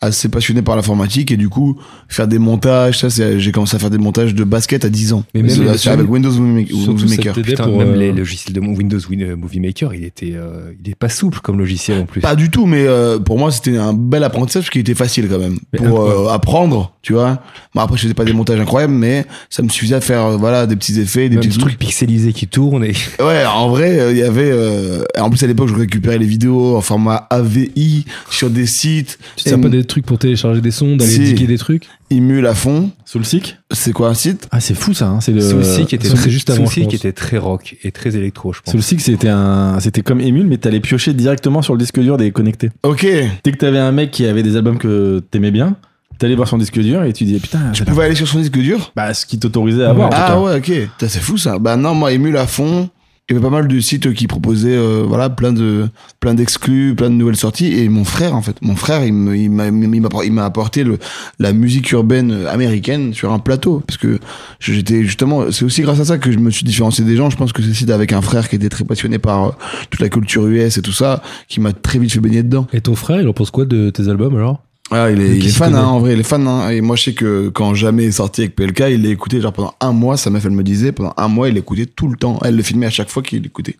Speaker 3: assez passionné par l'informatique et du coup faire des montages, ça c'est- j'ai commencé à faire des montages de basket à 10 ans.
Speaker 2: Mais même
Speaker 3: C'est-
Speaker 2: les-
Speaker 3: c'est avec Windows Movie, Ma-
Speaker 2: Surtout,
Speaker 3: Movie
Speaker 2: ça
Speaker 3: Maker.
Speaker 2: t'aidait
Speaker 1: Putain,
Speaker 2: pour,
Speaker 1: même
Speaker 2: euh,
Speaker 1: les logiciels de Windows Win- euh, Movie Maker, il était, euh, il est pas souple comme logiciel en plus.
Speaker 3: Pas du tout, mais euh, pour moi c'était un bel apprentissage qui était facile quand même
Speaker 2: Mais
Speaker 3: pour euh, apprendre, tu vois. Bon, après je faisais pas des montages incroyables, mais ça me suffisait à faire euh, voilà des petits effets, des
Speaker 1: Même
Speaker 3: petits
Speaker 1: des
Speaker 3: trucs.
Speaker 1: trucs pixelisés qui tournent et
Speaker 3: Ouais, en vrai, euh, il y avait. euh, en plus, à l'époque, je récupérais les vidéos en format AVI sur des sites.
Speaker 2: Tu sais pas des trucs pour télécharger des sons, d'aller
Speaker 3: Si.
Speaker 2: indiquer des trucs
Speaker 3: Emule à fond.
Speaker 4: Soulseek
Speaker 3: C'est quoi un site
Speaker 4: Ah, c'est fou ça. hein, C'est le.
Speaker 1: Soulseek était
Speaker 2: c'est
Speaker 1: très,
Speaker 2: juste avant,
Speaker 1: Soulseek
Speaker 2: je pense.
Speaker 1: était très rock et très électro, je pense.
Speaker 4: Soulseek, c'était un, c'était comme Emule, mais t'allais piocher directement sur le disque dur des connectés.
Speaker 3: Ok.
Speaker 4: Dès que t'avais un mec qui avait des albums que t'aimais bien, t'allais voir son disque dur et tu disais putain,
Speaker 3: Tu
Speaker 4: j'avais-
Speaker 3: pouvais aller sur son disque dur
Speaker 4: bah ce qui t'autorisait à avoir. en tout
Speaker 3: Ah
Speaker 4: cas.
Speaker 3: ouais, ok. Putain, C'est fou ça. Bah non, moi, Emule à fond. Il y avait pas mal de sites qui proposaient euh, voilà plein de plein d'exclus, plein de nouvelles sorties et mon frère en fait, mon frère il me- il m'a il m'a il m'a apporté le la musique urbaine américaine sur un plateau parce que je- j'étais justement c'est aussi grâce à ça que je me suis différencié des gens, je pense que c'est aussi avec un frère qui était très passionné par euh, toute la culture US et tout ça qui m'a très vite fait baigner dedans.
Speaker 2: Et ton frère, il en pense quoi de tes albums alors
Speaker 3: Ah, il
Speaker 2: Mais
Speaker 3: est, il
Speaker 2: qui
Speaker 3: est
Speaker 2: se
Speaker 3: fan,
Speaker 2: connaît.
Speaker 3: hein, en vrai, il est fan. Hein. Et moi, je sais que quand jamais est sorti avec PLK, il l'a écouté genre pendant un mois. Sa meuf, elle me disait pendant un mois, il l'écoutait tout le temps. Elle le filmait à chaque fois qu'il l'écoutait.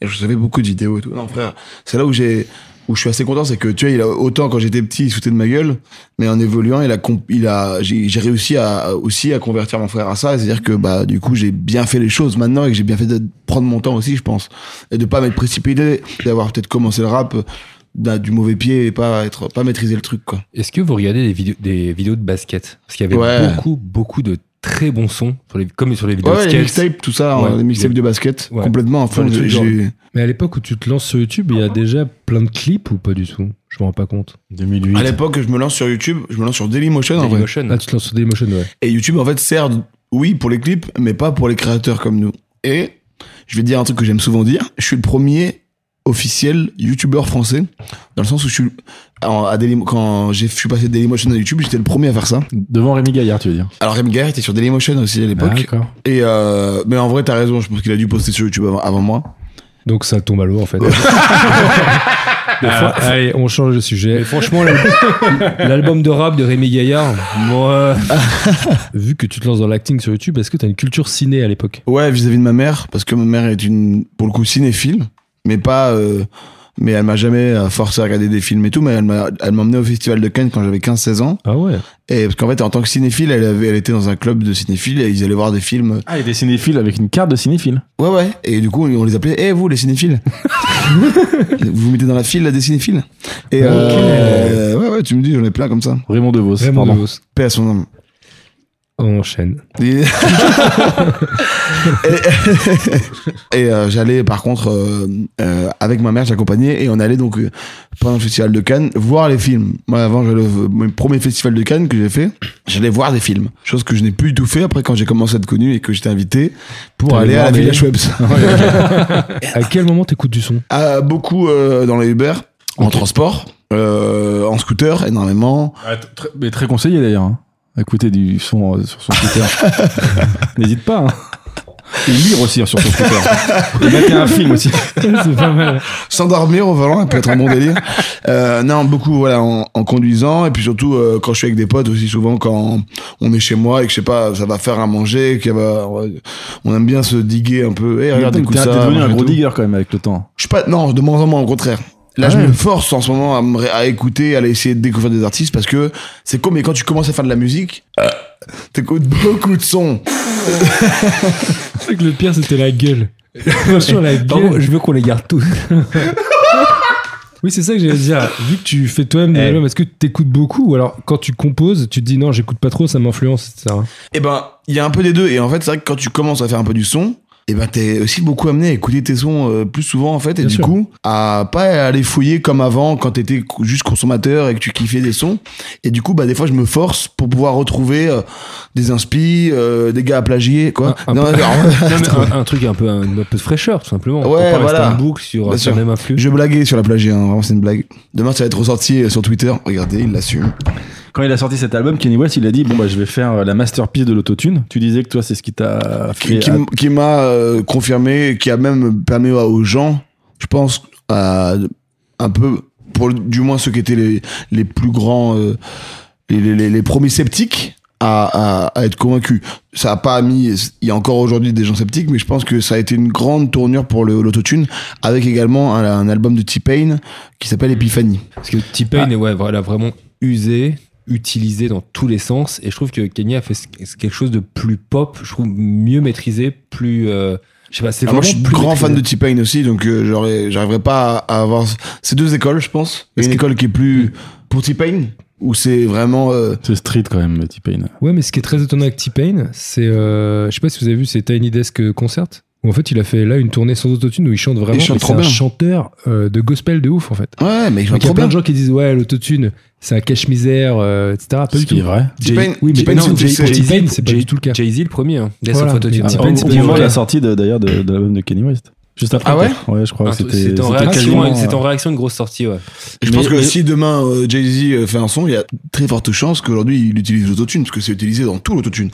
Speaker 3: Et je recevais beaucoup de vidéos et tout. Non, frère, c'est là où j'ai, où je suis assez content, c'est que tu vois, il a autant quand j'étais petit, il se foutait de ma gueule, mais en évoluant, il a, comp- il a, j'ai j'ai réussi à aussi à convertir mon frère à ça. C'est-à-dire que bah du coup, j'ai bien fait les choses maintenant et que j'ai bien fait de prendre mon temps aussi, je pense, et de pas m'être précipité, d'avoir peut-être commencé le rap d'un- du mauvais pied et pas être pas maîtriser le truc quoi.
Speaker 1: Est-ce que vous regardez des vidéos, des vidéos de basket Parce qu'il y avait
Speaker 3: Ouais.
Speaker 1: beaucoup, beaucoup de très bons sons, sur les, comme sur les vidéos
Speaker 3: Ouais, ouais,
Speaker 1: de
Speaker 3: les
Speaker 1: skate.
Speaker 3: mixtapes, tout ça,
Speaker 1: Ouais.
Speaker 3: hein, les mixtapes de basket,
Speaker 1: Ouais.
Speaker 3: complètement en fond.
Speaker 1: les trucs
Speaker 3: j'ai-
Speaker 1: genre-
Speaker 3: j'ai-
Speaker 2: Mais à l'époque où tu te lances sur YouTube, il y a déjà plein de clips ou pas du tout Je m'en rends pas compte.
Speaker 4: 2008.
Speaker 3: À l'époque, je me lance sur YouTube, je me lance sur Dailymotion en vrai.
Speaker 1: Dailymotion.
Speaker 2: Ah, tu te lances sur Dailymotion, ouais.
Speaker 3: Et YouTube, en fait, sert, oui, pour les clips, mais pas pour les créateurs comme nous. Et je vais dire un truc que j'aime souvent dire. Je suis le premier officiel youtubeur français, dans le sens où je suis, en- à Dailymo- quand j'ai- je suis passé de Dailymotion à YouTube, j'étais le premier à faire ça.
Speaker 4: Devant Rémi Gaillard, tu veux dire
Speaker 3: Alors, Rémi Guerre était sur Dailymotion aussi à
Speaker 2: Ah,
Speaker 3: l'époque.
Speaker 2: d'accord.
Speaker 3: Et, euh, mais en vrai, t'as raison, je pense qu'il a dû poster sur YouTube avant, avant moi.
Speaker 2: Donc ça tombe à l'eau en fait. Alors, allez, on change de sujet.
Speaker 1: Euh, ah Mais franchement, l'al- l'album de rap de Rémi Gaillard, moi,
Speaker 2: Vu que tu te lances dans l'acting sur YouTube, est-ce que t'as une culture ciné à l'époque
Speaker 3: Ouais, vis-à-vis de ma mère, parce que ma mère est une, pour le coup, cinéphile, mais pas, euh, mais elle m'a jamais euh, forcé à regarder des films et tout, mais elle m'a, elle m'a emmené au festival de Cannes quand j'avais 15-16 ans.
Speaker 2: Ah ouais
Speaker 3: Et parce qu'en fait, en tant que cinéphile, elle, avait, elle était dans un club de cinéphiles et ils allaient voir des films.
Speaker 4: Ah, il était cinéphile avec une carte de cinéphile.
Speaker 3: Ouais, ouais. Et du coup, on les appelait, Eh vous, les cinéphiles Vous vous mettez dans la file là, des cinéphiles Et euh, ouais, ouais, tu me dis, j'en ai plein comme ça.
Speaker 4: Raymond DeVos,
Speaker 2: Vraiment
Speaker 4: pardon.
Speaker 3: Paix à son âme.
Speaker 2: On enchaîne.
Speaker 3: Et, et, euh, j'allais par contre euh, euh, avec ma mère, j'accompagnais et on allait donc euh, pendant le festival de Cannes voir les films. Moi avant, j'allais au- mon premier festival de Cannes que j'ai fait, j'allais voir des films. Chose que je n'ai plus du tout fait après quand j'ai commencé à être connu et que j'étais invité pour aller à
Speaker 2: T'allais voir
Speaker 3: la
Speaker 2: des-
Speaker 3: Village Webs.
Speaker 2: À quel moment t'écoutes du son
Speaker 3: Ah, beaucoup euh, dans les Uber, en transport, euh, en scooter énormément.
Speaker 4: mais très conseillé d'ailleurs. hein. Écouter du son euh, sur son scooter. N'hésite pas. Hein. Et lire aussi hein, sur son scooter. Et mater un film aussi.
Speaker 2: C'est pas mal.
Speaker 3: S'endormir au volant, ça peut être un bon délire. Euh, non, beaucoup voilà en, en conduisant et puis surtout euh, quand je suis avec des potes aussi souvent quand on est chez moi et que je sais pas ça va faire à manger, qu'il va on aime bien se diguer un peu. Eh regarde
Speaker 4: T'es
Speaker 3: écoute
Speaker 4: t'es
Speaker 3: ça.
Speaker 4: devenu
Speaker 3: machin
Speaker 4: un
Speaker 3: et
Speaker 4: gros
Speaker 3: tout.
Speaker 4: digger quand même avec le temps.
Speaker 3: Je suis pas non de moins en moins au contraire. Là,
Speaker 4: Ah
Speaker 3: je
Speaker 4: ouais.
Speaker 3: me force en ce moment à, me ré- à écouter, à aller essayer de découvrir des artistes parce que c'est con, mais quand tu commences à faire de la musique, euh, t'écoutes beaucoup de sons.
Speaker 2: C'est que le pire, c'était la gueule. Franchement, la gueule.
Speaker 1: pardon, je veux qu'on les garde tous.
Speaker 2: Oui, c'est ça que j'allais dire. Vu que tu fais toi-même des
Speaker 1: Eh.
Speaker 2: albums, est-ce que t'écoutes beaucoup Ou alors, quand tu composes, tu te dis non, j'écoute pas trop, ça m'influence, etc.
Speaker 3: Eh ben, il y a un peu des deux. Et en fait, c'est vrai que quand tu commences à faire un peu du son, eh ben, t'es aussi beaucoup amené à écouter tes sons euh, plus souvent, en fait. Et
Speaker 2: Bien
Speaker 3: du
Speaker 2: sûr.
Speaker 3: coup, à pas aller fouiller comme avant quand t'étais co- juste consommateur et que tu kiffais des sons. Et du coup, bah, des fois, je me force pour pouvoir retrouver euh, des inspi, euh, des gars à plagier, quoi.
Speaker 1: Un- un
Speaker 3: Non,
Speaker 1: peu-
Speaker 3: alors,
Speaker 1: Non, mais un, un truc un peu, un, un peu de fraîcheur, tout simplement.
Speaker 3: Ouais,
Speaker 1: On peut pas rester
Speaker 3: voilà.
Speaker 1: en boucle sur,
Speaker 3: Bien
Speaker 1: sur
Speaker 3: sûr.
Speaker 1: le même influx.
Speaker 3: je blaguais sur la plagie, hein. Vraiment, c'est une blague. Demain, ça va être ressorti euh, sur Twitter. Regardez, il l'assume.
Speaker 4: quand il a sorti cet album, Kenny West, il a dit Bon, bah, je vais faire euh, la masterpiece de l'autotune. Tu disais que toi, c'est ce qui t'a
Speaker 3: qui,
Speaker 4: fait.
Speaker 3: qui m- qui m'a euh, confirmé, qui a même permis à- aux gens, je pense, à, un peu, pour du moins ceux qui étaient les, les plus grands, euh, les, les- les- les premiers sceptiques, à, à- à être convaincus. Ça a pas mis, il y a encore aujourd'hui des gens sceptiques, mais je pense que ça a été une grande tournure pour le- l'autotune, avec également un, un album de T-Pain qui s'appelle Epiphany.
Speaker 1: Parce que
Speaker 2: ah.
Speaker 1: T-Pain est ouais, voilà, vraiment usé, utilisé dans tous les sens. Et je trouve que Kenya a fait ce- ce- quelque chose de plus pop, je trouve mieux maîtrisé, plus. euh, je sais pas, c'est
Speaker 3: Ah, Moi, je
Speaker 1: vraiment
Speaker 3: suis
Speaker 1: plus
Speaker 3: grand fan de
Speaker 1: maîtrisé.
Speaker 3: T-Pain aussi, donc euh, j'aurais- j'arriverais pas à, à avoir ces deux écoles, je pense. Une
Speaker 1: Est-ce que- Mm.
Speaker 3: école qui est plus pour T-Pain, où c'est vraiment euh,
Speaker 4: C'est street quand même, T-Pain.
Speaker 2: Ouais, mais ce qui est très étonnant avec T-Pain, c'est. euh, je sais pas si vous avez vu, c'est Tiny Desk Concert. Où en fait, il a fait là une tournée sans autotune où il chante vraiment.
Speaker 3: Il chante
Speaker 2: et
Speaker 3: trop
Speaker 2: c'est un
Speaker 3: bien.
Speaker 2: chanteur euh, de gospel de ouf, en fait.
Speaker 3: ouais, mais ils chantent
Speaker 2: Donc, il y a
Speaker 3: Ah, trop
Speaker 2: plein
Speaker 3: bien.
Speaker 2: de gens qui disent Ouais, l'autotune, c'est un cache-misère, euh, etc. Pas
Speaker 4: Ce
Speaker 2: du
Speaker 4: qui est
Speaker 2: tout.
Speaker 4: vrai.
Speaker 2: Jay-
Speaker 3: T-Pain-
Speaker 2: oui, mais
Speaker 3: T-Pain,
Speaker 2: non,
Speaker 3: c'est-
Speaker 2: Jay-
Speaker 3: c'est-
Speaker 2: pour T-Pain, c'est pas
Speaker 1: Jay-
Speaker 2: du tout le cas.
Speaker 1: Jay-Z le premier. hein. Il y a
Speaker 2: Voilà.
Speaker 1: son autotune.
Speaker 2: Ah,
Speaker 1: T-Pain,
Speaker 2: au-
Speaker 1: c'est
Speaker 4: au
Speaker 1: pas
Speaker 4: moment
Speaker 1: vrai.
Speaker 4: de la sortie de- d'ailleurs de, de l'album de Kenny West. Juste après.
Speaker 3: Ah ouais
Speaker 4: peut-être. Ouais, je crois
Speaker 1: Un
Speaker 4: que
Speaker 1: truc-
Speaker 4: c'était.
Speaker 1: C'est en,
Speaker 4: c'était
Speaker 1: réaction à-
Speaker 4: quasiment- euh,
Speaker 1: c'est en réaction à une grosse sortie, ouais.
Speaker 3: Je
Speaker 4: Mais-
Speaker 3: pense que
Speaker 4: mais-
Speaker 3: si demain euh, Jay-Z euh, fait un son, il y a très forte chance qu'aujourd'hui il utilise l'autotune, parce que c'est utilisé dans tout l'autotune.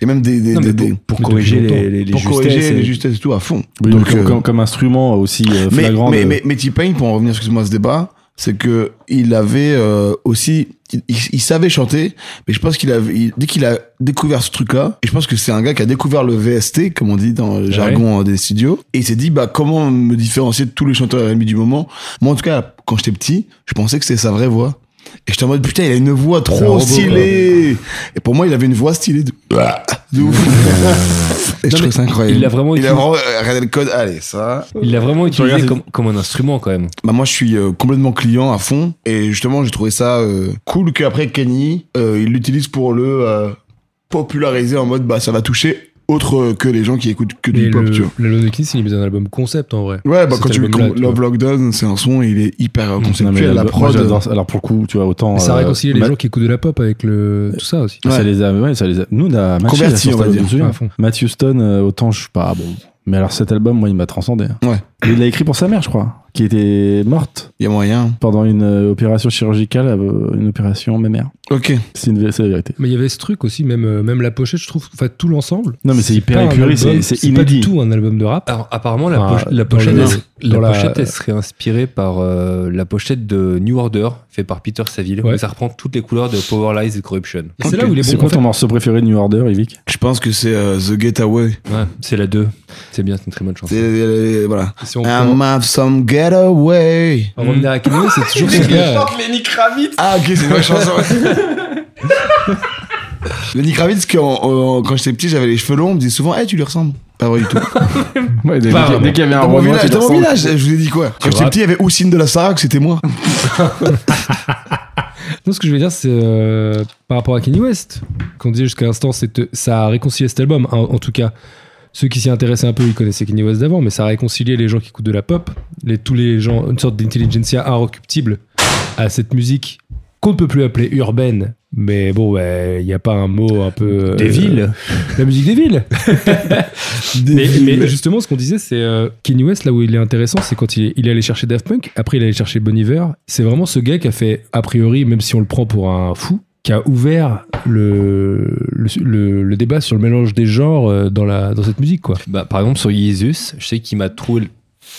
Speaker 3: Et même des, des,
Speaker 1: Non, mais
Speaker 3: des- des-
Speaker 1: pour
Speaker 2: mais
Speaker 1: corriger
Speaker 2: depuis
Speaker 1: les, les, les
Speaker 3: pour
Speaker 1: justesses euh.
Speaker 3: corriger
Speaker 1: et-
Speaker 3: les justesses et tout à fond.
Speaker 4: Oui,
Speaker 3: Donc,
Speaker 4: comme,
Speaker 3: euh,
Speaker 4: comme- comme instrument aussi euh,
Speaker 3: mais,
Speaker 4: flagrant.
Speaker 3: mais,
Speaker 4: de-
Speaker 3: mais, mais T-Pain, pour en revenir excuse-moi à ce débat, c'est que il avait euh, aussi, il, il- il savait chanter, mais je pense qu'il avait, il- dès qu'il a découvert ce truc-là, et je pense que c'est un gars qui a découvert le VST, comme on dit dans le jargon euh, des studios, et il s'est dit, bah comment me différencier de tous les chanteurs R&B du moment Moi, en tout cas, quand j'étais petit, je pensais que c'était sa vraie voix. Et j'étais en mode putain, il a une voix
Speaker 2: un
Speaker 3: trop
Speaker 2: robot,
Speaker 3: stylée. Et pour moi, il avait une voix stylée de, ah, de ouf. et je
Speaker 1: Non,
Speaker 3: trouve
Speaker 1: mais
Speaker 3: ça incroyable.
Speaker 1: il l'a vraiment
Speaker 3: il a
Speaker 1: utilisé.
Speaker 3: vraiment euh, regardé le code. Allez, ça.
Speaker 1: Il l'a vraiment utilisé
Speaker 4: regardes-
Speaker 1: comme, comme un instrument quand même.
Speaker 3: Bah moi je suis euh, complètement client à fond et justement j'ai trouvé ça euh, cool qu'après Kenny euh, il l'utilise pour le euh, populariser en mode bah ça va toucher autre euh, que les gens qui écoutent que
Speaker 2: Mais
Speaker 3: du pop
Speaker 2: le-
Speaker 3: tu vois.
Speaker 2: le Lone Kiss, il est mis dans un album concept en vrai.
Speaker 3: Ouais bah
Speaker 2: Cet
Speaker 3: quand tu
Speaker 2: album-là,
Speaker 3: quand
Speaker 2: tu
Speaker 3: Love Lockdown c'est un son il est hyper euh,
Speaker 4: Non, mais
Speaker 3: conceptuel la
Speaker 4: l'album- moi,
Speaker 3: prod.
Speaker 4: j'adore ça. Alors pour le coup, tu vois, autant.
Speaker 2: Mais ça
Speaker 4: euh,
Speaker 2: réconcilie les
Speaker 4: Ma-
Speaker 2: gens qui écoutent de la pop avec le tout ça aussi.
Speaker 4: Ça les a, ouais, ça les a. Nous, on a matché
Speaker 3: Converti,
Speaker 4: sur
Speaker 3: on va
Speaker 4: cet album,
Speaker 3: dire.
Speaker 4: je me souviens.
Speaker 2: À fond.
Speaker 4: Matthew Stone, euh, autant je suis pas bon. Mais alors cet album, moi, il m'a transcendé.
Speaker 3: Ouais.
Speaker 4: Et Il l'a écrit pour sa mère, je crois, qui était morte
Speaker 3: Il y a moyen.
Speaker 4: pendant une euh, opération chirurgicale, euh, une opération mémère.
Speaker 3: Ok.
Speaker 4: C'est une vé- c'est la vérité.
Speaker 2: Mais il y avait ce truc aussi, même, euh, même la pochette, je trouve, enfin tout l'ensemble.
Speaker 4: Non, mais c'est hyper
Speaker 2: pas un
Speaker 4: épuré,
Speaker 2: album,
Speaker 4: c'est- c'est
Speaker 2: pas
Speaker 4: inédit.
Speaker 2: du tout un album de rap.
Speaker 1: Alors, apparemment, la,
Speaker 2: Enfin,
Speaker 1: poche- la
Speaker 2: dans
Speaker 1: pochette,
Speaker 2: le-
Speaker 1: elle-
Speaker 2: dans
Speaker 1: la
Speaker 2: la-
Speaker 1: pochette, elle serait inspirée par euh, la pochette de New Order, fait par Peter Saville.
Speaker 2: Ouais.
Speaker 1: où Ça reprend toutes les couleurs de Power Lies et Corruption.
Speaker 2: Et C'est
Speaker 3: Ok.
Speaker 2: là où il est
Speaker 4: C'est
Speaker 2: bon.
Speaker 4: quoi
Speaker 2: en fait.
Speaker 4: ton morceau préféré de New Order, Evic
Speaker 3: Je pense que c'est euh, The Getaway.
Speaker 1: Ouais, c'est la 2. C'est bien, c'est une très bonne chanson.
Speaker 3: C'est euh, voilà.
Speaker 2: Si on
Speaker 3: I'm
Speaker 2: peut
Speaker 3: have some getaway.
Speaker 2: en revenir à Kenny, c'est toujours ce gars. euh,
Speaker 3: Ah ok c'est une vraie chanson. Lenny Kravitz quand, euh, quand j'étais petit j'avais les cheveux longs on me disait souvent eh tu lui ressembles. Pas vrai du tout.
Speaker 4: dès
Speaker 1: Pas vraiment.
Speaker 4: qu'il y avait un
Speaker 3: Dans mon
Speaker 4: roman,
Speaker 3: village, dans mon village, je vous ai dit quoi Quand j'étais
Speaker 1: vois.
Speaker 3: petit, il y avait Houssine de la Sarah, que c'était moi.
Speaker 2: Non, ce que je veux dire, c'est euh, par rapport à Kenny West, qu'on disait jusqu'à l'instant, c'est que ça a réconcilié cet album. hein. En, en tout cas, ceux qui s'y intéressaient un peu, ils connaissaient Kenny West d'avant, mais ça a réconcilié les gens qui écoutent de la pop, les, tous les gens, une sorte d'intelligentsia inrecuptible à cette musique qu'on ne peut plus appeler urbaine. Mais bon, ouais, il n'y a pas un mot un peu. euh, la musique des villes. mais, mais justement, ce qu'on disait, c'est euh, Kanye West, là où il est intéressant, c'est quand il est, il est allé chercher Daft Punk, après il est allé chercher Bon Iver. C'est vraiment ce gars qui a fait, a priori, même si on le prend pour un fou, qui a ouvert le, le, le- le débat sur le mélange des genres euh, dans, la, dans cette musique, quoi.
Speaker 1: Bah, par exemple, sur Jesus, je sais qu'il m'a troué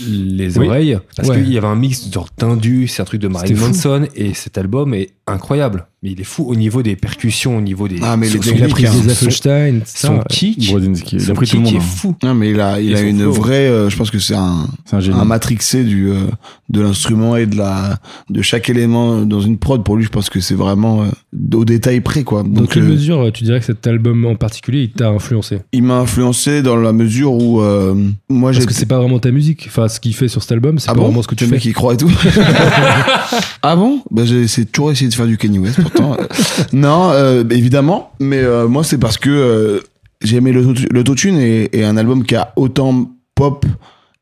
Speaker 1: les
Speaker 2: Oui.
Speaker 1: oreilles parce
Speaker 2: Ouais.
Speaker 1: qu'il y avait un mix genre tendu, c'est un truc de Marilyn
Speaker 2: C'était fou.
Speaker 1: Manson et cet album est incroyable. Mais il est fou au niveau des percussions, au niveau des.
Speaker 3: Ah, mais les
Speaker 1: son-
Speaker 3: techniques,
Speaker 1: son-
Speaker 2: Il a pris
Speaker 3: hein.
Speaker 1: son-
Speaker 2: des Affelstein, etc.
Speaker 1: son kick,
Speaker 4: Brodinski, il
Speaker 1: son
Speaker 4: a pris tout le
Speaker 1: kick
Speaker 4: monde.
Speaker 1: est
Speaker 4: hein.
Speaker 1: fou.
Speaker 3: Non, mais il a, il
Speaker 1: Ils
Speaker 3: a
Speaker 1: sont
Speaker 3: une
Speaker 1: fous.
Speaker 3: vraie. euh, je pense que c'est un,
Speaker 4: C'est un génie.
Speaker 3: un matrixé du, euh, de l'instrument et de, la, de chaque élément dans une prod. Pour lui, je pense que c'est vraiment euh, au détail près, quoi.
Speaker 2: Dans
Speaker 3: Donc,
Speaker 2: quelle
Speaker 3: euh,
Speaker 2: mesure euh, tu dirais que cet album en particulier, il t'a influencé
Speaker 3: il m'a influencé dans la mesure où euh, moi, j'ai.
Speaker 2: Parce que c'est pas vraiment ta musique. Enfin, ce qu'il fait sur cet album, c'est
Speaker 3: Ah
Speaker 2: pas
Speaker 3: bon
Speaker 2: vraiment ce que tu
Speaker 3: Le
Speaker 2: fais.
Speaker 3: mec, il croit et tout. ah bon bah, J'ai c'est toujours essayé de faire du Kanye West pourtant. non, euh, évidemment. Mais euh, moi, c'est parce que euh, j'ai aimé l'auto- l'autotune et, et un album qui a autant pop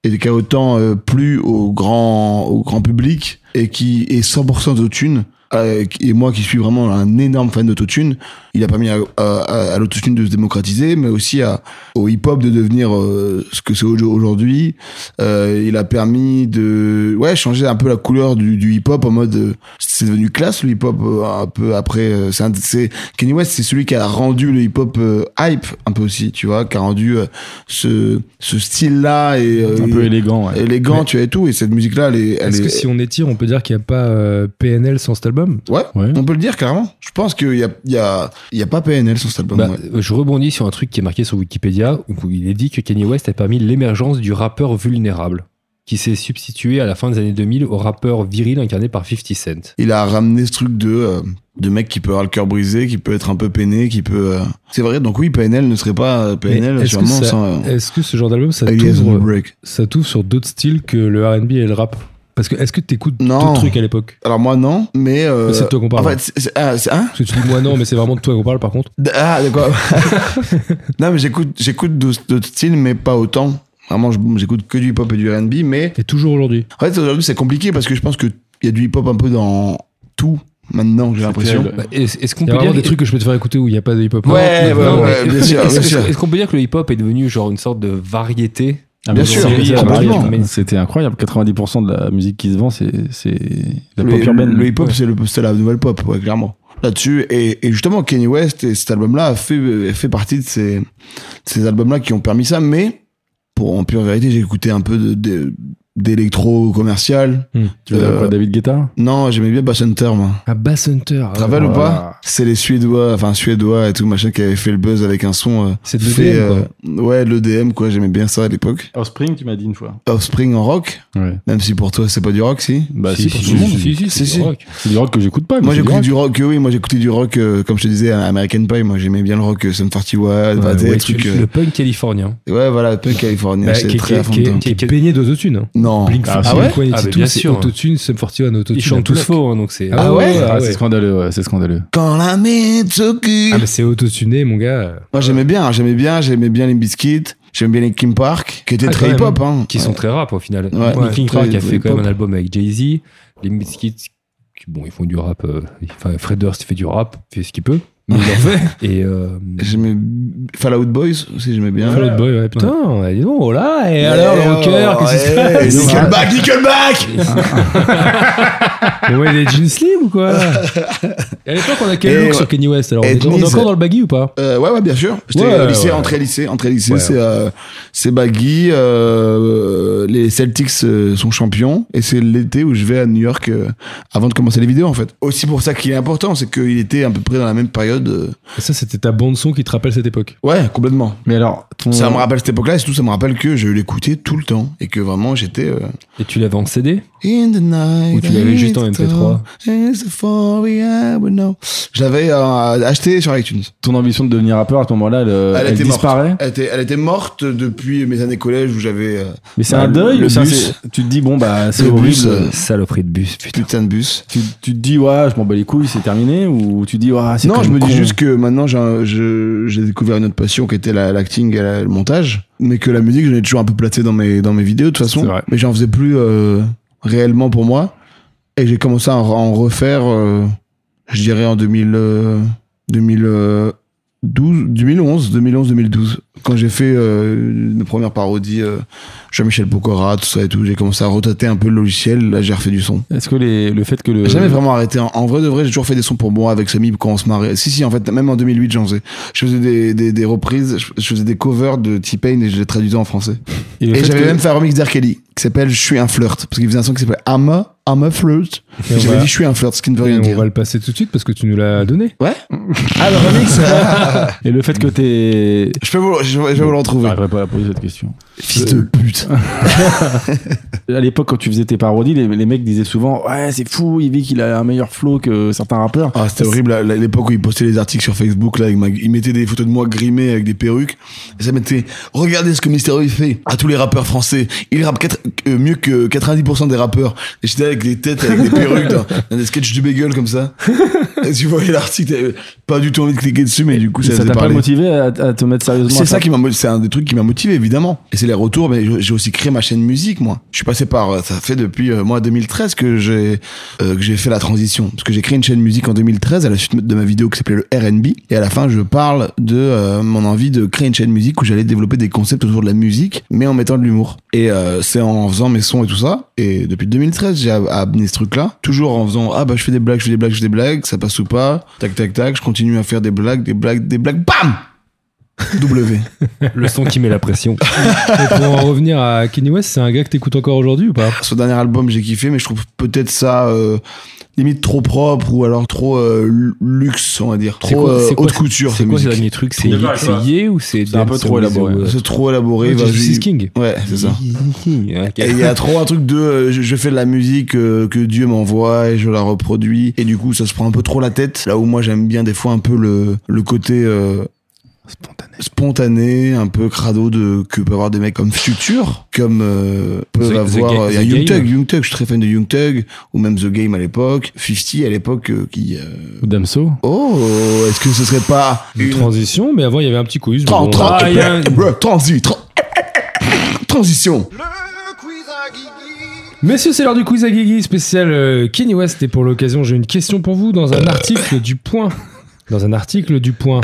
Speaker 3: et qui a autant euh, plu au grand, au grand public et qui est 100% autotune. euh, qui- et moi qui suis vraiment un énorme fan d'autotune, il a permis à, à, à- à l'autotune de se démocratiser, mais aussi à, au hip-hop de devenir euh, ce que c'est au- aujourd'hui. Euh, il a permis de ouais changer un peu la couleur du, du hip-hop en mode euh, c'est devenu classe le hip-hop euh, un peu après. euh, c'est un- c'est Kanye West, c'est celui qui a rendu le hip-hop euh, hype un peu aussi, tu vois, qui a rendu euh, ce ce style-là et euh,
Speaker 4: Un peu élégant, ouais.
Speaker 3: élégant, tu vois, et tout. Et cette musique-là, elle est. Elle
Speaker 2: Est-ce
Speaker 3: est-
Speaker 2: que si on étire, on peut dire qu'il n'y a pas euh, PNL sans cet album
Speaker 3: Ouais,
Speaker 4: Ouais.
Speaker 3: on peut le dire carrément. Je pense qu'il n'y a, il y a, il y a pas PNL sur cet album.
Speaker 1: Bah,
Speaker 3: ouais.
Speaker 1: euh, Je rebondis sur un truc qui est marqué sur Wikipédia où il est dit que Kanye West a permis l'émergence du rappeur vulnérable qui s'est substitué à la fin des années 2000 au rappeur viril incarné par 50 Cent.
Speaker 3: Il a ramené ce truc de, euh, de mec qui peut avoir le cœur brisé, qui peut être un peu peiné, qui peut. euh, C'est vrai, donc oui, PNL ne serait pas euh,
Speaker 2: Mais
Speaker 3: PNL,
Speaker 2: est-ce que
Speaker 3: sûrement,
Speaker 2: ça-
Speaker 3: sans. euh,
Speaker 2: Est-ce que ce genre d'album, ça
Speaker 3: Alias on the
Speaker 2: t'ouvre
Speaker 3: Break.
Speaker 2: ça t'ouvre sur d'autres styles que le RB et le rap Parce que est-ce que t'écoutes
Speaker 3: Non.
Speaker 2: d'autres trucs à l'époque
Speaker 3: Alors moi, non, mais. euh,
Speaker 2: C'est de toi qu'on
Speaker 3: En
Speaker 2: parle.
Speaker 3: fait, c'est- c'est- ah, c'est- hein
Speaker 2: Parce que tu dis moi non, mais c'est vraiment de toi qu'on parle par contre.
Speaker 3: D- Ah, de quoi Non, mais j'écoute j'écoute d'autres d'autres styles, mais pas autant. Vraiment, je- j'écoute que du hip-hop et du RB, mais
Speaker 2: Et toujours aujourd'hui.
Speaker 3: En fait, aujourd'hui, c'est compliqué parce que je pense qu'il y a du hip-hop un peu dans tout maintenant, j'ai l'impression.
Speaker 4: terrible.
Speaker 1: Bah, Est-ce est-ce qu'on
Speaker 2: Il y a
Speaker 1: peut dire
Speaker 2: vraiment des trucs que je peux te faire écouter où il n'y a pas de hip-hop.
Speaker 3: Ouais, ouais,
Speaker 1: Non,
Speaker 3: ouais,
Speaker 1: mais
Speaker 3: bien
Speaker 1: est-ce-
Speaker 3: sûr,
Speaker 1: est-ce-
Speaker 3: bien sûr.
Speaker 1: est-ce qu'on peut dire que le hip-hop est devenu genre une sorte de variété
Speaker 4: Ah,
Speaker 3: Bien
Speaker 4: mais
Speaker 3: sûr,
Speaker 4: c'est-
Speaker 3: oui,
Speaker 4: c'est-
Speaker 3: complètement.
Speaker 4: incroyable. c'était incroyable. 90% de la musique qui se vend, c'est c'est la
Speaker 3: Le,
Speaker 4: pop urbaine.
Speaker 3: le hip-hop, c'est le- c'est la nouvelle pop, ouais, clairement. Là-dessus, et, et justement, Kanye West et cet album-là a fait, euh, fait partie de ces, de ces albums-là qui ont permis ça, mais pour, en pure vérité, j'ai écouté un peu de- de- d'électro commercial.
Speaker 4: Tu veux dire quoi,
Speaker 3: Euh,
Speaker 4: David Guetta
Speaker 3: Non, j'aimais bien Bass Hunter, moi.
Speaker 2: Un Bass Hunter. euh,
Speaker 3: Tu te rappelles ou pas C'est les Suédois, enfin Suédois et tout machin qui avaient fait le buzz avec un son. euh,
Speaker 2: C'est de
Speaker 3: fait,
Speaker 2: l'EDM, quoi.
Speaker 3: euh, Ouais, l'EDM, quoi, j'aimais bien ça à l'époque.
Speaker 4: Offspring, tu m'as dit une fois.
Speaker 3: Offspring en rock,
Speaker 4: Ouais.
Speaker 3: Même si pour toi, c'est pas du rock, si
Speaker 4: Bah,
Speaker 1: Si, si,
Speaker 4: si, pour
Speaker 1: si,
Speaker 4: tout le monde.
Speaker 1: si, si,
Speaker 3: Si,
Speaker 1: c'est
Speaker 3: si.
Speaker 1: du rock.
Speaker 4: C'est du rock que j'écoute pas. mais
Speaker 3: Moi,
Speaker 4: c'est
Speaker 3: j'écoutais
Speaker 4: rock.
Speaker 3: du rock, euh, oui, moi, j'écoutais du rock, euh, comme je te disais, euh, American Pie. Moi, j'aimais bien le rock euh, Sum 41, enfin,
Speaker 1: Ouais,
Speaker 3: des
Speaker 1: ouais,
Speaker 3: trucs.
Speaker 1: Le punk californien.
Speaker 3: euh, ouais, voilà, peu californien,
Speaker 2: Bah,
Speaker 3: c'est
Speaker 2: qui,
Speaker 3: très à
Speaker 2: qui,
Speaker 3: fond
Speaker 2: qui-
Speaker 3: dedans.
Speaker 2: qui est baigné d'autotune. hein.
Speaker 3: Non.
Speaker 2: Blink
Speaker 4: Ah,
Speaker 2: Force,
Speaker 4: ouais
Speaker 2: Blink
Speaker 1: Ah,
Speaker 2: 182,
Speaker 1: mais bien
Speaker 2: c'est
Speaker 1: sûr.
Speaker 2: autotune, Sum 41, autotune.
Speaker 1: Ils chantent
Speaker 2: à bloc.
Speaker 1: tous faux, hein, donc c'est.
Speaker 2: Ah ouais,
Speaker 4: Ah,
Speaker 2: ah
Speaker 4: c'est
Speaker 2: ouais.
Speaker 4: scandaleux, ouais, c'est scandaleux.
Speaker 3: Quand la main took it.
Speaker 2: Ah, mais c'est autotuné, mon gars.
Speaker 3: Moi, j'aimais bien, hein, j'aimais bien, j'aimais bien les Biscuits, j'aimais bien les Kim Park, qui étaient
Speaker 2: Ah,
Speaker 3: très
Speaker 2: quand
Speaker 3: hip-hop, hein.
Speaker 1: qui sont très rap au final.
Speaker 3: Ouais.
Speaker 1: Nick King
Speaker 3: Ouais,
Speaker 1: Park
Speaker 3: très-
Speaker 1: a
Speaker 3: très
Speaker 1: fait quand
Speaker 3: pop.
Speaker 1: même un album avec Jay-Z, les Misfits, qui, bon, ils font du rap. euh, Enfin, Fred Durst fait du rap, fait ce qu'il peut, mais il en fait. Et euh,
Speaker 3: hein. J'aimais Fall Out Boys aussi, j'aimais bien.
Speaker 2: Fall Out Boy, ouais, putain, dis donc, oh là, et
Speaker 3: Eh,
Speaker 2: alors le
Speaker 3: oh,
Speaker 2: rocker, qu'est-ce qui se
Speaker 3: eh,
Speaker 2: passe ah,
Speaker 3: Nickelback, Nickelback
Speaker 2: Mais ouais, il est jeans slim ou quoi Et À l'époque, on a quel
Speaker 3: Et
Speaker 2: look
Speaker 3: ouais.
Speaker 2: sur Kanye West Alors, on
Speaker 3: Et
Speaker 2: est, on est
Speaker 3: Denise.
Speaker 2: encore dans le baggy ou pas
Speaker 3: Euh, ouais, ouais, bien sûr. J'étais
Speaker 2: Ouais,
Speaker 3: au lycée,
Speaker 2: ouais.
Speaker 3: entrée lycée, entrée lycée,
Speaker 2: Ouais.
Speaker 3: c'est euh, c'est Baggy. euh, les Celtics euh, sont champions et c'est l'été où je vais à New York euh, avant de commencer les vidéos en fait. Aussi pour ça qu'il est important, c'est qu'il était à peu près dans la même période. euh,
Speaker 2: Et Ça, c'était ta bande son qui te rappelle cette époque.
Speaker 3: Ouais, complètement.
Speaker 4: Mais alors, ton.
Speaker 3: Ça me rappelle cette époque-là et surtout ça me rappelle que je l'écoutais tout le temps et que vraiment j'étais. euh,
Speaker 1: et tu l'avais en CD
Speaker 3: In the night.
Speaker 1: Ou tu l'avais juste en MP3.
Speaker 3: J'avais euh, acheté sur iTunes.
Speaker 4: ton ambition de devenir rappeur à ce moment-là, elle, elle
Speaker 3: était
Speaker 4: disparaît.
Speaker 3: morte. Elle était, elle était morte depuis mes années collège où j'avais. euh,
Speaker 4: Mais c'est
Speaker 3: Bah,
Speaker 4: un
Speaker 3: le-
Speaker 4: deuil.
Speaker 3: le
Speaker 4: ça,
Speaker 3: bus.
Speaker 4: c'est- tu te dis bon bah c'est
Speaker 3: Le
Speaker 4: horrible.
Speaker 3: bus, euh,
Speaker 1: Saloperie de bus, putain.
Speaker 3: putain de bus.
Speaker 4: Tu, tu te dis ouais je m'en bats les couilles c'est terminé ou tu te dis ouais Ah, c'est
Speaker 3: Non,
Speaker 4: quand
Speaker 3: je me
Speaker 4: même
Speaker 3: dis
Speaker 4: con.
Speaker 3: juste que maintenant j'ai un- je- j'ai découvert une autre passion qui était la- l'acting et la- le montage, mais que la musique, je l'ai toujours un peu platée dans mes, dans mes vidéos de toute façon,
Speaker 4: C'est vrai.
Speaker 3: mais j'en faisais plus euh, réellement pour moi. Et j'ai commencé à en- en refaire, euh, je dirais en 2000, euh, 2012, 2011, 2011, 2012. Quand j'ai fait euh, mes premières parodies, euh, Jean-Michel Pokora, tout ça et tout, j'ai commencé à retater un peu le logiciel, là j'ai refait du son.
Speaker 4: Est-ce que les- le fait que le
Speaker 3: J'ai
Speaker 2: Euh.
Speaker 3: Jamais vraiment arrêté. En, en vrai de vrai, j'ai toujours fait des sons pour moi avec Samy quand on se marrait. Si, si, en fait, même en 2008, j'en faisais. Je faisais des, des, des reprises, je, je faisais des covers de T-Pain et je les traduisais en français.
Speaker 4: et le
Speaker 3: Et
Speaker 4: fait
Speaker 3: j'avais
Speaker 4: que-
Speaker 3: même fait un remix d'R. Kelly qui s'appelle Je suis un flirt. Parce qu'il faisait un son qui s'appelle I'm a, I'm a flirt.
Speaker 2: Et on
Speaker 3: J'avais
Speaker 2: va-
Speaker 3: dit Je suis un flirt, ce qui ne veut
Speaker 2: et
Speaker 3: rien
Speaker 2: on
Speaker 3: dire.
Speaker 2: va le passer tout de suite parce que tu nous l'as donné.
Speaker 3: Ouais Ah, le remix
Speaker 4: et le fait que t'es
Speaker 3: Je peux vous, je, je vais vous le retrouver.
Speaker 2: Ah,
Speaker 4: j'arriverai pas à poser cette question
Speaker 3: Fils de
Speaker 2: euh,
Speaker 3: pute.
Speaker 4: à l'époque quand tu faisais tes parodies les, les mecs disaient souvent ouais c'est fou Yvick il a un meilleur flow que certains rappeurs
Speaker 3: Ah, c'était horrible, à l'époque où ils postaient les articles sur Facebook, là, avec ma- ils mettaient des photos de moi grimé avec des perruques. Et ça mettait, regardez ce que Mister Oi fait à tous les rappeurs français. Il rappe quatre- euh, mieux que 90% des rappeurs. Et j'étais avec des têtes, avec des perruque, dans, dans des sketchs du bagel comme ça. Et tu voyais l'article, t'avais pas du tout envie de cliquer dessus, mais du coup, ça,
Speaker 4: Ça
Speaker 3: faisait
Speaker 4: t'a pas
Speaker 3: parler.
Speaker 4: motivé à, à te mettre sérieusement à
Speaker 3: C'est ça
Speaker 4: faire-
Speaker 3: qui m'a, mo- c'est un des trucs qui m'a motivé évidemment. Et c'est les retours. Mais je- j'ai aussi créé ma chaîne musique moi. Je suis passé par, euh, ça fait depuis euh, moi 2013 que j'ai euh, que j'ai fait la transition parce que j'ai créé une chaîne musique en 2013 à la suite de ma vidéo qui s'appelait le R&B et à la fin je parle de euh, mon envie de créer une chaîne musique où j'allais développer des concepts autour de la musique mais en mettant de l'humour. Et euh, c'est en faisant mes sons et tout ça. Et depuis 2013 j'ai ab- amené ce truc là toujours en faisant ah bah je fais des blagues, je fais des blagues, je fais des blagues, ça passe ou pas, tac tac tac, je continue à faire des blagues, des blagues, des blagues, bam. W.
Speaker 1: Le son qui met la pression.
Speaker 2: Et pour en revenir à Kenny West, c'est un gars que t'écoutes encore aujourd'hui ou pas
Speaker 3: Ah, Son dernier album, j'ai kiffé, mais je trouve peut-être ça euh, limite trop propre ou alors trop euh, lu- luxe, on va dire.
Speaker 1: C'est
Speaker 3: Trop
Speaker 1: quoi-
Speaker 3: euh,
Speaker 1: c'est quoi-
Speaker 3: haute couture.
Speaker 1: C'est
Speaker 3: cette
Speaker 1: quoi ce
Speaker 3: musique.
Speaker 1: dernier truc C'est
Speaker 6: D'accord,
Speaker 1: c'est
Speaker 6: quoi.
Speaker 1: yé ou c'est
Speaker 4: C'est un peu
Speaker 1: dance
Speaker 4: trop
Speaker 1: ou-
Speaker 4: élaboré.
Speaker 1: ou-
Speaker 3: C'est trop élaboré. vas-y.
Speaker 2: Justice King.
Speaker 3: Ouais,
Speaker 1: euh,
Speaker 3: c'est ça.
Speaker 1: Ok.
Speaker 3: Et il y a trop un truc de euh, je, je fais de la musique euh, que Dieu m'envoie et je la reproduis. Et du coup, ça se prend un peu trop la tête. Là où moi, j'aime bien des fois un peu le, le côté. euh,
Speaker 4: Spontané.
Speaker 3: spontané, un peu crado de que peuvent avoir des mecs comme Future, comme euh, peuvent
Speaker 1: The- The
Speaker 3: avoir
Speaker 1: Ga-
Speaker 3: euh, il y a
Speaker 1: The
Speaker 3: Young
Speaker 1: Game.
Speaker 3: Thug, Young Thug, je suis très fan de Young Thug ou même The Game à l'époque, 50 à l'époque euh, qui euh,
Speaker 4: Damso
Speaker 3: oh, est-ce que ce serait pas
Speaker 2: Une transition, mais avant il y avait un petit quiz. mais
Speaker 3: Tran-
Speaker 2: bon,
Speaker 3: tran-
Speaker 1: Ah, il y a un-
Speaker 3: Bruh, transi- tran- transition
Speaker 2: Messieurs, c'est l'heure du quiz à Guigui spécial euh, Kenny West et pour l'occasion, j'ai une question pour vous dans un article du Point. Dans un article du Point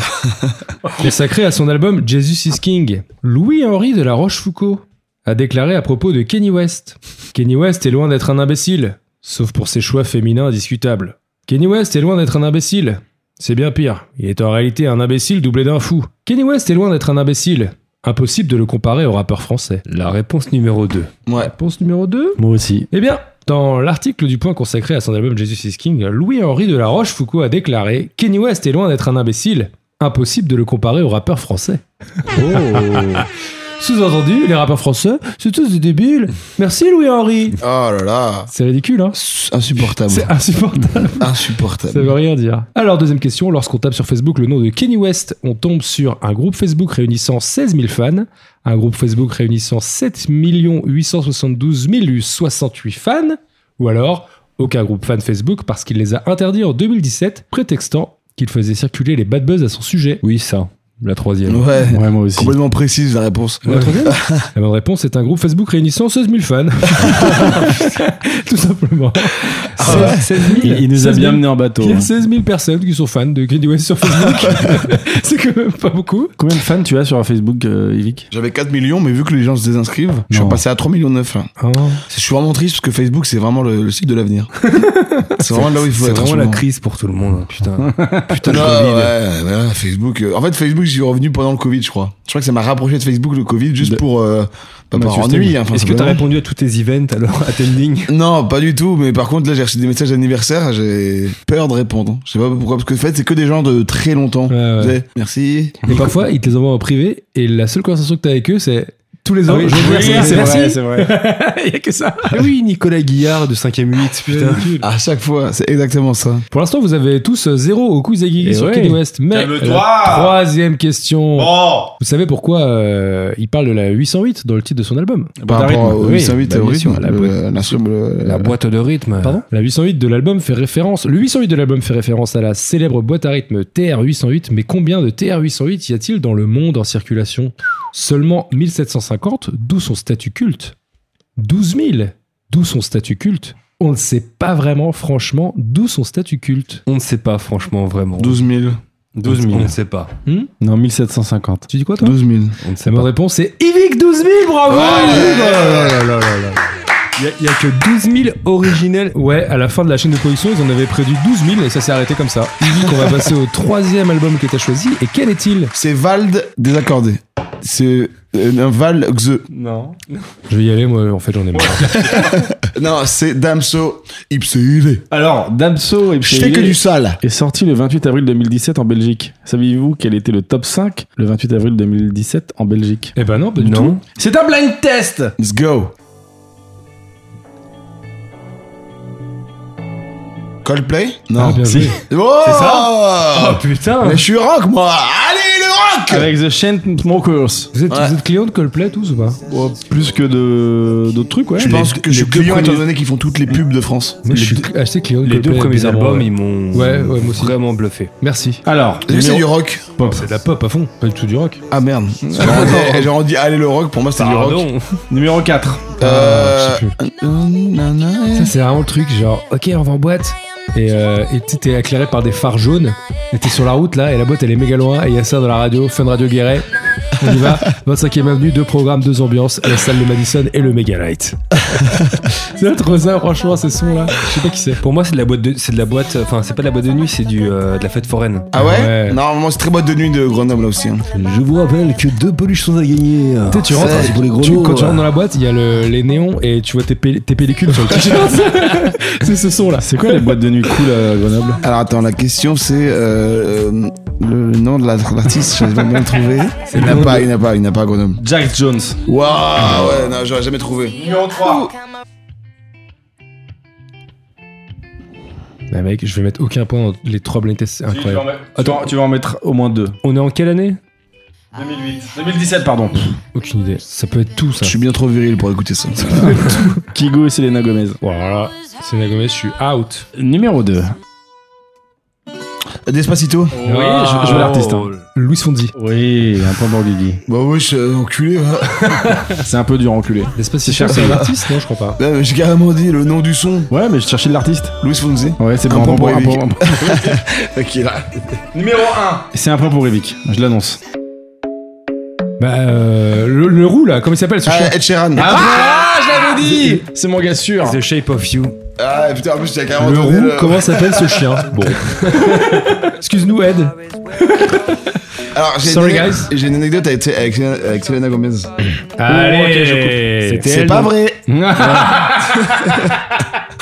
Speaker 2: consacré à son album Jesus is King, Louis-Henri de la Rochefoucauld a déclaré à propos de Kenny West Kenny West est loin d'être un imbécile, sauf pour ses choix féminins discutables. Kenny West est loin d'être un imbécile. C'est bien pire. Il est en réalité un imbécile doublé d'un fou. Kenny West est loin d'être un imbécile. Impossible de le comparer au rappeur français.
Speaker 1: La réponse numéro 2.
Speaker 3: Ouais,
Speaker 2: Réponse numéro 2
Speaker 4: Moi aussi.
Speaker 2: eh bien, dans l'article du point consacré à son album Jesus is King, Louis-Henri de la Rochefoucauld a déclaré Kenny West est loin d'être un imbécile. Impossible de le comparer au rappeur français. Oh. Sous-entendu, les rappeurs français, c'est tous des débiles. Merci Louis-Henri.
Speaker 3: oh là là,
Speaker 2: C'est ridicule, hein
Speaker 3: insupportable,
Speaker 2: C'est insupportable. Ça
Speaker 3: insupportable.
Speaker 2: veut rien dire. Alors, deuxième question. Lorsqu'on tape sur Facebook le nom de Kenny West, on tombe sur un groupe Facebook réunissant 16 000 fans, un groupe Facebook réunissant 7 872 068 fans, ou alors aucun groupe fan Facebook parce qu'il les a interdits en 2017, prétextant qu'il faisait circuler les bad buzz à son sujet.
Speaker 1: Oui, ça. La troisième.
Speaker 3: Ouais,
Speaker 4: Ouais, moi aussi.
Speaker 3: complètement précise la réponse.
Speaker 2: La troisième La bonne réponse est un groupe Facebook réunissant 16 000 fans. Tout simplement.
Speaker 3: ouais.
Speaker 2: 16
Speaker 4: Il, il nous a
Speaker 2: 16 000.
Speaker 4: bien amené en bateau.
Speaker 2: Il y a 16 000 personnes qui sont fans de Kenny West sur Facebook. c'est quand même pas beaucoup.
Speaker 4: hein. Combien de fans tu as sur Facebook, euh, Yvick
Speaker 3: J'avais 4 millions, mais vu que les gens se désinscrivent, je suis
Speaker 4: Non.
Speaker 3: passé à 3 millions 9 là. Je suis vraiment triste parce que Facebook, c'est vraiment le, le site de l'avenir. c'est vraiment là où il faut
Speaker 1: C'est
Speaker 3: être. en
Speaker 1: vraiment
Speaker 3: ce
Speaker 1: la
Speaker 3: moment.
Speaker 1: crise pour tout le monde, hein, putain.
Speaker 3: Putain,
Speaker 1: le
Speaker 3: non,
Speaker 1: Covid.
Speaker 3: ouais, voilà, Facebook. euh, En fait, Facebook, j'y suis revenu pendant le Covid, je crois. Je crois que ça m'a rapproché de Facebook le Covid juste
Speaker 4: De-
Speaker 3: pour. euh, pas par
Speaker 4: Mathieu
Speaker 3: ennui.
Speaker 4: Stem.
Speaker 3: hein, enfin,
Speaker 1: Est-ce que
Speaker 3: simplement.
Speaker 1: t'as répondu à tous tes events alors, attending
Speaker 3: Non, pas du tout. Mais par contre, là, j'ai reçu des messages d'anniversaire. J'ai peur de répondre. hein. Je sais pas pourquoi. Parce que en fait, c'est que des gens de très longtemps.
Speaker 2: Ouais, ouais.
Speaker 3: Tu sais, Merci.
Speaker 2: Et parfois, ils te les envoient en privé et la seule conversation que t'as avec eux, c'est tous les ans.
Speaker 1: oui,
Speaker 2: je veux
Speaker 1: oui,
Speaker 2: dire,
Speaker 1: oui,
Speaker 2: c'est-
Speaker 1: c'est
Speaker 2: merci.
Speaker 1: vrai,
Speaker 2: Il y a que ça.
Speaker 1: Ah Oui, Nicolas Guillard de 5ème 8, putain.
Speaker 3: À chaque fois, c'est exactement ça.
Speaker 2: Pour l'instant, vous avez tous euh, zéro au quiz à Guigui
Speaker 1: Et
Speaker 2: sur
Speaker 1: ouais.
Speaker 2: Kenny West. Mais
Speaker 6: Calme-toi.
Speaker 2: la troisième question.
Speaker 6: Oh
Speaker 2: Vous savez pourquoi euh, il parle de la 808 dans le titre de son album
Speaker 3: Par euh, rapport au
Speaker 2: oui,
Speaker 3: 808
Speaker 2: bah,
Speaker 3: au
Speaker 2: bien sûr,
Speaker 3: rythme,
Speaker 2: la
Speaker 3: le-
Speaker 2: boîte.
Speaker 3: la euh, sur- le-
Speaker 1: La boîte de rythme.
Speaker 2: Pardon Bah, La 808 de l'album fait référence. Le 808 de l'album fait référence à la célèbre boîte à rythme TR-808. Mais combien de TR-808 y a-t-il dans le monde en circulation Seulement 1750, d'où son statut culte. 12 000, d'où son statut culte. On ne sait pas vraiment, franchement, d'où son statut culte.
Speaker 1: On ne sait pas, franchement, vraiment.
Speaker 3: 12 000.
Speaker 4: 12
Speaker 1: On
Speaker 4: 000.
Speaker 1: ne sait pas.
Speaker 4: Non, 1750.
Speaker 2: Tu dis quoi, toi
Speaker 3: 12 000.
Speaker 1: On ne sait
Speaker 2: La bonne
Speaker 1: pas.
Speaker 2: réponse est Yvick 12 000, bravo Yvick Oh
Speaker 1: Il y a- il y a, que 12 000 originels.
Speaker 2: Ouais, à la fin de la chaîne de production, ils en avaient prévu 12 000 et ça s'est arrêté comme ça. Yvick, on va passer au troisième album que t'as choisi. Et quel est-il
Speaker 3: C'est Vald désaccordé. C'est euh, un Val Xe.
Speaker 4: Non.
Speaker 2: Je vais y aller, moi, en fait, j'en ai marre.
Speaker 3: Non, c'est Damso Ipséilé.
Speaker 4: Alors, Damso et
Speaker 3: Je fais que du sale.
Speaker 4: est sorti le 28 avril 2017 en Belgique. Saviez-vous quel était le top 5 le 28 avril 2017 en Belgique
Speaker 2: Eh ben non, pas du
Speaker 1: Non.
Speaker 2: tout.
Speaker 4: C'est un blind test
Speaker 3: Let's go. Coldplay
Speaker 2: Ah,
Speaker 3: Non.
Speaker 2: bien
Speaker 4: si.
Speaker 2: joué.
Speaker 3: Oh
Speaker 2: Ah,
Speaker 4: Ah,
Speaker 1: C'est ça Oh putain Oh,
Speaker 3: Ah, Mais je suis rock, moi Allez, rock
Speaker 4: Avec The Chainsmokers.
Speaker 2: Vous êtes,
Speaker 3: Ouais.
Speaker 2: vous êtes client de Coldplay tous ou pas
Speaker 4: Oh, plus que de d'autres trucs, ouais.
Speaker 3: Je pense que je suis
Speaker 4: deux
Speaker 3: client étant
Speaker 4: premiers-
Speaker 3: donné qu'ils font toutes les pubs de France.
Speaker 2: Moi, je suis assez client de
Speaker 1: Les
Speaker 2: Coldplay,
Speaker 1: deux premiers
Speaker 2: bizarrement,
Speaker 1: albums,
Speaker 2: ouais.
Speaker 1: ils Ah, m'ont
Speaker 2: Ouais, ouais, moi aussi.
Speaker 1: vraiment bluffé.
Speaker 2: Merci.
Speaker 4: Alors,
Speaker 3: Est-ce que C'est
Speaker 4: numéro-
Speaker 3: du rock.
Speaker 4: Pop.
Speaker 2: C'est de la pop à fond, pas du tout du rock.
Speaker 3: Ah merde. Genre on dit allez le rock, pour moi c'est
Speaker 1: Ah,
Speaker 3: du rock.
Speaker 1: Pardon.
Speaker 4: numéro 4.
Speaker 3: Euh,
Speaker 2: Ah, je sais Ça, c'est vraiment le truc, genre, ok, on va en boîte. Et euh, et tu sais, t'es éclairé par des phares jaunes. Et t'es sur la route là, et la boîte elle est méga loin. Et il y a ça dans la radio, Fun Radio Guéret. On y va, 25 e avenue, deux programmes, deux ambiances, la salle de Madison et le Mega Light. c'est autre ça, franchement, ces sons là. Je sais pas qui c'est.
Speaker 1: Pour moi, c'est de la boîte de, c'est de la boîte, enfin, c'est pas de la boîte de nuit, c'est du, euh, de la fête foraine.
Speaker 3: Ah ouais
Speaker 2: Ouais.
Speaker 3: Normalement c'est très boîte de nuit de Grenoble là aussi. hein.
Speaker 7: Je vous rappelle que deux peluches sont à gagner.
Speaker 1: hein,
Speaker 2: Tu sais, tu rentres,
Speaker 7: C'est pour les gros
Speaker 2: tu-
Speaker 7: lots,
Speaker 2: quand
Speaker 1: euh,
Speaker 2: tu
Speaker 7: ouais.
Speaker 2: rentres dans la boîte, il y a le- les néons et tu vois tes, pé- tes pellicules sur le t-shirt. c'est ce son là.
Speaker 4: C'est quoi les boîtes de nuit cool à Grenoble
Speaker 3: Alors attends, la question c'est euh, euh, le nom de la- l'artiste, je vais bien le trouver. Il n'y en a pas, il n'y en a pas, il n'y en a pas à Grenoble. Ah.
Speaker 4: Jack Jones.
Speaker 3: Waouh, ouais, non, j'aurais jamais trouvé.
Speaker 2: Bah, mec, je vais mettre aucun point dans les trois blind tests, c'est incroyable.
Speaker 4: Attends, tu vas en mettre au moins deux.
Speaker 1: On est en quelle année
Speaker 4: 2008. 2017, pardon.
Speaker 2: Aucune idée. Ça peut être tout ça.
Speaker 3: Je suis bien trop viril pour écouter ça.
Speaker 4: Kigo et Selena Gomez.
Speaker 2: Voilà. Selena Gomez, je suis out.
Speaker 4: Numéro 2.
Speaker 3: Despacito
Speaker 4: Oui, je, je veux l'artiste. hein.
Speaker 2: Louis Fondi.
Speaker 4: Oui, un point pour Guigui.
Speaker 3: Bah ouais, je suis euh, enculé. ouais.
Speaker 4: C'est un peu dur enculé.
Speaker 2: L'espace
Speaker 4: C'est cher,
Speaker 2: c'est un artiste Non, je crois pas.
Speaker 3: Ouais, Bah, mais J'ai carrément dit le nom du son.
Speaker 4: Ouais, mais je cherchais l'artiste.
Speaker 3: Louis Fonzi.
Speaker 4: Ouais, c'est
Speaker 3: Un
Speaker 4: bon.
Speaker 3: point
Speaker 4: un
Speaker 3: pour
Speaker 4: point- un point-
Speaker 3: Evic. Ok, là.
Speaker 4: C'est un point pour Evic, je l'annonce.
Speaker 2: Bah, euh, le, le roux là, comment il s'appelle ce chien
Speaker 3: Ah, Ed Sheeran.
Speaker 4: je l'avais dit C'est mon gars sûr
Speaker 1: The Shape of You.
Speaker 3: Ah, putain, en plus, tu as carrément
Speaker 2: Le
Speaker 3: trouvé
Speaker 2: roux,
Speaker 3: le-
Speaker 2: comment s'appelle ce chien Bon. Excuse-nous, Ed.
Speaker 3: Alors, j'ai
Speaker 2: Sorry,
Speaker 3: une...
Speaker 2: guys.
Speaker 3: J'ai une anecdote avec, avec Selena- avec Selena Gomez.
Speaker 2: Oh,
Speaker 1: Allez,
Speaker 3: C'est pas vrai.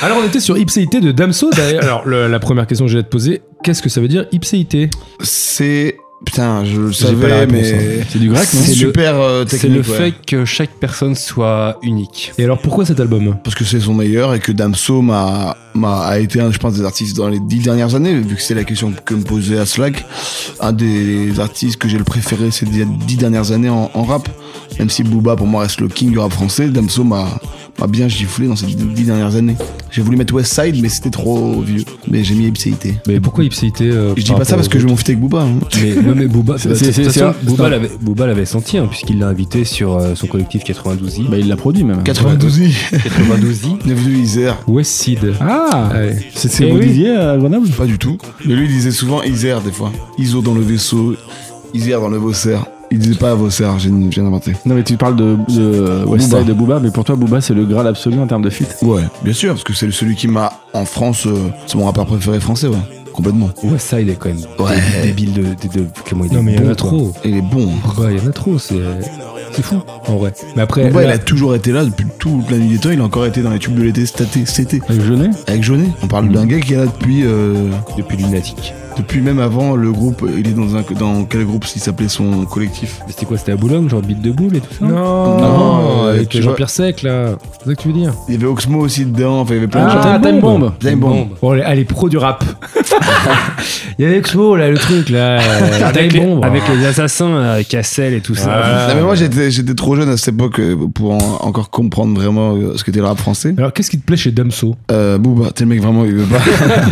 Speaker 2: Alors, on était sur ipséité de Damso. d'ailleurs. Alors, le- la première question que j'allais te poser, qu'est-ce que ça veut dire ipséité
Speaker 3: C'est. Putain, je le
Speaker 2: J'ai pas la
Speaker 3: savais,
Speaker 2: réponse,
Speaker 3: mais.
Speaker 2: hein. C'est du grec, non
Speaker 3: C'est super euh,
Speaker 1: C'est
Speaker 3: technique.
Speaker 1: le
Speaker 3: ouais.
Speaker 1: fait que chaque personne soit unique.
Speaker 2: Et alors, pourquoi cet album
Speaker 3: Parce que c'est son meilleur et que Damso m'a, m'a, a été un, je pense, des artistes dans les dix dernières années, vu que c'est la question que me posait à Slack. Un des artistes que j'ai le préféré ces dix dix dernières années en, en rap. Même si Booba pour moi reste le king du rap français, Damso m'a, m'a bien giflé dans ces dix dix dernières années. J'ai voulu mettre Westside, mais c'était trop vieux. Mais j'ai mis Ipséité.
Speaker 2: Mais pourquoi ipséité euh,
Speaker 3: Je dis
Speaker 2: par
Speaker 3: pas ça
Speaker 2: rapport
Speaker 3: parce
Speaker 2: aux
Speaker 3: que je vais m'en foutais avec Booba. hein.
Speaker 1: Mais, non, mais Booba,
Speaker 4: C'est-
Speaker 1: bah, de
Speaker 4: c'est-
Speaker 1: toute
Speaker 4: c'est-
Speaker 1: façon,
Speaker 4: c'est un-
Speaker 1: Booba
Speaker 4: c'est un-
Speaker 1: l'avait, Booba l'avait senti, hein, puisqu'il l'a invité sur euh, son collectif 92i.
Speaker 4: Bah, il l'a produit même.
Speaker 3: 92 i
Speaker 1: 92i.
Speaker 3: 9 de Isère.
Speaker 2: autres West Side.
Speaker 4: Ah
Speaker 2: Ouais.
Speaker 4: C'est c'est
Speaker 1: Eh
Speaker 4: vous
Speaker 1: oui.
Speaker 4: disiez à Grenoble
Speaker 3: Pas du tout. Mais lui, il disait souvent Isère des fois. Iso dans le vaisseau, Isère dans le Vauxerre. Il disait pas Vauxerre, j'ai j'ai inventé.
Speaker 4: Non, mais tu parles de, de West
Speaker 3: Booba.
Speaker 4: Side de Booba, mais pour toi, Booba, c'est le graal absolu en termes de feat.
Speaker 3: Ouais, bien sûr, parce que c'est celui qui m'a, en France, euh, c'est mon rappeur préféré français, ouais. Complètement.
Speaker 1: Westside est quand même
Speaker 3: Ouais.
Speaker 1: dé- débile de, de, de- comment Eh. il est
Speaker 2: Non, mais il y en
Speaker 1: bon, quoi.
Speaker 2: a trop.
Speaker 3: Il est bon. hein.
Speaker 2: Ouais, il y en a trop, c'est c'est fou en vrai. Mais après,
Speaker 3: Booba,
Speaker 2: là-
Speaker 3: il a toujours été là depuis toute la nuit des temps. Il a encore été dans les tubes de l'été cet été. cet été.
Speaker 4: Avec Jeunet
Speaker 3: Avec Jaunet. On parle d'un gars qui est là depuis, euh,
Speaker 1: depuis Lunatic.
Speaker 3: depuis même avant le groupe. Il est dans un, dans quel groupe s'il s'appelait son collectif
Speaker 1: C'était quoi C'était à Boulogne, genre beat de boule et tout ça
Speaker 2: non,
Speaker 3: Non, euh,
Speaker 2: avec
Speaker 3: tu
Speaker 2: Oh, Jean-Pierre Sec là, c'est ça que tu veux dire
Speaker 3: Il y avait Oxmo aussi dedans. Enfin, il y avait plein de gens.
Speaker 4: Ah, Time Bomb
Speaker 3: Time Bomb.
Speaker 2: Bon, allez, allez, pro du rap. il y avait Expo là, le truc là, euh,
Speaker 1: Avec,
Speaker 2: Time
Speaker 1: les,
Speaker 2: Bomb.
Speaker 1: avec les assassins, euh, Cassel et tout ça.
Speaker 3: Non, mais moi j'étais j'étais trop jeune à cette époque euh, pour en- encore comprendre vraiment euh, ce qu'était le rap français.
Speaker 2: Alors qu'est-ce qui te plaît chez Damso
Speaker 3: Euh, Booba, t'es le mec vraiment, il veut pas.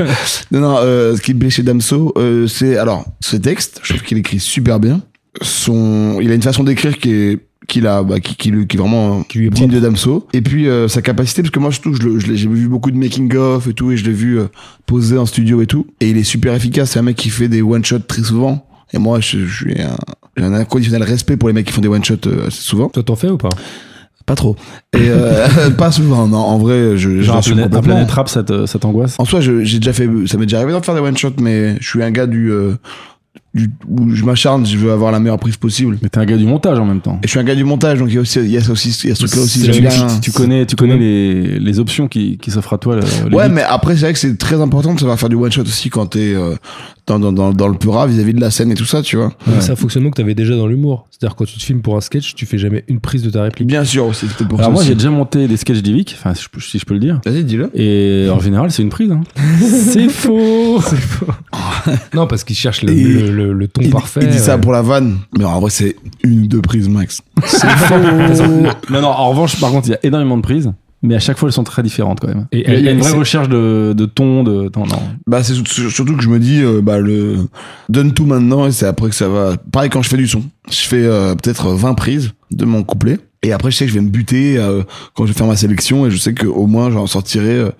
Speaker 3: non, non, euh, ce qui me plaît chez Damso, euh, c'est alors ce texte, je trouve qu'il écrit super bien. Son, il a une façon d'écrire qui est qu'il a bah, qui, qui, lui- qui est vraiment
Speaker 2: Qui lui est
Speaker 3: digne de Damso et puis euh, sa capacité parce que moi je trouve je le- je l'ai- j'ai vu beaucoup de making of et tout et je l'ai vu euh, poser en studio et tout et il est super efficace c'est un mec qui fait des one shots très souvent et moi je, je suis un j'ai un inconditionnel respect pour les mecs qui font des one shots euh, assez souvent
Speaker 2: Toi t'en fais ou pas
Speaker 3: pas trop. Et euh, pas souvent, non. En vrai, je, je
Speaker 4: Genre un
Speaker 3: l'assume
Speaker 4: planète, un
Speaker 3: complètement.
Speaker 4: planète rap, ça te- ça t'angoisse
Speaker 3: En soi, je- j'ai déjà fait, ça m'est déjà arrivé d'en faire des one shots, mais je suis un gars du, euh, du où je m'acharne, je veux avoir la meilleure prise possible.
Speaker 4: Mais t'es un gars du montage en même temps.
Speaker 3: Et je suis un gars du montage, donc il y a aussi, il y a ça aussi, il y a ce truc-là aussi.
Speaker 4: C'est la
Speaker 3: j'aime
Speaker 4: même
Speaker 3: bien.
Speaker 4: chose. Tu connais, tu connais les, les options qui, qui s'offrent à toi. le- le
Speaker 3: Ouais,
Speaker 4: beat.
Speaker 3: mais après, c'est vrai que c'est très important de savoir faire du one shot aussi quand t'es euh, dans, dans, dans, dans le pura vis-à-vis de la scène et tout ça, tu vois.
Speaker 2: C'est un fonctionnement que t'avais déjà dans l'humour. C'est-à-dire quand tu te filmes pour un sketch, tu fais jamais une prise de ta réplique.
Speaker 3: Bien sûr aussi, c'est peut-être pour
Speaker 4: Alors
Speaker 3: ça.
Speaker 4: moi,
Speaker 3: aussi.
Speaker 4: j'ai déjà monté des sketchs d'Evic, enfin, si je peux- si je peux le dire.
Speaker 3: Vas-y, dis-le.
Speaker 4: Et
Speaker 2: Oh
Speaker 4: en général, c'est une prise. Hein. c'est faux
Speaker 2: Non, parce qu'ils cherchent le,
Speaker 3: Et-
Speaker 2: le, le- le, le ton
Speaker 3: Il,
Speaker 2: parfait.
Speaker 3: il dit ça
Speaker 2: ouais.
Speaker 3: pour la vanne, mais en vrai, c'est une ou deux prises max.
Speaker 4: Non, non, en revanche, par contre, il y a énormément de prises, mais à chaque fois, elles sont très différentes quand même.
Speaker 2: Et-
Speaker 4: Il y a- il y a une vraie
Speaker 2: c'est-
Speaker 4: recherche de, de ton, de. Non, non.
Speaker 3: Bah, c'est sur- surtout que je me dis, euh, bah, le, donne tout maintenant et c'est après que ça va. Pareil quand je fais du son. Je fais euh, peut-être 20 prises de mon couplet. Et après, je sais que je vais me buter euh, quand je vais faire ma sélection et je sais qu'au moins, j'en sortirai euh,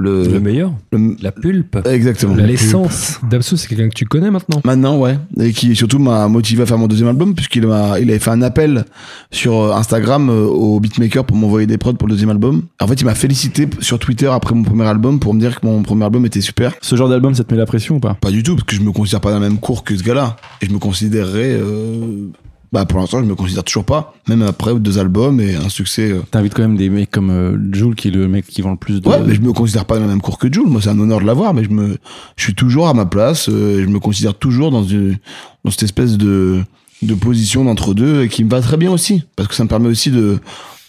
Speaker 3: le,
Speaker 1: Le meilleur,
Speaker 3: le-
Speaker 1: la pulpe,
Speaker 3: Exactement.
Speaker 1: l'essence.
Speaker 2: Damso, c'est quelqu'un que tu connais maintenant.
Speaker 3: Maintenant, ouais. Et qui surtout m'a motivé à faire mon deuxième album, puisqu'il m'a, il avait fait un appel sur euh, Instagram euh, au beatmaker pour m'envoyer des prods pour le deuxième album. En fait, il m'a félicité p- sur Twitter après mon premier album pour me dire que mon premier album était super.
Speaker 4: Ce genre d'album, ça te met la pression ou pas
Speaker 3: Pas du tout, parce que je me considère pas dans la même cour que ce gars-là. Et je me considérerais, euh, bah, pour l'instant, je me considère toujours pas. Même après deux albums et un succès. euh.
Speaker 4: T'invites quand même des mecs comme euh, Jules, qui est le mec qui vend le plus de.
Speaker 3: Ouais, mais je me considère pas dans la même cour que Jules. Moi, c'est un honneur de l'avoir, mais je me, je suis toujours à ma place. euh, et je me considère toujours dans une, dans cette espèce de, de position d'entre deux et qui me va très bien aussi, parce que ça me permet aussi de,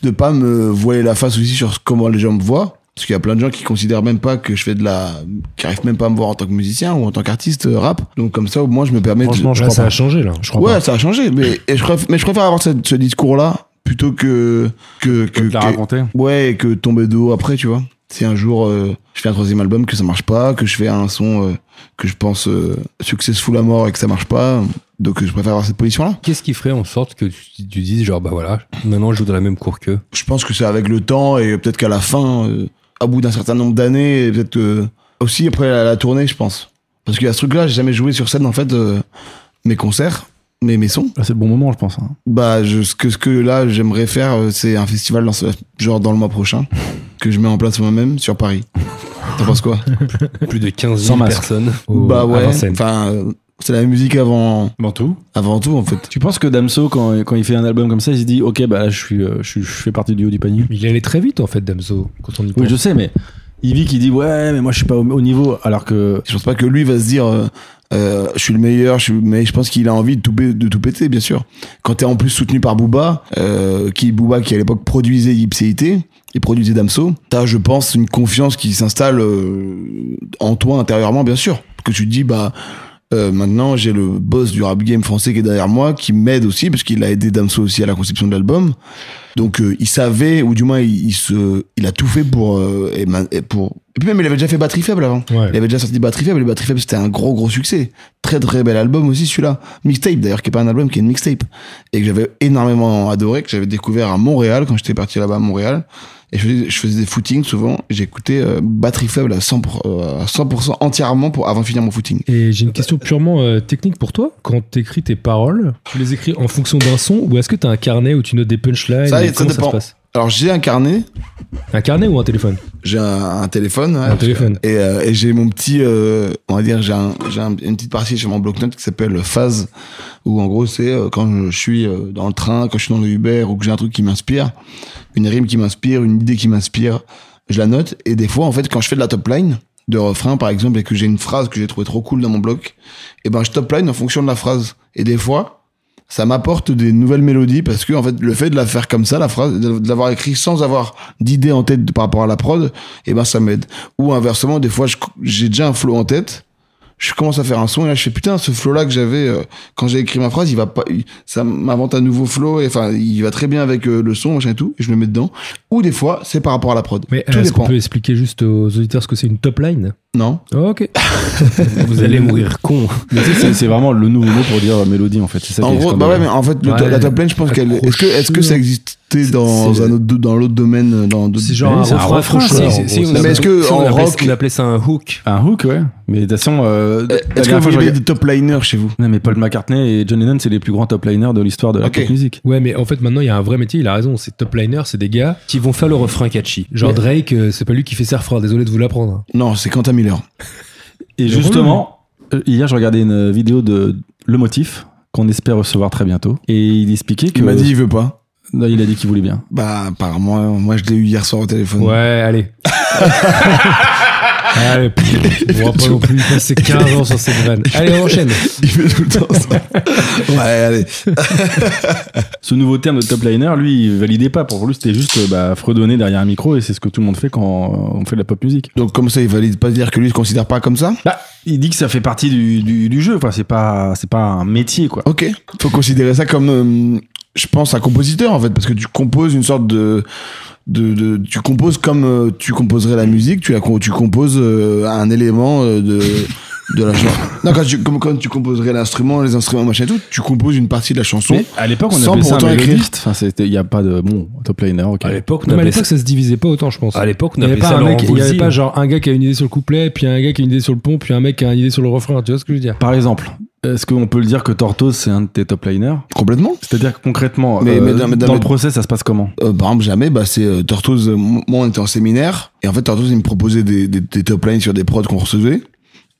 Speaker 3: de pas me voiler la face aussi sur comment les gens me voient. Parce qu'il y a plein de gens qui considèrent même pas que je fais de la, qui arrivent même pas à me voir en tant que musicien ou en tant qu'artiste euh, rap. Donc comme ça, au moins, je me permets. de-
Speaker 2: Franchement, je
Speaker 3: Ouais,
Speaker 2: crois
Speaker 3: ça
Speaker 2: ça a changé là. Je crois
Speaker 3: ouais, ça a changé, mais et je préfère, mais je préfère avoir cette- ce discours-là plutôt que que que,
Speaker 4: que te la
Speaker 3: que-
Speaker 4: raconter.
Speaker 3: ouais, et que tomber de haut après, tu vois. Si un jour euh, je fais un troisième album que ça marche pas, que je fais un son euh, que je pense euh, successful à mort et que ça marche pas, donc euh, je préfère avoir cette position-là.
Speaker 1: Qu'est-ce qui ferait en sorte que tu, tu dises, genre, bah voilà, maintenant je joue dans la même cour qu'eux
Speaker 3: Je pense que c'est avec le temps et peut-être qu'à la fin, euh, à bout d'un certain nombre d'années, et peut-être que- aussi après la, la tournée, je pense. Parce qu'il y a ce truc-là, j'ai jamais joué sur scène en fait euh, mes concerts, mes mes sons.
Speaker 4: Là, c'est le bon moment, je pense. hein.
Speaker 3: Bah, je, ce que ce que là j'aimerais faire, euh, c'est un festival dans ce- genre dans le mois prochain que je mets en place moi-même sur Paris. T'en penses quoi
Speaker 1: Plus de 15
Speaker 4: Sans
Speaker 1: 000
Speaker 4: masque.
Speaker 1: personnes.
Speaker 2: Au-
Speaker 3: Bah
Speaker 2: à
Speaker 3: ouais.
Speaker 2: Vincennes.
Speaker 3: Enfin, euh, c'est la musique avant
Speaker 4: tout.
Speaker 3: avant tout en fait.
Speaker 4: Tu penses que Damso, quand, quand il fait un album comme ça, il se dit Ok, bah là, je, suis, euh, je, suis- je fais partie du haut du panier
Speaker 2: Il allait très vite en fait, Damso, quand on y pense.
Speaker 4: Oui, je sais, mais Ivy qui dit Ouais, mais moi, je suis pas au, au niveau, alors que.
Speaker 3: Je pense pas que lui va se dire euh, euh, je suis le meilleur, je suis... mais je pense qu'il a envie de tout, pé- de tout péter, bien sûr. Quand t'es en plus soutenu par Booba, euh, qui Booba qui à l'époque produisait Ipséité, il produisait Damso, t'as je pense une confiance qui s'installe euh, en toi intérieurement, bien sûr. Que tu te dis bah Euh, maintenant, j'ai le boss du rap game français qui est derrière moi, qui m'aide aussi, parce qu'il a aidé Damso aussi à la conception de l'album. Donc, euh, il savait, ou du moins, il, il se, il a tout fait pour, euh, et, ma- et pour. Et puis même, il avait déjà fait Batterie faible avant.
Speaker 2: Ouais.
Speaker 3: Il avait déjà sorti Batterie faible. Et Batterie faible, c'était un gros gros succès. Très très bel album aussi celui-là. Mixtape d'ailleurs, qui est pas un album, qui est une mixtape, et que j'avais énormément adoré, que j'avais découvert à Montréal quand j'étais parti là-bas à Montréal. Et je faisais, je faisais des footings souvent. J'écoutais euh, Batterie faible à 100%, pour- euh, à 100% entièrement pour avant de finir mon footing.
Speaker 2: Et j'ai une question purement euh, technique pour toi. Quand tu écris tes paroles, tu les écris en fonction d'un son ou est-ce que tu as un carnet où tu notes des punchlines
Speaker 3: Ça,
Speaker 2: et
Speaker 3: ça
Speaker 2: comment
Speaker 3: dépend.
Speaker 2: se passe
Speaker 3: Alors j'ai un carnet.
Speaker 2: Un carnet ou un téléphone
Speaker 3: j'ai un, un téléphone. ouais,
Speaker 2: Un téléphone.
Speaker 3: Et, euh, et j'ai mon petit, euh, on va dire, j'ai un, j'ai un- une petite partie chez mon bloc-notes qui s'appelle Phase, où en gros c'est euh, quand je suis euh, dans le train, quand je suis dans le Uber ou que j'ai un truc qui m'inspire, une rime qui m'inspire, une idée qui m'inspire, je la note. Et des fois, en fait, quand je fais de la top line de refrain par exemple et que j'ai une phrase que j'ai trouvé trop cool dans mon bloc, et ben je top line en fonction de la phrase. Et des fois, ça m'apporte des nouvelles mélodies parce que en fait le fait de la faire comme ça, la phrase, de de l'avoir écrit sans avoir d'idée en tête de- par rapport à la prod, et ben ça m'aide. Ou inversement, des fois je- j'ai déjà un flow en tête, je commence à faire un son et là je fais putain ce flow là que j'avais euh, quand j'ai écrit ma phrase, il va pas, il- ça m'invente un nouveau flow et enfin il va très bien avec euh, le son machin et tout et je le mets dedans. Ou des fois c'est par rapport à la prod.
Speaker 2: Mais
Speaker 3: tout
Speaker 2: euh, est-ce
Speaker 3: dépend.
Speaker 2: qu'on peut expliquer juste aux auditeurs ce que c'est une top line
Speaker 3: Non.
Speaker 2: Oh, Ok.
Speaker 1: Vous allez mourir con.
Speaker 4: Mais tu sais, c'est- c'est vraiment le nouveau mot pour dire euh, mélodie, en fait. C'est ça
Speaker 3: En
Speaker 4: qui est
Speaker 3: gros, bah
Speaker 4: scandaleux.
Speaker 3: ouais, mais en fait, le-
Speaker 2: Ouais.
Speaker 3: la top lane, je pense qu'elle. Est-ce que, est-ce que ça existait dans
Speaker 2: c'est-
Speaker 3: un autre, dans l'autre domaine, dans d'autres-
Speaker 2: C'est genre
Speaker 4: Oui,
Speaker 2: un
Speaker 4: c'est un
Speaker 2: refrain,
Speaker 4: refrain,
Speaker 2: accrocheur,
Speaker 4: si,
Speaker 2: en
Speaker 4: si,
Speaker 2: gros,
Speaker 4: si,
Speaker 2: c'est
Speaker 1: on
Speaker 3: Mais
Speaker 2: ça.
Speaker 1: a-
Speaker 3: est-ce que
Speaker 1: si,
Speaker 3: en
Speaker 1: on, appelait,
Speaker 3: rock-
Speaker 1: on appelait ça un hook.
Speaker 4: Un hook, ouais. Mais de toute façon. euh, la
Speaker 3: Est-ce que
Speaker 4: dernière fois,
Speaker 3: vous
Speaker 4: je
Speaker 3: avez
Speaker 4: regardais-
Speaker 3: des top liners chez vous
Speaker 4: Non, mais Paul McCartney et John Lennon, c'est les plus grands top liners de l'histoire de la
Speaker 3: Ok.
Speaker 4: pop musique.
Speaker 2: Ouais, mais en fait, maintenant, il y a un vrai métier, il a raison. C'est top liner, c'est des gars.
Speaker 1: Qui vont faire le refrain catchy.
Speaker 2: Genre Drake, euh, c'est pas lui qui fait Surf Rock, désolé de vous l'apprendre.
Speaker 3: Non, c'est Quentin Miller.
Speaker 4: Et
Speaker 2: Mais
Speaker 4: justement, euh, hier, je regardais une vidéo de Le Motif, qu'on espère recevoir très bientôt. Et il expliquait que.
Speaker 3: Il m'a dit, il veut pas.
Speaker 4: Non, il a dit qu'il voulait bien.
Speaker 3: Mm. Bah, apparemment, moi, je l'ai eu hier soir au téléphone.
Speaker 2: Ouais, allez. Allez, pff, on va pas non plus passer 15 ans sur cette vanne. Allez, on enchaîne.
Speaker 3: Il fait tout le temps ça. Ouais, allez.
Speaker 4: Ce nouveau terme de top liner, lui, il validait pas. Pour lui, c'était juste euh, bah, fredonner derrière un micro et c'est ce que tout le monde fait quand euh, on fait de la pop music.
Speaker 3: Donc, comme ça, il valide pas dire que lui, il se considère pas comme ça
Speaker 4: Bah, il dit que ça fait partie du, du, du jeu. Enfin, c'est pas, c'est pas un métier, quoi.
Speaker 3: Ok. Faut considérer ça comme, euh, je pense, un compositeur en fait, parce que tu composes une sorte de, de, de- tu composes comme euh, tu composerais la musique, tu la, com- tu composes euh, un élément euh, de de la chanson. Non, quand tu, comme quand tu composerais l'instrument, les instruments, machin, et tout, tu composes une partie de la chanson.
Speaker 4: Mais à l'époque, on
Speaker 3: Sans
Speaker 4: appelait ça
Speaker 3: pourtant
Speaker 4: un
Speaker 3: écrire.
Speaker 4: mélodiste. Enfin, c'était, il y a pas de, bon, top liner, ok.
Speaker 1: À l'époque, on
Speaker 2: Non, mais à
Speaker 1: appelait
Speaker 2: l'époque,
Speaker 1: ça.
Speaker 2: ça se divisait pas autant, je pense.
Speaker 1: À l'époque, on
Speaker 2: Il n'y avait
Speaker 1: appelait
Speaker 2: pas
Speaker 1: ça
Speaker 2: un
Speaker 1: Laurent
Speaker 2: mec, il y avait
Speaker 1: Voulzy. hein.
Speaker 2: pas genre un gars qui a une idée sur le couplet, puis un gars qui a une idée sur le pont, puis un mec qui a une idée sur le refrain. Tu vois ce que je veux dire
Speaker 4: Par exemple, est-ce qu'on peut le dire que Tortoise, c'est un de tes top liners
Speaker 3: Complètement.
Speaker 4: C'est-à-dire que concrètement,
Speaker 3: Mais,
Speaker 4: euh,
Speaker 3: mais, mais,
Speaker 4: dans
Speaker 3: mais-
Speaker 4: le procès, ça se passe comment
Speaker 3: Euh, par exemple, jamais, bah, c'est euh, Tortoise. euh, moi, on était en séminaire. Et en fait, Tortoise, il me proposait des, des, des top lines sur des prods qu'on recevait.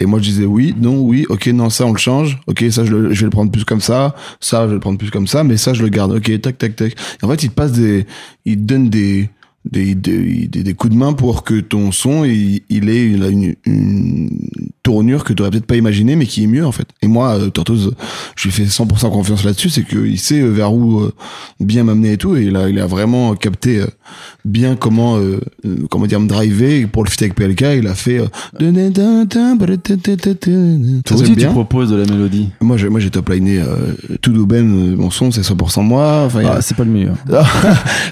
Speaker 3: Et moi, je disais oui, non, oui, ok, non, ça, on le change. Ok, ça, je, le- je vais le prendre plus comme ça. Ça, je vais le prendre plus comme ça. Mais ça, je le garde. Ok, tac, tac, tac. Et en fait, il te passe des, il te donne des, des, des, des- des coups de main pour que ton son, il, il ait il a une, une tournure que tu aurais peut-être pas imaginé, mais qui est mieux, en fait. Et moi, euh, Tortoise, je lui fais 100% confiance là-dessus. C'est qu'il sait euh, vers où, euh, bien m'amener et tout et il a, il a vraiment capté euh, bien comment euh, euh, comment dire me driver et pour le feat avec PLK il a fait euh, ça
Speaker 4: Toi
Speaker 3: j'aime
Speaker 4: aussi, tu
Speaker 3: bien
Speaker 4: proposes de la mélodie.
Speaker 3: moi j'ai moi j'ai top liné euh, tout Ben euh, mon son c'est 100% moi enfin il y a-
Speaker 4: Ah, c'est pas le meilleur.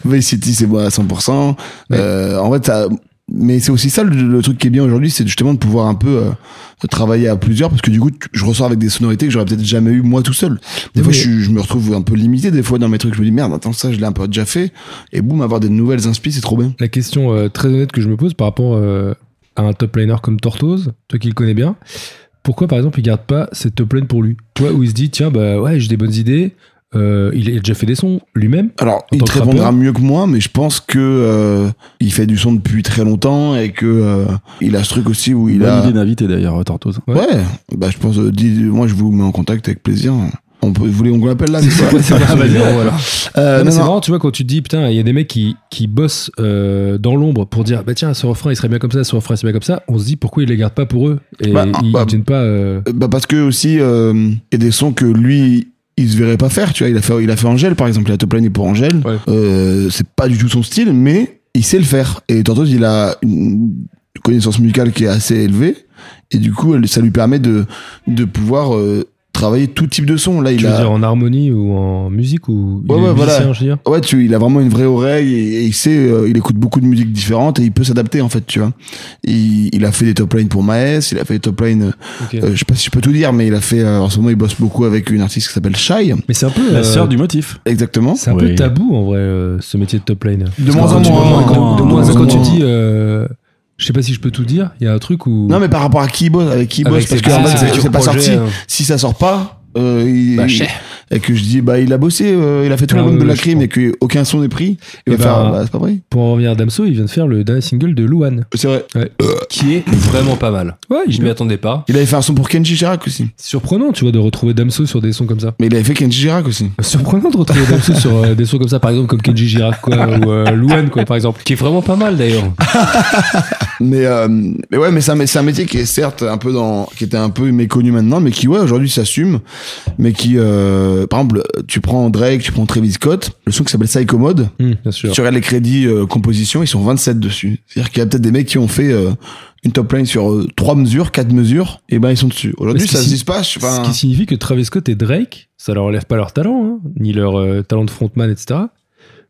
Speaker 3: Vice City c'est moi à 100% Euh, en fait ça mais c'est aussi ça le, le truc qui est bien aujourd'hui c'est justement de pouvoir un peu euh, travailler à plusieurs parce que du coup tu- je ressors avec des sonorités que j'aurais peut-être jamais eu moi tout seul des fois je, suis- je me retrouve un peu limité des fois dans mes trucs je me dis merde attends ça je l'ai un peu déjà fait et boum avoir des nouvelles inspi c'est trop bien
Speaker 2: La question euh, très honnête que je me pose par rapport euh, à un top laner comme Tortoise, toi qui le connais bien, pourquoi par exemple il garde pas cette top lane pour lui Toi où il se dit tiens bah ouais j'ai des bonnes idées, euh, il a déjà fait des sons lui-même.
Speaker 3: alors il
Speaker 2: tant
Speaker 3: te
Speaker 2: que rappeur.
Speaker 3: répondra mieux que moi mais je pense que euh, il fait du son depuis très longtemps et que euh, il a ce truc aussi où il
Speaker 4: Bonne
Speaker 3: a
Speaker 4: idée d'inviter d'ailleurs, euh, Tortoise.
Speaker 3: ouais. bah je pense euh, dis- moi je vous mets en contact avec plaisir on peut, vous voulez qu'on l'appelle là c'est quoi Euh,
Speaker 2: Non, mais
Speaker 3: non,
Speaker 2: c'est
Speaker 3: non.
Speaker 2: marrant tu vois quand tu te dis putain il y a des mecs qui, qui bossent euh, dans l'ombre pour dire bah tiens ce refrain il serait bien comme ça, ce refrain il serait bien comme ça, on se dit pourquoi il les garde pas pour eux et
Speaker 3: Bah,
Speaker 2: ils
Speaker 3: bah,
Speaker 2: ne tiennent pas... euh,
Speaker 3: Euh, bah parce que aussi euh, il y a des sons que lui il se verrait pas faire tu vois il a fait il a fait Angèle par exemple il a top plané pour Angèle
Speaker 2: Ouais.
Speaker 3: Euh, c'est pas du tout son style mais il sait le faire et Tortoise il a une connaissance musicale qui est assez élevée et du coup elle- ça lui permet de de pouvoir euh, travailler tout type de son là il
Speaker 2: Tu veux
Speaker 3: a
Speaker 2: dire en harmonie ou en musique ou il
Speaker 3: Ouais,
Speaker 2: est
Speaker 3: ouais, voilà.
Speaker 2: musicien, je veux dire
Speaker 3: ouais tu il a vraiment une vraie oreille et, et il sait euh, il écoute beaucoup de musique différente et il peut s'adapter en fait tu vois il, il a fait des top lines pour Maes il a fait des top lines
Speaker 2: Ok.
Speaker 3: euh, je sais pas si je peux tout dire mais il a fait euh, en ce moment il bosse beaucoup avec une artiste qui s'appelle Shai
Speaker 2: Mais c'est un peu...
Speaker 4: La
Speaker 2: euh,
Speaker 4: sœur du motif.
Speaker 3: Exactement.
Speaker 2: C'est un
Speaker 4: Oui.
Speaker 2: peu tabou en vrai, euh, ce métier de top lane.
Speaker 3: De moins en
Speaker 2: Quand tu-
Speaker 3: moins.
Speaker 2: quand-
Speaker 4: De
Speaker 2: quand-
Speaker 4: moins en
Speaker 2: Quand tu
Speaker 3: moins.
Speaker 2: dis, euh, je sais pas si je peux tout dire, il y a un truc où.
Speaker 3: Non, mais par rapport à qui il bosse, avec qui il bosse,
Speaker 1: Avec
Speaker 3: parce
Speaker 1: ses
Speaker 3: que en
Speaker 1: petits
Speaker 3: fait, c'est-
Speaker 1: futurs
Speaker 3: c'est pas
Speaker 1: projets,
Speaker 3: sorti.
Speaker 2: euh,
Speaker 1: hein.
Speaker 3: Si ça sort pas, euh, il- et que je dis, bah, il a bossé, euh, il a fait tout
Speaker 2: Ah,
Speaker 3: l'album
Speaker 2: ouais,
Speaker 3: de la
Speaker 2: ouais, je
Speaker 3: crime et qu'aucun son n'est pris, il
Speaker 2: Et
Speaker 3: va faire,
Speaker 2: ben-
Speaker 3: bah, c'est pas vrai.
Speaker 2: Pour en revenir à Damso, il vient de faire le dernier single de Luan.
Speaker 3: C'est vrai.
Speaker 1: Qui est vraiment pas mal.
Speaker 2: Ouais,
Speaker 1: Je m'y attendais pas.
Speaker 3: Il avait fait un son pour Kenji Girac aussi.
Speaker 2: Surprenant, tu vois, de retrouver Damso sur des sons comme ça.
Speaker 3: Mais il avait fait Kenji Girac aussi.
Speaker 2: Surprenant de retrouver Damso sur euh, des sons comme ça, par exemple, comme Kenji Girac, quoi, ou euh, Luan, quoi, par exemple.
Speaker 1: Qui est vraiment pas mal d'ailleurs.
Speaker 2: Ah,
Speaker 3: Mais, euh, mais ouais, mais c'est un, c'est un métier qui est certes un peu dans, qui était un peu méconnu maintenant, mais qui ouais aujourd'hui s'assume, mais qui, euh, par exemple, tu prends Drake, tu prends Travis Scott, le son qui s'appelle Psycho Mode,
Speaker 2: Hum, bien
Speaker 3: Si
Speaker 2: sûr.
Speaker 3: tu regardes les crédits euh, composition, ils sont 27 dessus. C'est-à-dire qu'il y a peut-être des mecs qui ont fait euh, une top line sur euh, trois mesures, quatre mesures, et ben ils sont dessus. Aujourd'hui,
Speaker 2: Parce que
Speaker 3: ça se
Speaker 2: si-
Speaker 3: dispatche. je sais pas,
Speaker 2: Ce qui signifie que Travis Scott et Drake, ça leur relève pas leur talent, hein, ni leur euh, talent de frontman, etc.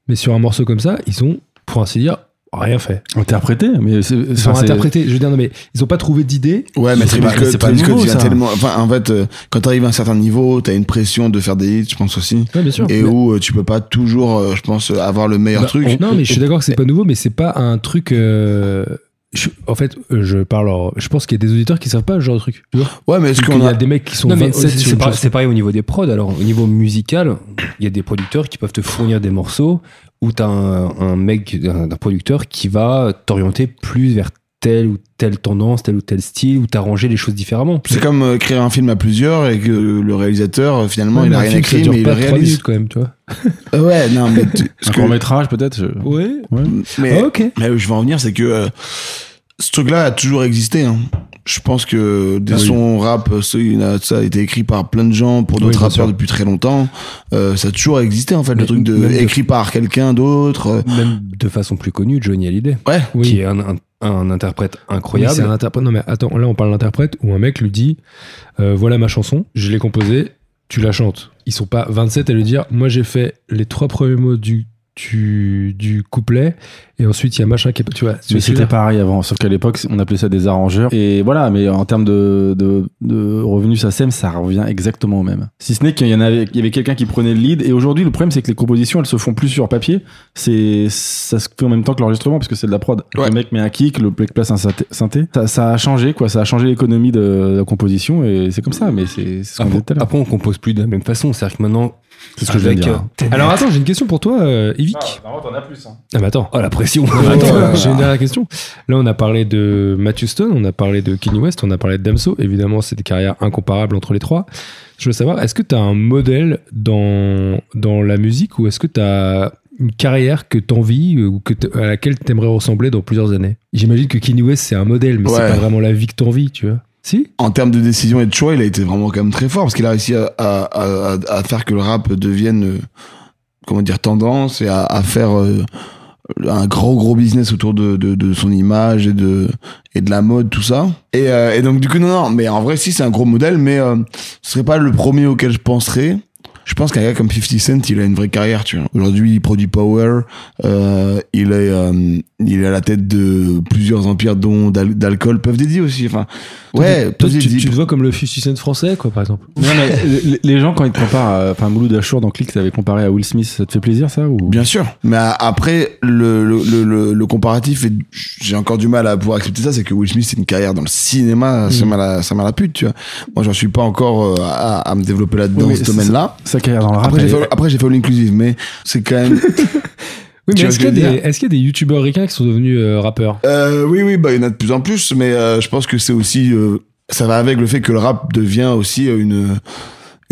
Speaker 2: Mais sur un morceau comme ça, ils ont, pour ainsi dire, rien fait.
Speaker 4: Interprété, mais c'est.
Speaker 2: Ils
Speaker 4: enfin,
Speaker 2: ont
Speaker 4: c'est-
Speaker 2: interprété, je veux dire, non mais ils ont pas trouvé d'idée.
Speaker 3: Ouais, mais
Speaker 4: c'est
Speaker 3: Travis
Speaker 4: pas-
Speaker 3: Scott,
Speaker 4: c'est pas
Speaker 3: Travis Scott,
Speaker 4: nouveau,
Speaker 3: il vient
Speaker 4: ça.
Speaker 3: tellement. Enfin, en fait, euh, quand t'arrives à un certain niveau, t'as une pression de faire des hits, je pense aussi,
Speaker 2: Ouais, bien sûr.
Speaker 3: et
Speaker 2: Mais-
Speaker 3: où euh, tu peux pas toujours, euh, je pense, euh, avoir le meilleur
Speaker 2: bah,
Speaker 3: truc.
Speaker 2: on- non, mais je suis d'accord que c'est pas nouveau, mais c'est pas un truc. euh, je- en fait, euh, je parle. en- Je pense qu'il y a des auditeurs qui savent pas ce genre de truc. Tu vois
Speaker 3: Ouais, mais est-ce
Speaker 2: Il
Speaker 3: qu'on
Speaker 2: y a
Speaker 3: a.
Speaker 2: des mecs qui sont
Speaker 1: Non, mais
Speaker 2: 27
Speaker 1: c'est-
Speaker 2: sur
Speaker 1: c'est
Speaker 2: une
Speaker 1: pareil,
Speaker 2: chanson.
Speaker 1: c'est pareil au niveau des prods. Alors, au niveau musical, il y a des producteurs qui peuvent te fournir des morceaux où tu as un, un mec, un, un producteur qui va t'orienter plus vers telle ou telle tendance, tel ou tel style, ou t'arranger les choses différemment.
Speaker 3: C'est comme euh, créer un film à plusieurs et que le réalisateur, euh, finalement,
Speaker 2: Ouais,
Speaker 3: il
Speaker 2: mais
Speaker 3: a
Speaker 2: un
Speaker 3: rien
Speaker 2: film, ça
Speaker 3: écrit,
Speaker 2: dure
Speaker 3: mais il le
Speaker 2: pas trois
Speaker 3: réalise.
Speaker 2: minutes quand même, tu vois.
Speaker 3: Euh, Ouais, non, mais. tu-
Speaker 4: Un
Speaker 3: ce que-
Speaker 4: court métrage, peut-être je-
Speaker 2: Ouais.
Speaker 1: Ah,
Speaker 3: mais
Speaker 2: ok.
Speaker 3: Mais où je vais en venir, c'est que euh, ce truc-là a toujours existé. hein. Je pense que des
Speaker 2: Ah oui.
Speaker 3: sons rap, euh, ça, il a- ça a été écrit par plein de gens pour
Speaker 2: Oui,
Speaker 3: d'autres
Speaker 2: bien
Speaker 3: rappeurs
Speaker 2: sûr.
Speaker 3: depuis très longtemps. Euh, ça a toujours existé en fait,
Speaker 1: Mais
Speaker 3: le truc de
Speaker 1: même de-
Speaker 3: écrit par quelqu'un d'autre. euh,
Speaker 1: Même de façon plus connue, Johnny Hallyday,
Speaker 3: Ouais.
Speaker 1: qui est un, un- un interprète
Speaker 2: Oui, c'est
Speaker 1: incroyable.
Speaker 2: un interprète. Non, mais attends, là, on parle d'interprète où un mec lui dit euh, Voilà ma chanson, je l'ai composée, tu la chantes. Ils sont pas 27 à lui dire Moi, j'ai fait les trois premiers mots du, du, du couplet, et ensuite, il y a machin qui est. Tu vois, tu
Speaker 4: Mais
Speaker 2: vois ce que je veux
Speaker 4: c'était
Speaker 2: dire
Speaker 4: pareil avant, sauf qu'à l'époque, on appelait ça des arrangeurs. Et voilà, mais en termes de, de, de revenus SACEM, ça revient exactement au même. Si ce n'est qu'il y en avait, il y avait quelqu'un qui prenait le lead. Et aujourd'hui, le problème, c'est que les compositions, elles se font plus sur papier. C'est, ça se fait en même temps que l'enregistrement, parce que c'est de la prod.
Speaker 3: Ouais.
Speaker 4: Le mec met un kick, le mec place un synthé. synthé. Ça, ça a changé, quoi. Ça a changé l'économie de, la composition, et c'est comme ça. Mais c'est, c'est ce qu'on
Speaker 1: Après,
Speaker 4: disait tout à l'heure.
Speaker 1: après, on compose plus de la même façon. C'est-à-dire que maintenant,
Speaker 4: Ah C'est ce que je viens de
Speaker 1: avec,
Speaker 4: dire. hein.
Speaker 1: euh,
Speaker 2: Alors attends, j'ai une question pour toi, euh, Yvick.
Speaker 4: t'en as plus.
Speaker 2: Ah, mais attends.
Speaker 1: Oh la pression
Speaker 2: Attends,
Speaker 3: là là.
Speaker 2: j'ai une dernière question. Là, on a parlé de Matthew Stone, on a parlé de Kenny West, on a parlé de Damso. Évidemment, c'est des carrières incomparables entre les trois. Je veux savoir, est-ce que tu as un modèle dans, dans la musique ou est-ce que tu as une carrière que t'envies ou que t'- à laquelle t'aimerais ressembler dans plusieurs années J'imagine que Kenny West, c'est un modèle, mais c'est
Speaker 3: Ouais.
Speaker 2: pas vraiment la vie que t'envies, tu vois. Si
Speaker 3: En termes de décision et de choix, il a été vraiment quand même très fort parce qu'il a réussi à, à- à- à faire que le rap devienne euh, comment dire tendance et à, à faire euh, un gros gros business autour de, de- de son image et de et de la mode tout ça. Et, euh, et donc du coup non non, mais en vrai si c'est un gros modèle, mais euh, ce serait pas le premier auquel je penserais. Je pense qu'un gars comme 50 Cent, il a une vraie carrière, tu vois. Aujourd'hui, il produit Power, euh, il est, euh, il est à la tête de plusieurs empires dont d'al- d'alcool peuvent dédier aussi. Enfin, ouais,
Speaker 2: Toi,
Speaker 3: Puff
Speaker 2: tu,
Speaker 3: Daddy,
Speaker 2: tu te vois comme le 50 Cent français, quoi, par exemple.
Speaker 4: Non, mais les- les gens, quand ils te comparent, à- enfin, Mouloud Achour dans Click, t'avais comparé à Will Smith, ça te fait plaisir, ça ou...
Speaker 3: Bien sûr. Mais a- après, le, le, le, le- le comparatif, et j'ai encore du mal à pouvoir accepter ça, c'est que Will Smith, c'est une carrière dans le cinéma, ça m'a la, ça m'a la pute, tu vois. Moi, j'en suis pas encore euh, à, à me développer là-dedans,
Speaker 4: Oui, mais
Speaker 3: ce
Speaker 4: c'est-
Speaker 3: domaine-là.
Speaker 4: Sa carrière dans le rap.
Speaker 3: Après, j'ai
Speaker 4: elle est-
Speaker 3: fait, après, j'ai fait l'inclusive, mais c'est quand même.
Speaker 2: Oui,
Speaker 3: Tu vois
Speaker 2: mais
Speaker 3: ce
Speaker 2: est-ce
Speaker 3: que
Speaker 2: qu'il y,
Speaker 3: je veux
Speaker 2: a des- est-ce qu'il y a des youtubeurs ricains qui sont devenus euh, rappeurs
Speaker 3: Euh, oui, oui, bah, il y en a de plus en plus, mais euh, je pense que c'est aussi. euh, ça va avec le fait que le rap devient aussi euh, une. euh,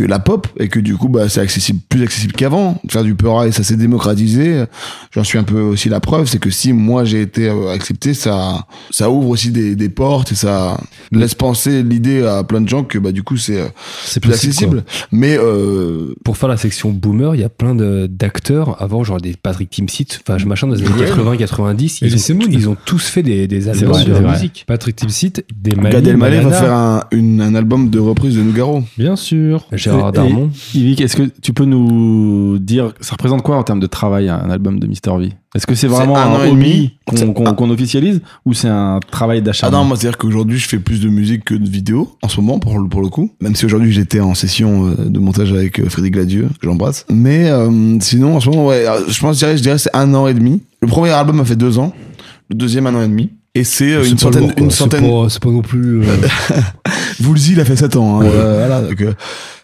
Speaker 3: La pop, et que du coup, bah, c'est accessible, plus accessible qu'avant. Faire du peur et ça s'est démocratisé. J'en suis un peu aussi la preuve, c'est que si moi j'ai été euh, accepté, ça, ça ouvre aussi des, des portes et ça laisse penser l'idée à plein de gens que, bah, du coup, c'est euh,
Speaker 2: C'est
Speaker 3: plus
Speaker 2: possible,
Speaker 3: accessible. Mais, euh,
Speaker 1: Pour faire la section boomer, il y a plein de- d'acteurs avant, genre des Patrick Timsit, enfin je- machin dans les années
Speaker 3: Ouais.
Speaker 1: 80-90.
Speaker 2: Et
Speaker 1: Ils,
Speaker 2: Lisa
Speaker 1: ont-
Speaker 2: Moon.
Speaker 1: ils ont tous fait des, des albums
Speaker 4: vrai,
Speaker 1: de
Speaker 4: c'est vrai.
Speaker 1: musique.
Speaker 2: Patrick Timsit, des
Speaker 3: Gad
Speaker 2: Mali,
Speaker 3: Elmaleh va
Speaker 2: Malala.
Speaker 3: faire un, une- un album de reprise de Nougaro.
Speaker 2: Bien sûr.
Speaker 1: Gérard
Speaker 4: Et-
Speaker 1: Darmon.
Speaker 4: Yvick, est-ce que tu peux nous dire, ça représente quoi en termes de travail un album de Mister V Est-ce que c'est vraiment
Speaker 3: C'est
Speaker 4: un,
Speaker 3: un an et
Speaker 4: hobby
Speaker 3: demi.
Speaker 4: qu'on
Speaker 3: C'est-
Speaker 4: qu'on-
Speaker 3: ah.
Speaker 4: qu'on officialise ou c'est un travail d'achat
Speaker 3: Ah non, moi c'est-à-dire qu'aujourd'hui je fais plus de musique que de vidéo en ce moment pour le, pour le coup. Même si aujourd'hui j'étais en session euh, de montage avec euh, Frédéric Ladieu, que j'embrasse. Mais euh, sinon en ce moment, ouais, euh, je pense, je dirais, je dirais c'est un an et demi. Le premier album a fait deux ans, le deuxième un an et demi. Et c'est euh,
Speaker 2: C'est
Speaker 3: une
Speaker 2: pas
Speaker 3: centaine,
Speaker 2: lourd, quoi.
Speaker 1: hein,
Speaker 3: une
Speaker 2: C'est
Speaker 3: centaine.
Speaker 2: pas- C'est pas non plus. euh,
Speaker 3: Woolsey, il a fait 7 ans. hein, euh, voilà, donc, euh,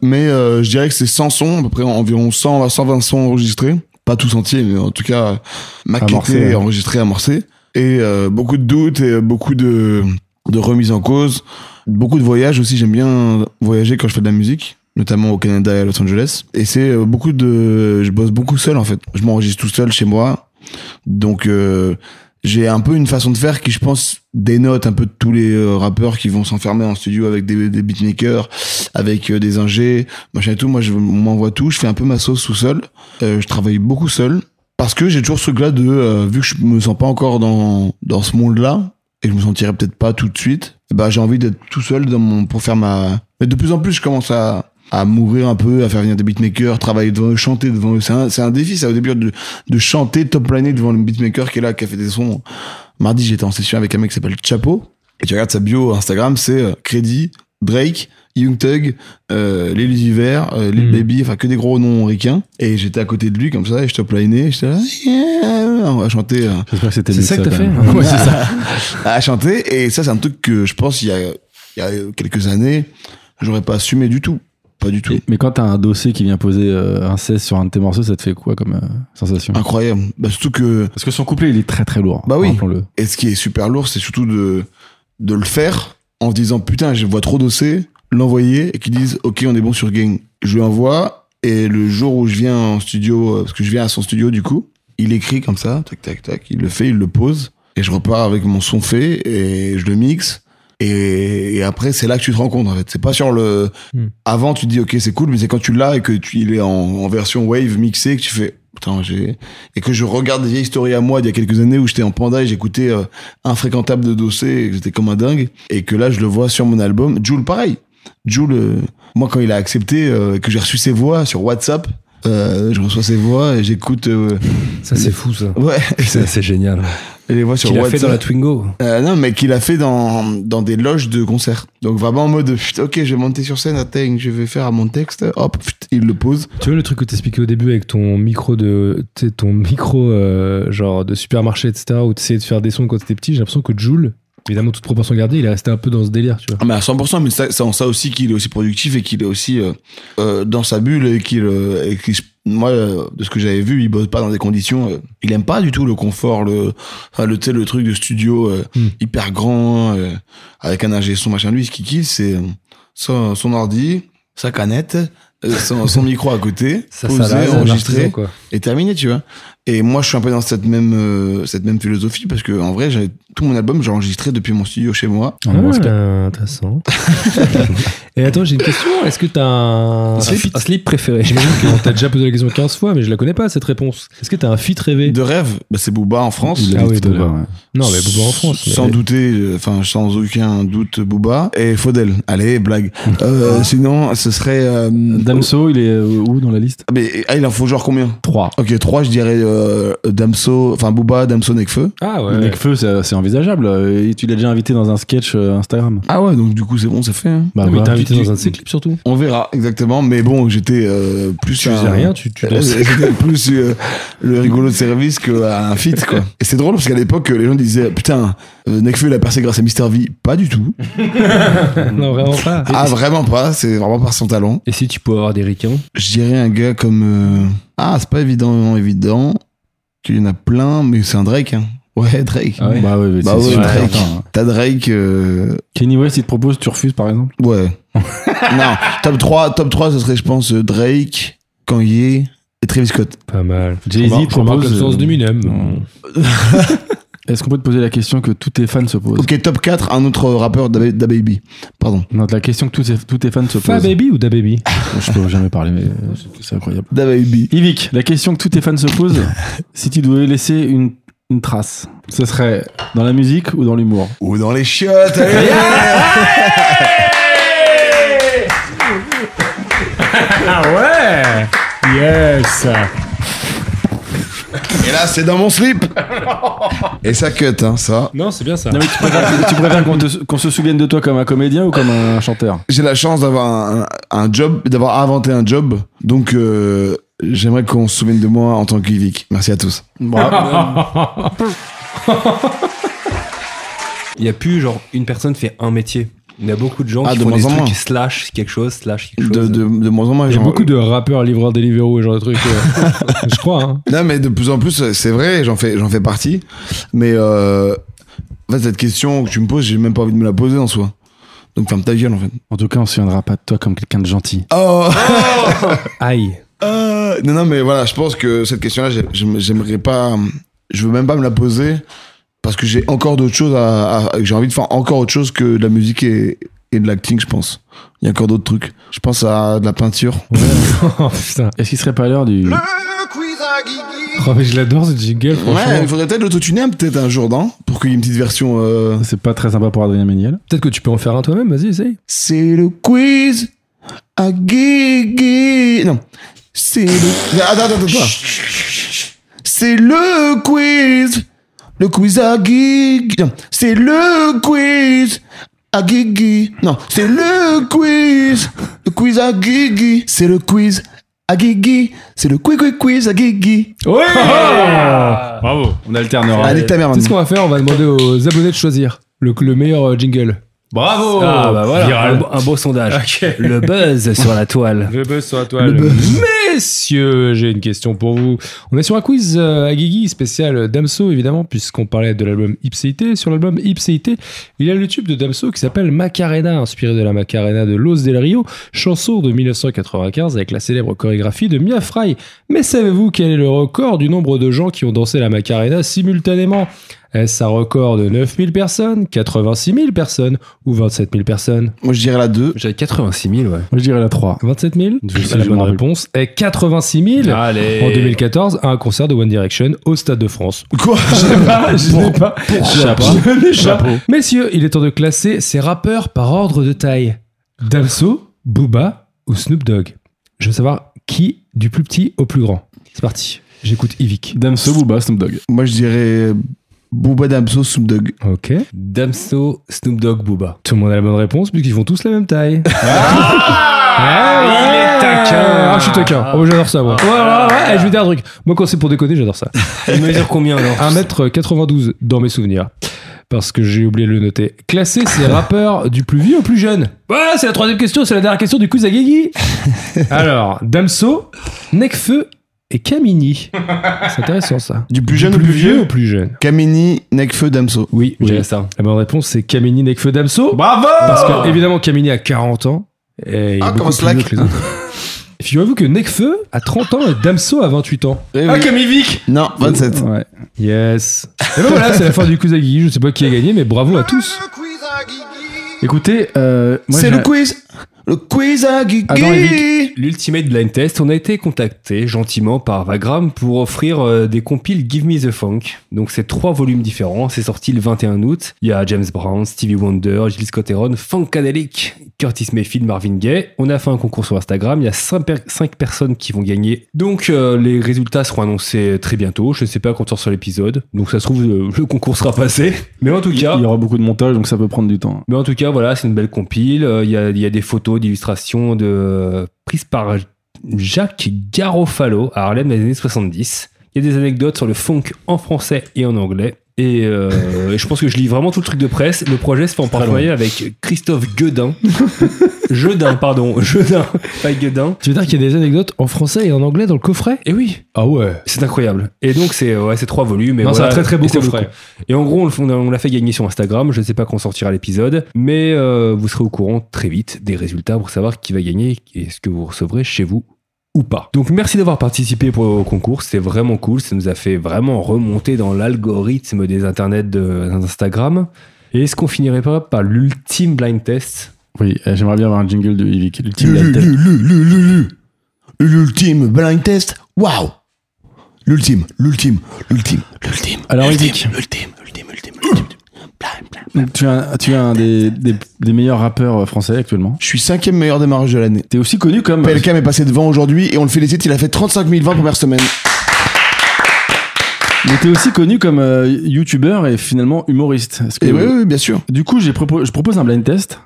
Speaker 3: mais euh, je dirais que c'est 100 sons, à peu près environ 100 à 120 sons enregistrés. Pas tout entier, mais en tout cas maquettés,
Speaker 4: Amorcés, ouais.
Speaker 3: enregistrés, amorcés. Et euh, beaucoup de doutes et euh, beaucoup de, de remises en cause. Beaucoup de voyages aussi. J'aime bien voyager quand je fais de la musique notamment au Canada et à Los Angeles. Et c'est euh, beaucoup de... Je bosse beaucoup seul en fait. Je m'enregistre tout seul chez moi. Donc euh, j'ai un peu une façon de faire qui je pense dénote un peu de tous les euh, rappeurs qui vont s'enfermer en studio avec des, des beatmakers, avec euh, des ingés, machin et tout. Moi je m'envoie tout, je fais un peu ma sauce tout seul. Euh, je travaille beaucoup seul. Parce que j'ai toujours ce truc-là de, euh, vu que je me sens pas encore dans, dans ce monde-là, et je me sentirais peut-être pas tout de suite, bah j'ai envie d'être tout seul dans mon, pour faire ma... Mais de plus en plus, je commence à, à m'ouvrir un peu, à faire venir des beatmakers, travailler devant eux, chanter devant eux. C'est un, c'est un défi, ça, au début, de, de chanter top plané devant le beatmaker qui est là, qui a fait des sons. Mardi, j'étais en session avec un mec qui s'appelle Chapo, et tu regardes sa bio Instagram, c'est euh, Crédit, Drake, Young Thug, euh, les Lucifer, euh, Lil
Speaker 2: Mm.
Speaker 3: Baby, enfin que des gros noms ricains. Et j'étais à côté de lui comme ça, et je top linais, j'étais là, yeah, on va chanter. euh,
Speaker 4: J'espère que c'était
Speaker 2: C'est
Speaker 4: mieux
Speaker 2: ça que t'as
Speaker 4: quand même.
Speaker 2: fait hein?
Speaker 4: Ouais, c'est ça.
Speaker 3: à chanter. Et ça, c'est un truc que je pense, il y a, il y a quelques années, j'aurais pas assumé du tout. Pas du tout.
Speaker 4: Et- mais quand t'as un dossier qui vient poser euh, un 16 sur un de tes morceaux, ça te fait quoi comme euh, sensation
Speaker 3: Incroyable. Bah, surtout que,
Speaker 4: Parce que son couplet, il est très très lourd.
Speaker 3: Bah oui.
Speaker 4: rappelons-le.
Speaker 3: et ce qui est super lourd, c'est surtout de, de le faire en se disant, putain, je vois trop d'ossé, l'envoyer et qu'ils disent, ok, on est bon sur Gang. Je lui envoie et le jour où je viens en studio, euh, parce que je viens à son studio du coup, il écrit comme ça, tac, tac, tac, il le fait, il le pose. et je repars avec mon son fait et je le mixe. Et, et après, c'est là que tu te rends compte en fait. C'est pas sur le.
Speaker 2: Hmm.
Speaker 3: Avant, tu te dis ok, c'est cool, mais c'est quand tu l'as et que tu il est en, en version wave mixée que tu fais. Putain, j'ai. Et que je regarde des vieilles stories à moi d'il y a quelques années où j'étais en panda et j'écoutais euh, Infréquentable de Dossé et que j'étais comme un dingue. Et que là, je le vois sur mon album. Jules, pareil. Jules, euh, moi, quand il a accepté, euh, que j'ai reçu ses voix sur WhatsApp, euh, je reçois ses voix et j'écoute. euh,
Speaker 1: Ça, c'est fou, ça.
Speaker 3: ouais,
Speaker 1: C'est c'est génial.
Speaker 3: et les voix sur
Speaker 1: Qu'il a
Speaker 3: WhatsApp.
Speaker 1: fait dans la Twingo.
Speaker 3: Euh, non, mais qu'il a fait dans, dans des loges de concert. Donc vraiment en mode, pfft, ok, je vais monter sur scène, attends, je vais faire mon texte, hop, pfft, il le pose.
Speaker 2: Tu vois le truc que t'expliquais au début avec ton micro de tu sais, ton micro euh, genre de supermarché etc où t'essayais de faire des sons quand t'étais petit j'ai l'impression que Jules évidemment toute proportion gardée il est resté un peu dans ce délire tu vois
Speaker 3: Ah, mais à 100%, mais ça- c'est en ça aussi qu'il est aussi productif et qu'il est aussi euh, euh, dans sa bulle et qu'il, euh, et qu'il se- moi, euh, de ce que j'avais vu, il bosse pas dans des conditions, euh, il aime pas du tout le confort, le, enfin, le, tu sais, le truc de studio euh,
Speaker 2: Hmm.
Speaker 3: hyper grand, euh, avec un ingé son, machin, lui, ce qu'il kiffe, c'est euh, son, son ordi, sa canette, euh, son, son micro à côté,
Speaker 1: Sa
Speaker 3: posé,
Speaker 1: salade, un
Speaker 3: enregistré.
Speaker 2: quoi
Speaker 3: et terminé, tu vois. Et moi, je suis un peu dans cette même, euh, cette même philosophie parce que, en vrai, j'avais- tout mon album, j'ai enregistré depuis mon studio chez moi.
Speaker 4: On embrasse Pierre.
Speaker 2: Ah, intéressant et attends j'ai une question est-ce que t'as un
Speaker 1: Un slip, préféré.
Speaker 2: J'imagine que on t'a déjà posé la question 15 fois, mais je la connais pas cette réponse. Est-ce que t'as un feat rêvé
Speaker 3: De rêve, bah, c'est Booba en France.
Speaker 4: Il l'a
Speaker 2: Ah
Speaker 4: dit
Speaker 2: oui,
Speaker 4: tout à
Speaker 2: Booba.
Speaker 4: l'heure, ouais.
Speaker 2: Non, mais Booba en France. mais-
Speaker 3: Sans douter, euh, enfin, sans aucun doute, Booba. Et Faudel. Allez, blague. Euh, sinon, ce serait. euh,
Speaker 4: Damso, il est euh, où dans la liste
Speaker 3: ah, mais, ah, il en faut genre combien
Speaker 4: 3.
Speaker 3: Ok, 3, je dirais euh, Damso, enfin Booba, Damso, Nekfeu.
Speaker 2: Ah ouais.
Speaker 4: Necfeu, c'est c'est envisageable. Euh, et tu l'as déjà invité dans un sketch euh, Instagram.
Speaker 3: Ah ouais, donc du coup, c'est bon, c'est fait. hein.
Speaker 4: Bah,
Speaker 2: Non, mais
Speaker 4: voilà.
Speaker 2: t'as invité
Speaker 4: Tu-
Speaker 2: dans un de ses clips surtout.
Speaker 3: On verra, exactement. Mais bon, j'étais euh, plus.
Speaker 2: Tu faisais rien, tu, tu
Speaker 3: Euh,
Speaker 2: dansais.
Speaker 3: C'était plus euh, le rigolo de service qu'un fit quoi. Et c'est drôle parce qu'à l'époque les gens disaient putain euh, Nekfeu il a percé grâce à Mister V, pas du tout.
Speaker 2: non, vraiment pas.
Speaker 3: Ah vraiment pas, c'est vraiment par son talent.
Speaker 1: Et si tu pouvais avoir des ricains
Speaker 3: Je dirais un gars comme euh, ah c'est pas évident évident qu'il y en a plein mais c'est un Drake hein. Ouais Drake.
Speaker 4: Ah ouais. Bah ouais, mais
Speaker 3: Bah
Speaker 4: c'est
Speaker 3: ouais,
Speaker 4: sûr,
Speaker 3: Drake.
Speaker 4: attends. hein.
Speaker 3: T'as Drake euh,
Speaker 4: Kenny West, il te propose, tu refuses par exemple
Speaker 3: ouais. non, top 3 top 3 ce serait je pense euh, Drake, Kanye et Travis Scott.
Speaker 2: Pas mal.
Speaker 4: Jay-Z
Speaker 2: Remarque- remarque
Speaker 4: propose,
Speaker 2: l'absence
Speaker 4: euh,
Speaker 2: de Minem.
Speaker 4: non. Est-ce qu'on peut te poser la question que tous tes fans se posent
Speaker 3: OK, top 4 un autre rappeur Da Da Baby. Pardon.
Speaker 4: Non, la question que tous, tes- tous tes fans se
Speaker 2: Fa
Speaker 4: posent.
Speaker 2: Baby ou Da Baby
Speaker 4: Je peux jamais parler, mais euh, c'est- c'est incroyable.
Speaker 3: Da Baby.
Speaker 4: Yvick, la question que tous tes fans se posent, si tu devais laisser une, une trace, ce serait dans la musique ou dans l'humour
Speaker 3: Ou dans les chiottes. allez
Speaker 2: Ah
Speaker 6: Yes
Speaker 3: Et là, c'est dans mon slip. Et ça cut, hein, ça.
Speaker 2: Non, c'est bien ça.
Speaker 4: Non, mais tu préfères, tu préfères qu'on, te- qu'on se souvienne de toi comme un comédien ou comme un chanteur
Speaker 3: J'ai la chance d'avoir un, un job, d'avoir inventé un job. Donc, euh, j'aimerais qu'on se souvienne de moi en tant qu'Yvick. Merci à tous.
Speaker 1: Il n'y a plus, genre, une personne fait un métier. Il y a beaucoup de gens
Speaker 3: Ah,
Speaker 1: qui
Speaker 3: de
Speaker 1: font
Speaker 3: moins
Speaker 1: des
Speaker 3: en
Speaker 1: trucs
Speaker 3: moins.
Speaker 1: qui slash quelque chose, slash quelque
Speaker 3: De,
Speaker 1: chose.
Speaker 3: de, de moins en moins.
Speaker 2: Il y a
Speaker 3: j'en-
Speaker 2: beaucoup de rappeurs, livreurs Deliveroo et genre de trucs. euh, je crois. Hein.
Speaker 3: Non, mais de plus en plus, c'est vrai, j'en fais, j'en fais partie. Mais euh, en fait, cette question que tu me poses, j'ai même pas envie de me la poser en soi. Donc, ferme ta gueule, en fait.
Speaker 4: En tout cas, on se souviendra pas de toi comme quelqu'un de gentil.
Speaker 3: Oh
Speaker 2: Aïe.
Speaker 3: Euh, non, non, mais voilà, je pense que cette question-là, j'ai- j'aime- j'aimerais pas. Je veux même pas me la poser parce que j'ai encore d'autres choses à. à- j'ai envie de faire encore autre chose que de la musique et, et de l'acting, je pense. Il y a encore d'autres trucs. Je pense à de la peinture.
Speaker 2: Oh putain.
Speaker 4: Est-ce qu'il serait pas l'heure du.
Speaker 2: Oh, mais je l'adore ce jingle, franchement.
Speaker 3: Ouais, il faudrait peut-être l'autotuner peut-être un jour, non Pour qu'il y ait une petite version. euh,
Speaker 4: C'est pas très sympa pour Adrien Méniel.
Speaker 2: Peut-être que tu peux en faire un toi-même, vas-y, essaye.
Speaker 3: C'est le quiz à Guigui. Non. C'est le. Attends, attends, attends. C'est le quiz. Le quiz à Guigui. Non. C'est le quiz à Guigui. Non. C'est le quiz. Le quiz à Guigui. C'est le quiz à Guigui. C'est le quiz, quiz, quiz à Guigui.
Speaker 2: Ouais Oh
Speaker 6: Bravo
Speaker 4: On alternera.
Speaker 3: Allez, ta mère,
Speaker 2: Tu sais ce
Speaker 3: maintenant.
Speaker 2: qu'on va faire On va demander aux abonnés de choisir le, le meilleur euh, jingle.
Speaker 6: Bravo
Speaker 1: Ah bah voilà, un, beau- un beau sondage. Le buzz sur la toile.
Speaker 2: Le buzz sur la toile. Messieurs, j'ai une question pour vous. On est sur un quiz euh, à Guigui spécial euh, Damso, évidemment, puisqu'on parlait de l'album Ipséité. Sur l'album Ipséité, il y a le tube de Damso qui s'appelle Macarena, inspiré de la Macarena de Los Del Rio, chanson de 1995 avec la célèbre chorégraphie de Mia Fry. Mais savez-vous quel est le record du nombre de gens qui ont dansé la Macarena simultanément Est-ce un record de 9000 personnes, 86 000 personnes ou 27 000 personnes
Speaker 3: Moi, je dirais la 2.
Speaker 1: J'avais 86 000, ouais.
Speaker 4: Moi, je dirais la 3.
Speaker 2: 27 000
Speaker 4: Je sais,
Speaker 2: La
Speaker 4: je
Speaker 2: bonne
Speaker 4: m'en rappelle.
Speaker 2: réponse est 86 000
Speaker 1: Allez.
Speaker 2: en 2014 à un concert de One Direction au Stade de France.
Speaker 3: Quoi
Speaker 4: Ah, je sais pas.
Speaker 2: Chapeau. Messieurs, il est temps de classer ces rappeurs par ordre de taille. Damso, Booba ou Snoop Dogg Je veux savoir qui du plus petit au plus grand. C'est parti, j'écoute Yvick.
Speaker 4: Damso, Booba, Snoop Dogg.
Speaker 3: Moi, je dirais Booba Damso, Snoop Dogg.
Speaker 2: Ok.
Speaker 1: Damso, Snoop Dogg, Booba.
Speaker 2: Tout le monde a la bonne réponse puisqu'ils font tous la même taille.
Speaker 4: Ah,
Speaker 1: il est taquin.
Speaker 2: Ah, je suis taquin. Oh, j'adore ça, moi. Ouais, ouais,
Speaker 4: Ah.
Speaker 2: ouais, eh, je vais dire un truc. Moi, quand c'est pour déconner, j'adore ça.
Speaker 1: Il mesure combien alors
Speaker 2: 1m92 dans mes souvenirs. Parce que j'ai oublié de le noter. Classer ces rappeurs du plus vieux au plus jeune. Voilà, c'est la troisième question, c'est la dernière question du quiz à Guigui. Alors, Damso, Necfeu et Camini. C'est intéressant ça.
Speaker 3: Du plus jeune au plus
Speaker 2: au
Speaker 3: vieux
Speaker 2: plus jeune
Speaker 3: Kamini, Nekfeu, Damso.
Speaker 1: Oui,
Speaker 2: Oui.
Speaker 1: j'ai ça.
Speaker 2: La bonne réponse, c'est Camini, Necfeu, Damso.
Speaker 6: Bravo
Speaker 2: Parce que, évidemment, Camini a 40 ans. Et il est
Speaker 3: Ah,
Speaker 2: beaucoup
Speaker 3: comment
Speaker 2: plus
Speaker 3: slack.
Speaker 2: vieux que les autres. Figurez-vous que Necfeu a 30 ans et Damso a 28 ans.
Speaker 3: Eh oui.
Speaker 6: Ah, Camille Vic
Speaker 3: Non, 27.
Speaker 4: Ouais.
Speaker 2: Yes. Et ben voilà, c'est la fin du quiz à Guigui. Je sais pas qui a gagné, mais bravo à tous.
Speaker 4: Écoutez, euh, moi,
Speaker 3: C'est
Speaker 4: j'ai-
Speaker 3: le quiz Ah, Le quiz à Guigui
Speaker 4: Adam et
Speaker 1: L'Ultimate Blind Test, on a été contacté gentiment par Vagram pour offrir euh, des compiles Give Me the Funk. Donc c'est trois volumes différents, c'est sorti le 21 août. Il y a James Brown, Stevie Wonder, Gilles Scott Heron, Funkadelic, Curtis Mayfield, Marvin Gaye. On a fait un concours sur Instagram, il y a 5, personnes qui vont gagner. Donc euh, les résultats seront annoncés très bientôt, je ne sais pas quand sort l'épisode. Donc ça se trouve, euh, le concours sera passé. Mais en tout
Speaker 4: il
Speaker 1: cas...
Speaker 4: il y aura beaucoup de montage, donc ça peut prendre du temps.
Speaker 1: Hein. Mais en tout cas, voilà, c'est une belle compile. Euh, Il y, a, il y a des photos d'illustrations de... euh, prises par Jacques Garofalo à Harlem dans les années 70. Il y a des anecdotes sur le funk en français et en anglais. Et, euh, et je pense que je lis vraiment tout le truc de presse. Le projet se fait en partenariat avec Christophe Guedin. Jeudin, pardon. Jeudin, pas Guedin.
Speaker 2: Tu veux dire qu'il y a des anecdotes en français et en anglais dans le coffret
Speaker 1: Et oui,
Speaker 2: Ah ouais.
Speaker 1: c'est incroyable. Et donc, c'est euh, ouais, c'est trois volumes. Et
Speaker 2: Non, c'est un
Speaker 1: voilà.
Speaker 2: très très beau
Speaker 1: Et ça vaut le
Speaker 2: coffret.
Speaker 1: et en gros, on le- on, on l'a fait gagner sur Instagram. Je ne sais pas quand sortira l'épisode, mais euh, vous serez au courant très vite des résultats pour savoir qui va gagner et ce que vous recevrez chez vous ou pas. Donc merci d'avoir participé pour- au concours, c'était vraiment cool, ça nous a fait vraiment remonter dans l'algorithme des internets de- d'Instagram. Et est-ce qu'on finirait pas par l'ultime blind test
Speaker 4: Oui, euh, j'aimerais bien avoir un jingle de Yvick. L'ultime blind test.
Speaker 3: L'ultime blind test. Waouh L'ultime, l'ultime, l'ultime, l'ultime.
Speaker 4: Alors, Yvick,
Speaker 3: l'ultime, l'ultime, l'ultime, l'ultime, l'ultime. Blind, blind.
Speaker 4: tu es un, tu es un des, des- des meilleurs rappeurs euh, français actuellement.
Speaker 3: Je suis cinquième meilleur démarrage de l'année.
Speaker 4: T'es aussi connu comme.
Speaker 3: PLK m'est passé devant aujourd'hui et on le félicite, il a fait 35 000 ventes première semaine.
Speaker 4: Mais t'es aussi connu comme euh, youtubeur et finalement humoriste. Est-ce que-
Speaker 3: Et Eh oui, oui, oui, bien sûr.
Speaker 4: Du coup, j'ai propo- je propose un blind test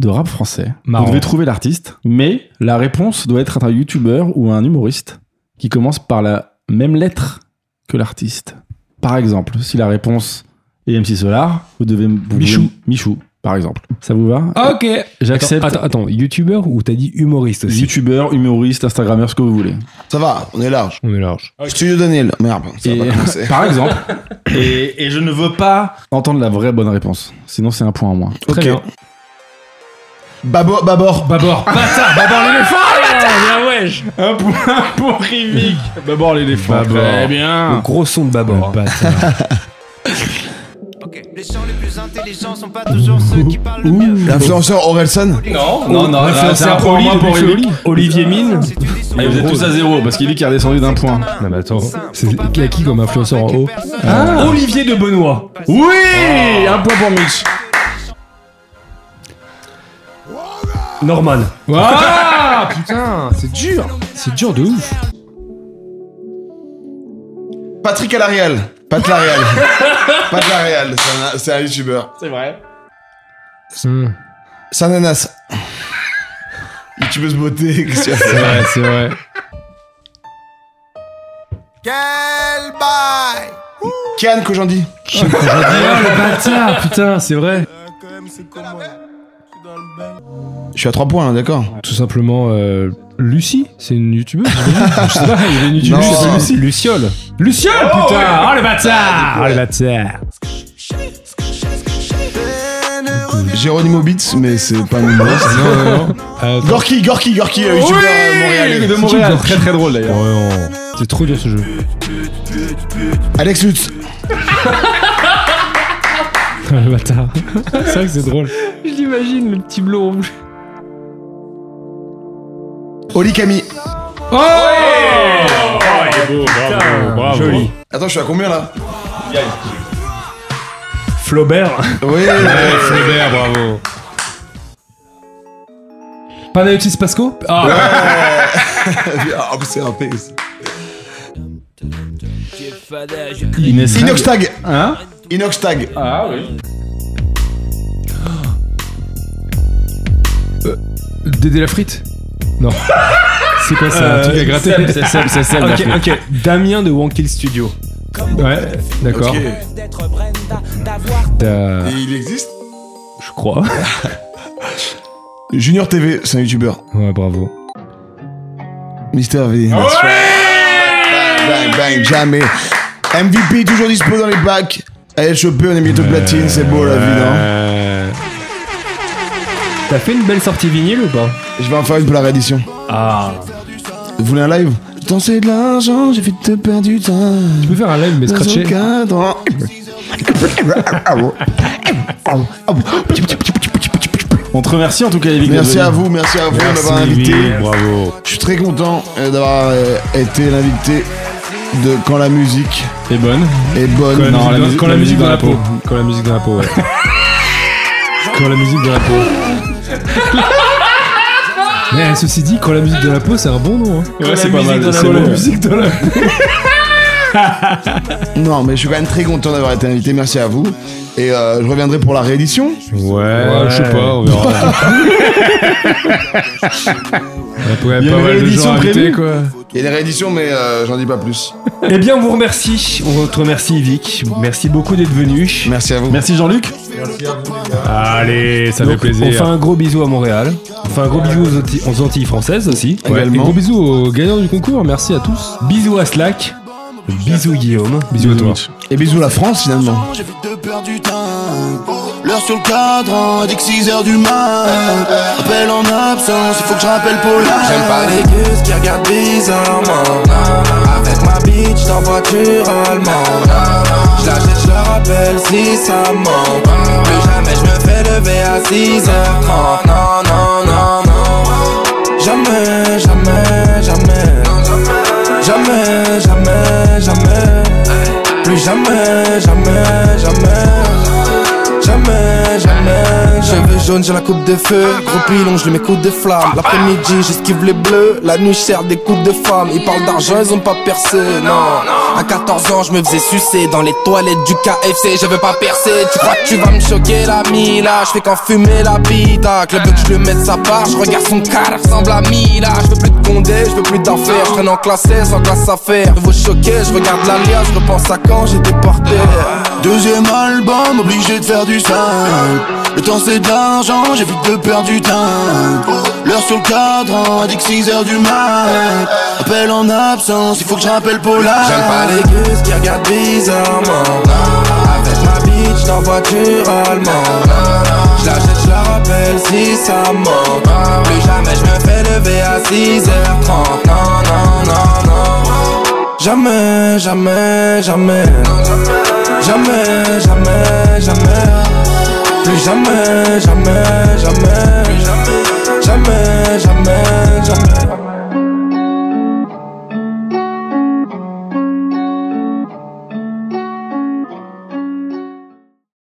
Speaker 4: de rap français.
Speaker 2: Marrant.
Speaker 4: Vous devez trouver l'artiste, mais la réponse doit être un youtubeur ou un humoriste qui commence par la même lettre que l'artiste. Par exemple, si la réponse est MC Solar, vous devez vous
Speaker 2: Michou.
Speaker 4: devez- Michou, par exemple. Ça vous va
Speaker 2: Ok.
Speaker 4: J'accepte
Speaker 1: Ah, Attends, attends, youtubeur ou t'as dit humoriste aussi
Speaker 4: youtubeur, humoriste, instagrammeur, ce que vous voulez.
Speaker 3: Ça va, on est large.
Speaker 2: On est large.
Speaker 3: Studio Daniel. Merde, ça
Speaker 4: Et-
Speaker 3: va pas commencer.
Speaker 4: par exemple. Et, et je ne veux pas entendre la vraie bonne réponse. Sinon, c'est un point en moins.
Speaker 3: Ok. Babor, Babor.
Speaker 2: Babord.
Speaker 4: Un point pour Rivik. D'abord
Speaker 2: Bah,
Speaker 4: l'éléphant. Très bien.
Speaker 1: Le gros son de Babord.
Speaker 8: Ok, les gens les plus intelligents sont pas toujours ceux qui parlent le mieux.
Speaker 3: L'influenceur Orelsan.
Speaker 6: Non,
Speaker 2: non, non, c'est un point en moins pour Émilie.
Speaker 1: Olivier Mine
Speaker 8: C'est une décision.
Speaker 4: Et vous êtes tous à zéro parce qu'il est redescendu d'un point.
Speaker 2: Non, mais attends. C'est
Speaker 8: Faut pas
Speaker 2: qui a qui
Speaker 8: faire
Speaker 2: comme
Speaker 8: d'enfant
Speaker 2: influenceur en
Speaker 8: avec
Speaker 2: haut
Speaker 8: personne.
Speaker 1: Olivier de Benoît
Speaker 4: Oui Un point pour Mitch.
Speaker 1: Norman
Speaker 2: Ah putain, c'est dur. C'est dur de ouf.
Speaker 3: Patrick Alarial. Pat Larial. Pat Larial, c'est un- c'est un youtubeur.
Speaker 2: Hmm.
Speaker 3: C'est un nanas. Youtubeuse beauté. qu'est-ce qu'il y a
Speaker 2: C'est vrai, c'est vrai.
Speaker 8: Quel bail
Speaker 3: Kian Kojandi.
Speaker 2: Oh, le bâtard, putain, c'est vrai.
Speaker 3: Je suis à 3 points, hein, d'accord
Speaker 2: Tout simplement, euh, Lucie, c'est une youtubeuse. Je sais pas, il y avait une
Speaker 3: Non.
Speaker 2: youtubeuse. qui s'appelle Lucie.
Speaker 1: Luciole
Speaker 2: Luciole, putain. Oh le bâtard. Oh le bâtard.
Speaker 3: Géronimo Beats, mais c'est pas un humoriste.
Speaker 2: Non, non, non. Euh,
Speaker 3: Gorky, Gorky, Gorky, euh, youtubeur euh, montréalais.
Speaker 4: De Montréal, très très drôle d'ailleurs.
Speaker 2: ouais, non. C'est trop dur ce jeu.
Speaker 3: Alex Lutz.
Speaker 2: le bâtard. c'est vrai que c'est drôle.
Speaker 1: Je l'imagine, le petit blond.
Speaker 3: Olikami.
Speaker 1: Joli.
Speaker 3: Attends, je suis à combien là
Speaker 1: Flaubert.
Speaker 3: Oui.
Speaker 6: Flaubert, bravo.
Speaker 2: Panayotis Pasco
Speaker 3: Ah, en plus, c'est un P.
Speaker 4: Inès
Speaker 3: Inoxtag.
Speaker 4: Hein
Speaker 3: Inoxtag.
Speaker 4: Ah oui.
Speaker 2: Dédé la frite Non. c'est quoi ça Un truc à gratter
Speaker 4: C'est Euh, Seb, c'est Seb.
Speaker 2: Ah,
Speaker 4: la
Speaker 1: Ok,
Speaker 4: fille.
Speaker 1: ok. Damien de Wankill Studio.
Speaker 2: Ouais, d'accord.
Speaker 3: Ok.
Speaker 2: T'as-
Speaker 3: Et il existe
Speaker 1: Je crois.
Speaker 3: Junior TV, c'est un youtubeur.
Speaker 2: Ouais, bravo.
Speaker 3: Mister V. that's right. Bang, bang, jamais. MVP, toujours dispo dans les packs. Allez, choper, on est bientôt platine, c'est beau la vie, non
Speaker 1: T'as fait une belle sortie vinyle ou pas
Speaker 3: Je vais en faire une pour la réédition.
Speaker 1: Ah.
Speaker 3: Vous voulez un live Tant c'est de l'argent, j'ai vite perdre du temps.
Speaker 2: Tu peux faire un live mais scratché
Speaker 3: Ah
Speaker 4: On te remercie en tout cas, Evic.
Speaker 3: Merci à vous, merci à vous de m'avoir invité.
Speaker 4: Bravo.
Speaker 3: Je suis très content euh, d'avoir euh, été l'invité de Quand la musique
Speaker 4: Et bonne.
Speaker 3: est bonne.
Speaker 4: Quand la
Speaker 2: Non,
Speaker 4: musique-
Speaker 2: la- quand la musique dans la peau. Quand la musique dans la peau, ouais. Quand la musique dans la peau. Mais Eh, ceci dit, quand la musique dans la peau, c'est un bon nom. hein.
Speaker 4: Ouais, c'est pas mal.
Speaker 2: Quand
Speaker 4: C'est
Speaker 2: la
Speaker 4: bon.
Speaker 2: musique dans la
Speaker 3: Non, mais je suis quand même très content d'avoir été invité. Merci à vous. Et euh, je reviendrai pour la réédition.
Speaker 2: Ouais, Euh, je sais pas, on verra.
Speaker 4: Il y a
Speaker 2: pas
Speaker 4: une
Speaker 2: mal de
Speaker 4: réédition
Speaker 2: gens invités,
Speaker 4: prévue
Speaker 2: quoi.
Speaker 3: Il y a des rééditions, mais euh, j'en dis pas plus.
Speaker 1: Eh bien, on vous remercie. On te remercie, Vic. Merci beaucoup d'être venu.
Speaker 3: Merci à vous.
Speaker 4: Merci Jean-Luc.
Speaker 2: Allez, ça
Speaker 1: Donc, on fait un gros bisou à Montréal. On fait un gros bisou aux, Antilles- aux Antilles françaises aussi.
Speaker 2: Ouais, et
Speaker 3: également.
Speaker 2: gros bisous aux gagnants du concours, merci à tous.
Speaker 1: Bisous à Slack. Bisous Guillaume.
Speaker 2: Bisous à toi.
Speaker 3: Et bisous la France finalement.
Speaker 9: J'ai vite de perdre du temps. L'heure sur le cadran dit que 6 heures du mat. Appel en absence, il faut que je rappelle Paula. J'aime pas les gus qui regardent bizarrement. Avec ma bitch dans voiture allemande. Je la jette, je le rappelle si ça me manque. Plus jamais je me fais lever à 6h30. Non, non, non, non. Jamais, jamais, jamais. Jamais, jamais, jamais. Plus jamais, jamais, jamais. Jamais, jamais. Cheveux jaunes, j'ai la coupe de feu. Gros pilon, je lui mets coups de flamme. L'après-midi, j'esquive les bleus. La nuit, je sers des coups de femme. Ils parlent d'argent, ils ont pas percé. Non, à 14 ans, je me faisais sucer dans les toilettes du KFC. Je veux pas percer. Tu crois que tu vas me choquer, l'ami là? Je fais qu'en fumer la pita. Club que je le mette sa part. Je regarde son car, ressemble à Mila. Je veux plus de condé, je veux plus d'affaires. Je traîne en classe S, en classe affaire. Nouveau choqué, je regarde l'alias, je repense à quand j'étais par terre.
Speaker 10: Deuxième album, obligé de faire du sale. Le temps c'est de l'argent, j'évite de perdre du temps. L'heure sur le cadran, indique 6 heures du mat. Appel en absence, il faut que je rappelle Paula.
Speaker 9: J'aime pas les gus qui regardent bizarrement Avec ma bitch dans voiture allemande Je la jette, je la rappelle si ça me manque Plus jamais je me fais lever à 6h30 Non, non, non, non Jamais, jamais, jamais Jamais, jamais, jamais Plus jamais, jamais, jamais Jamais, jamais,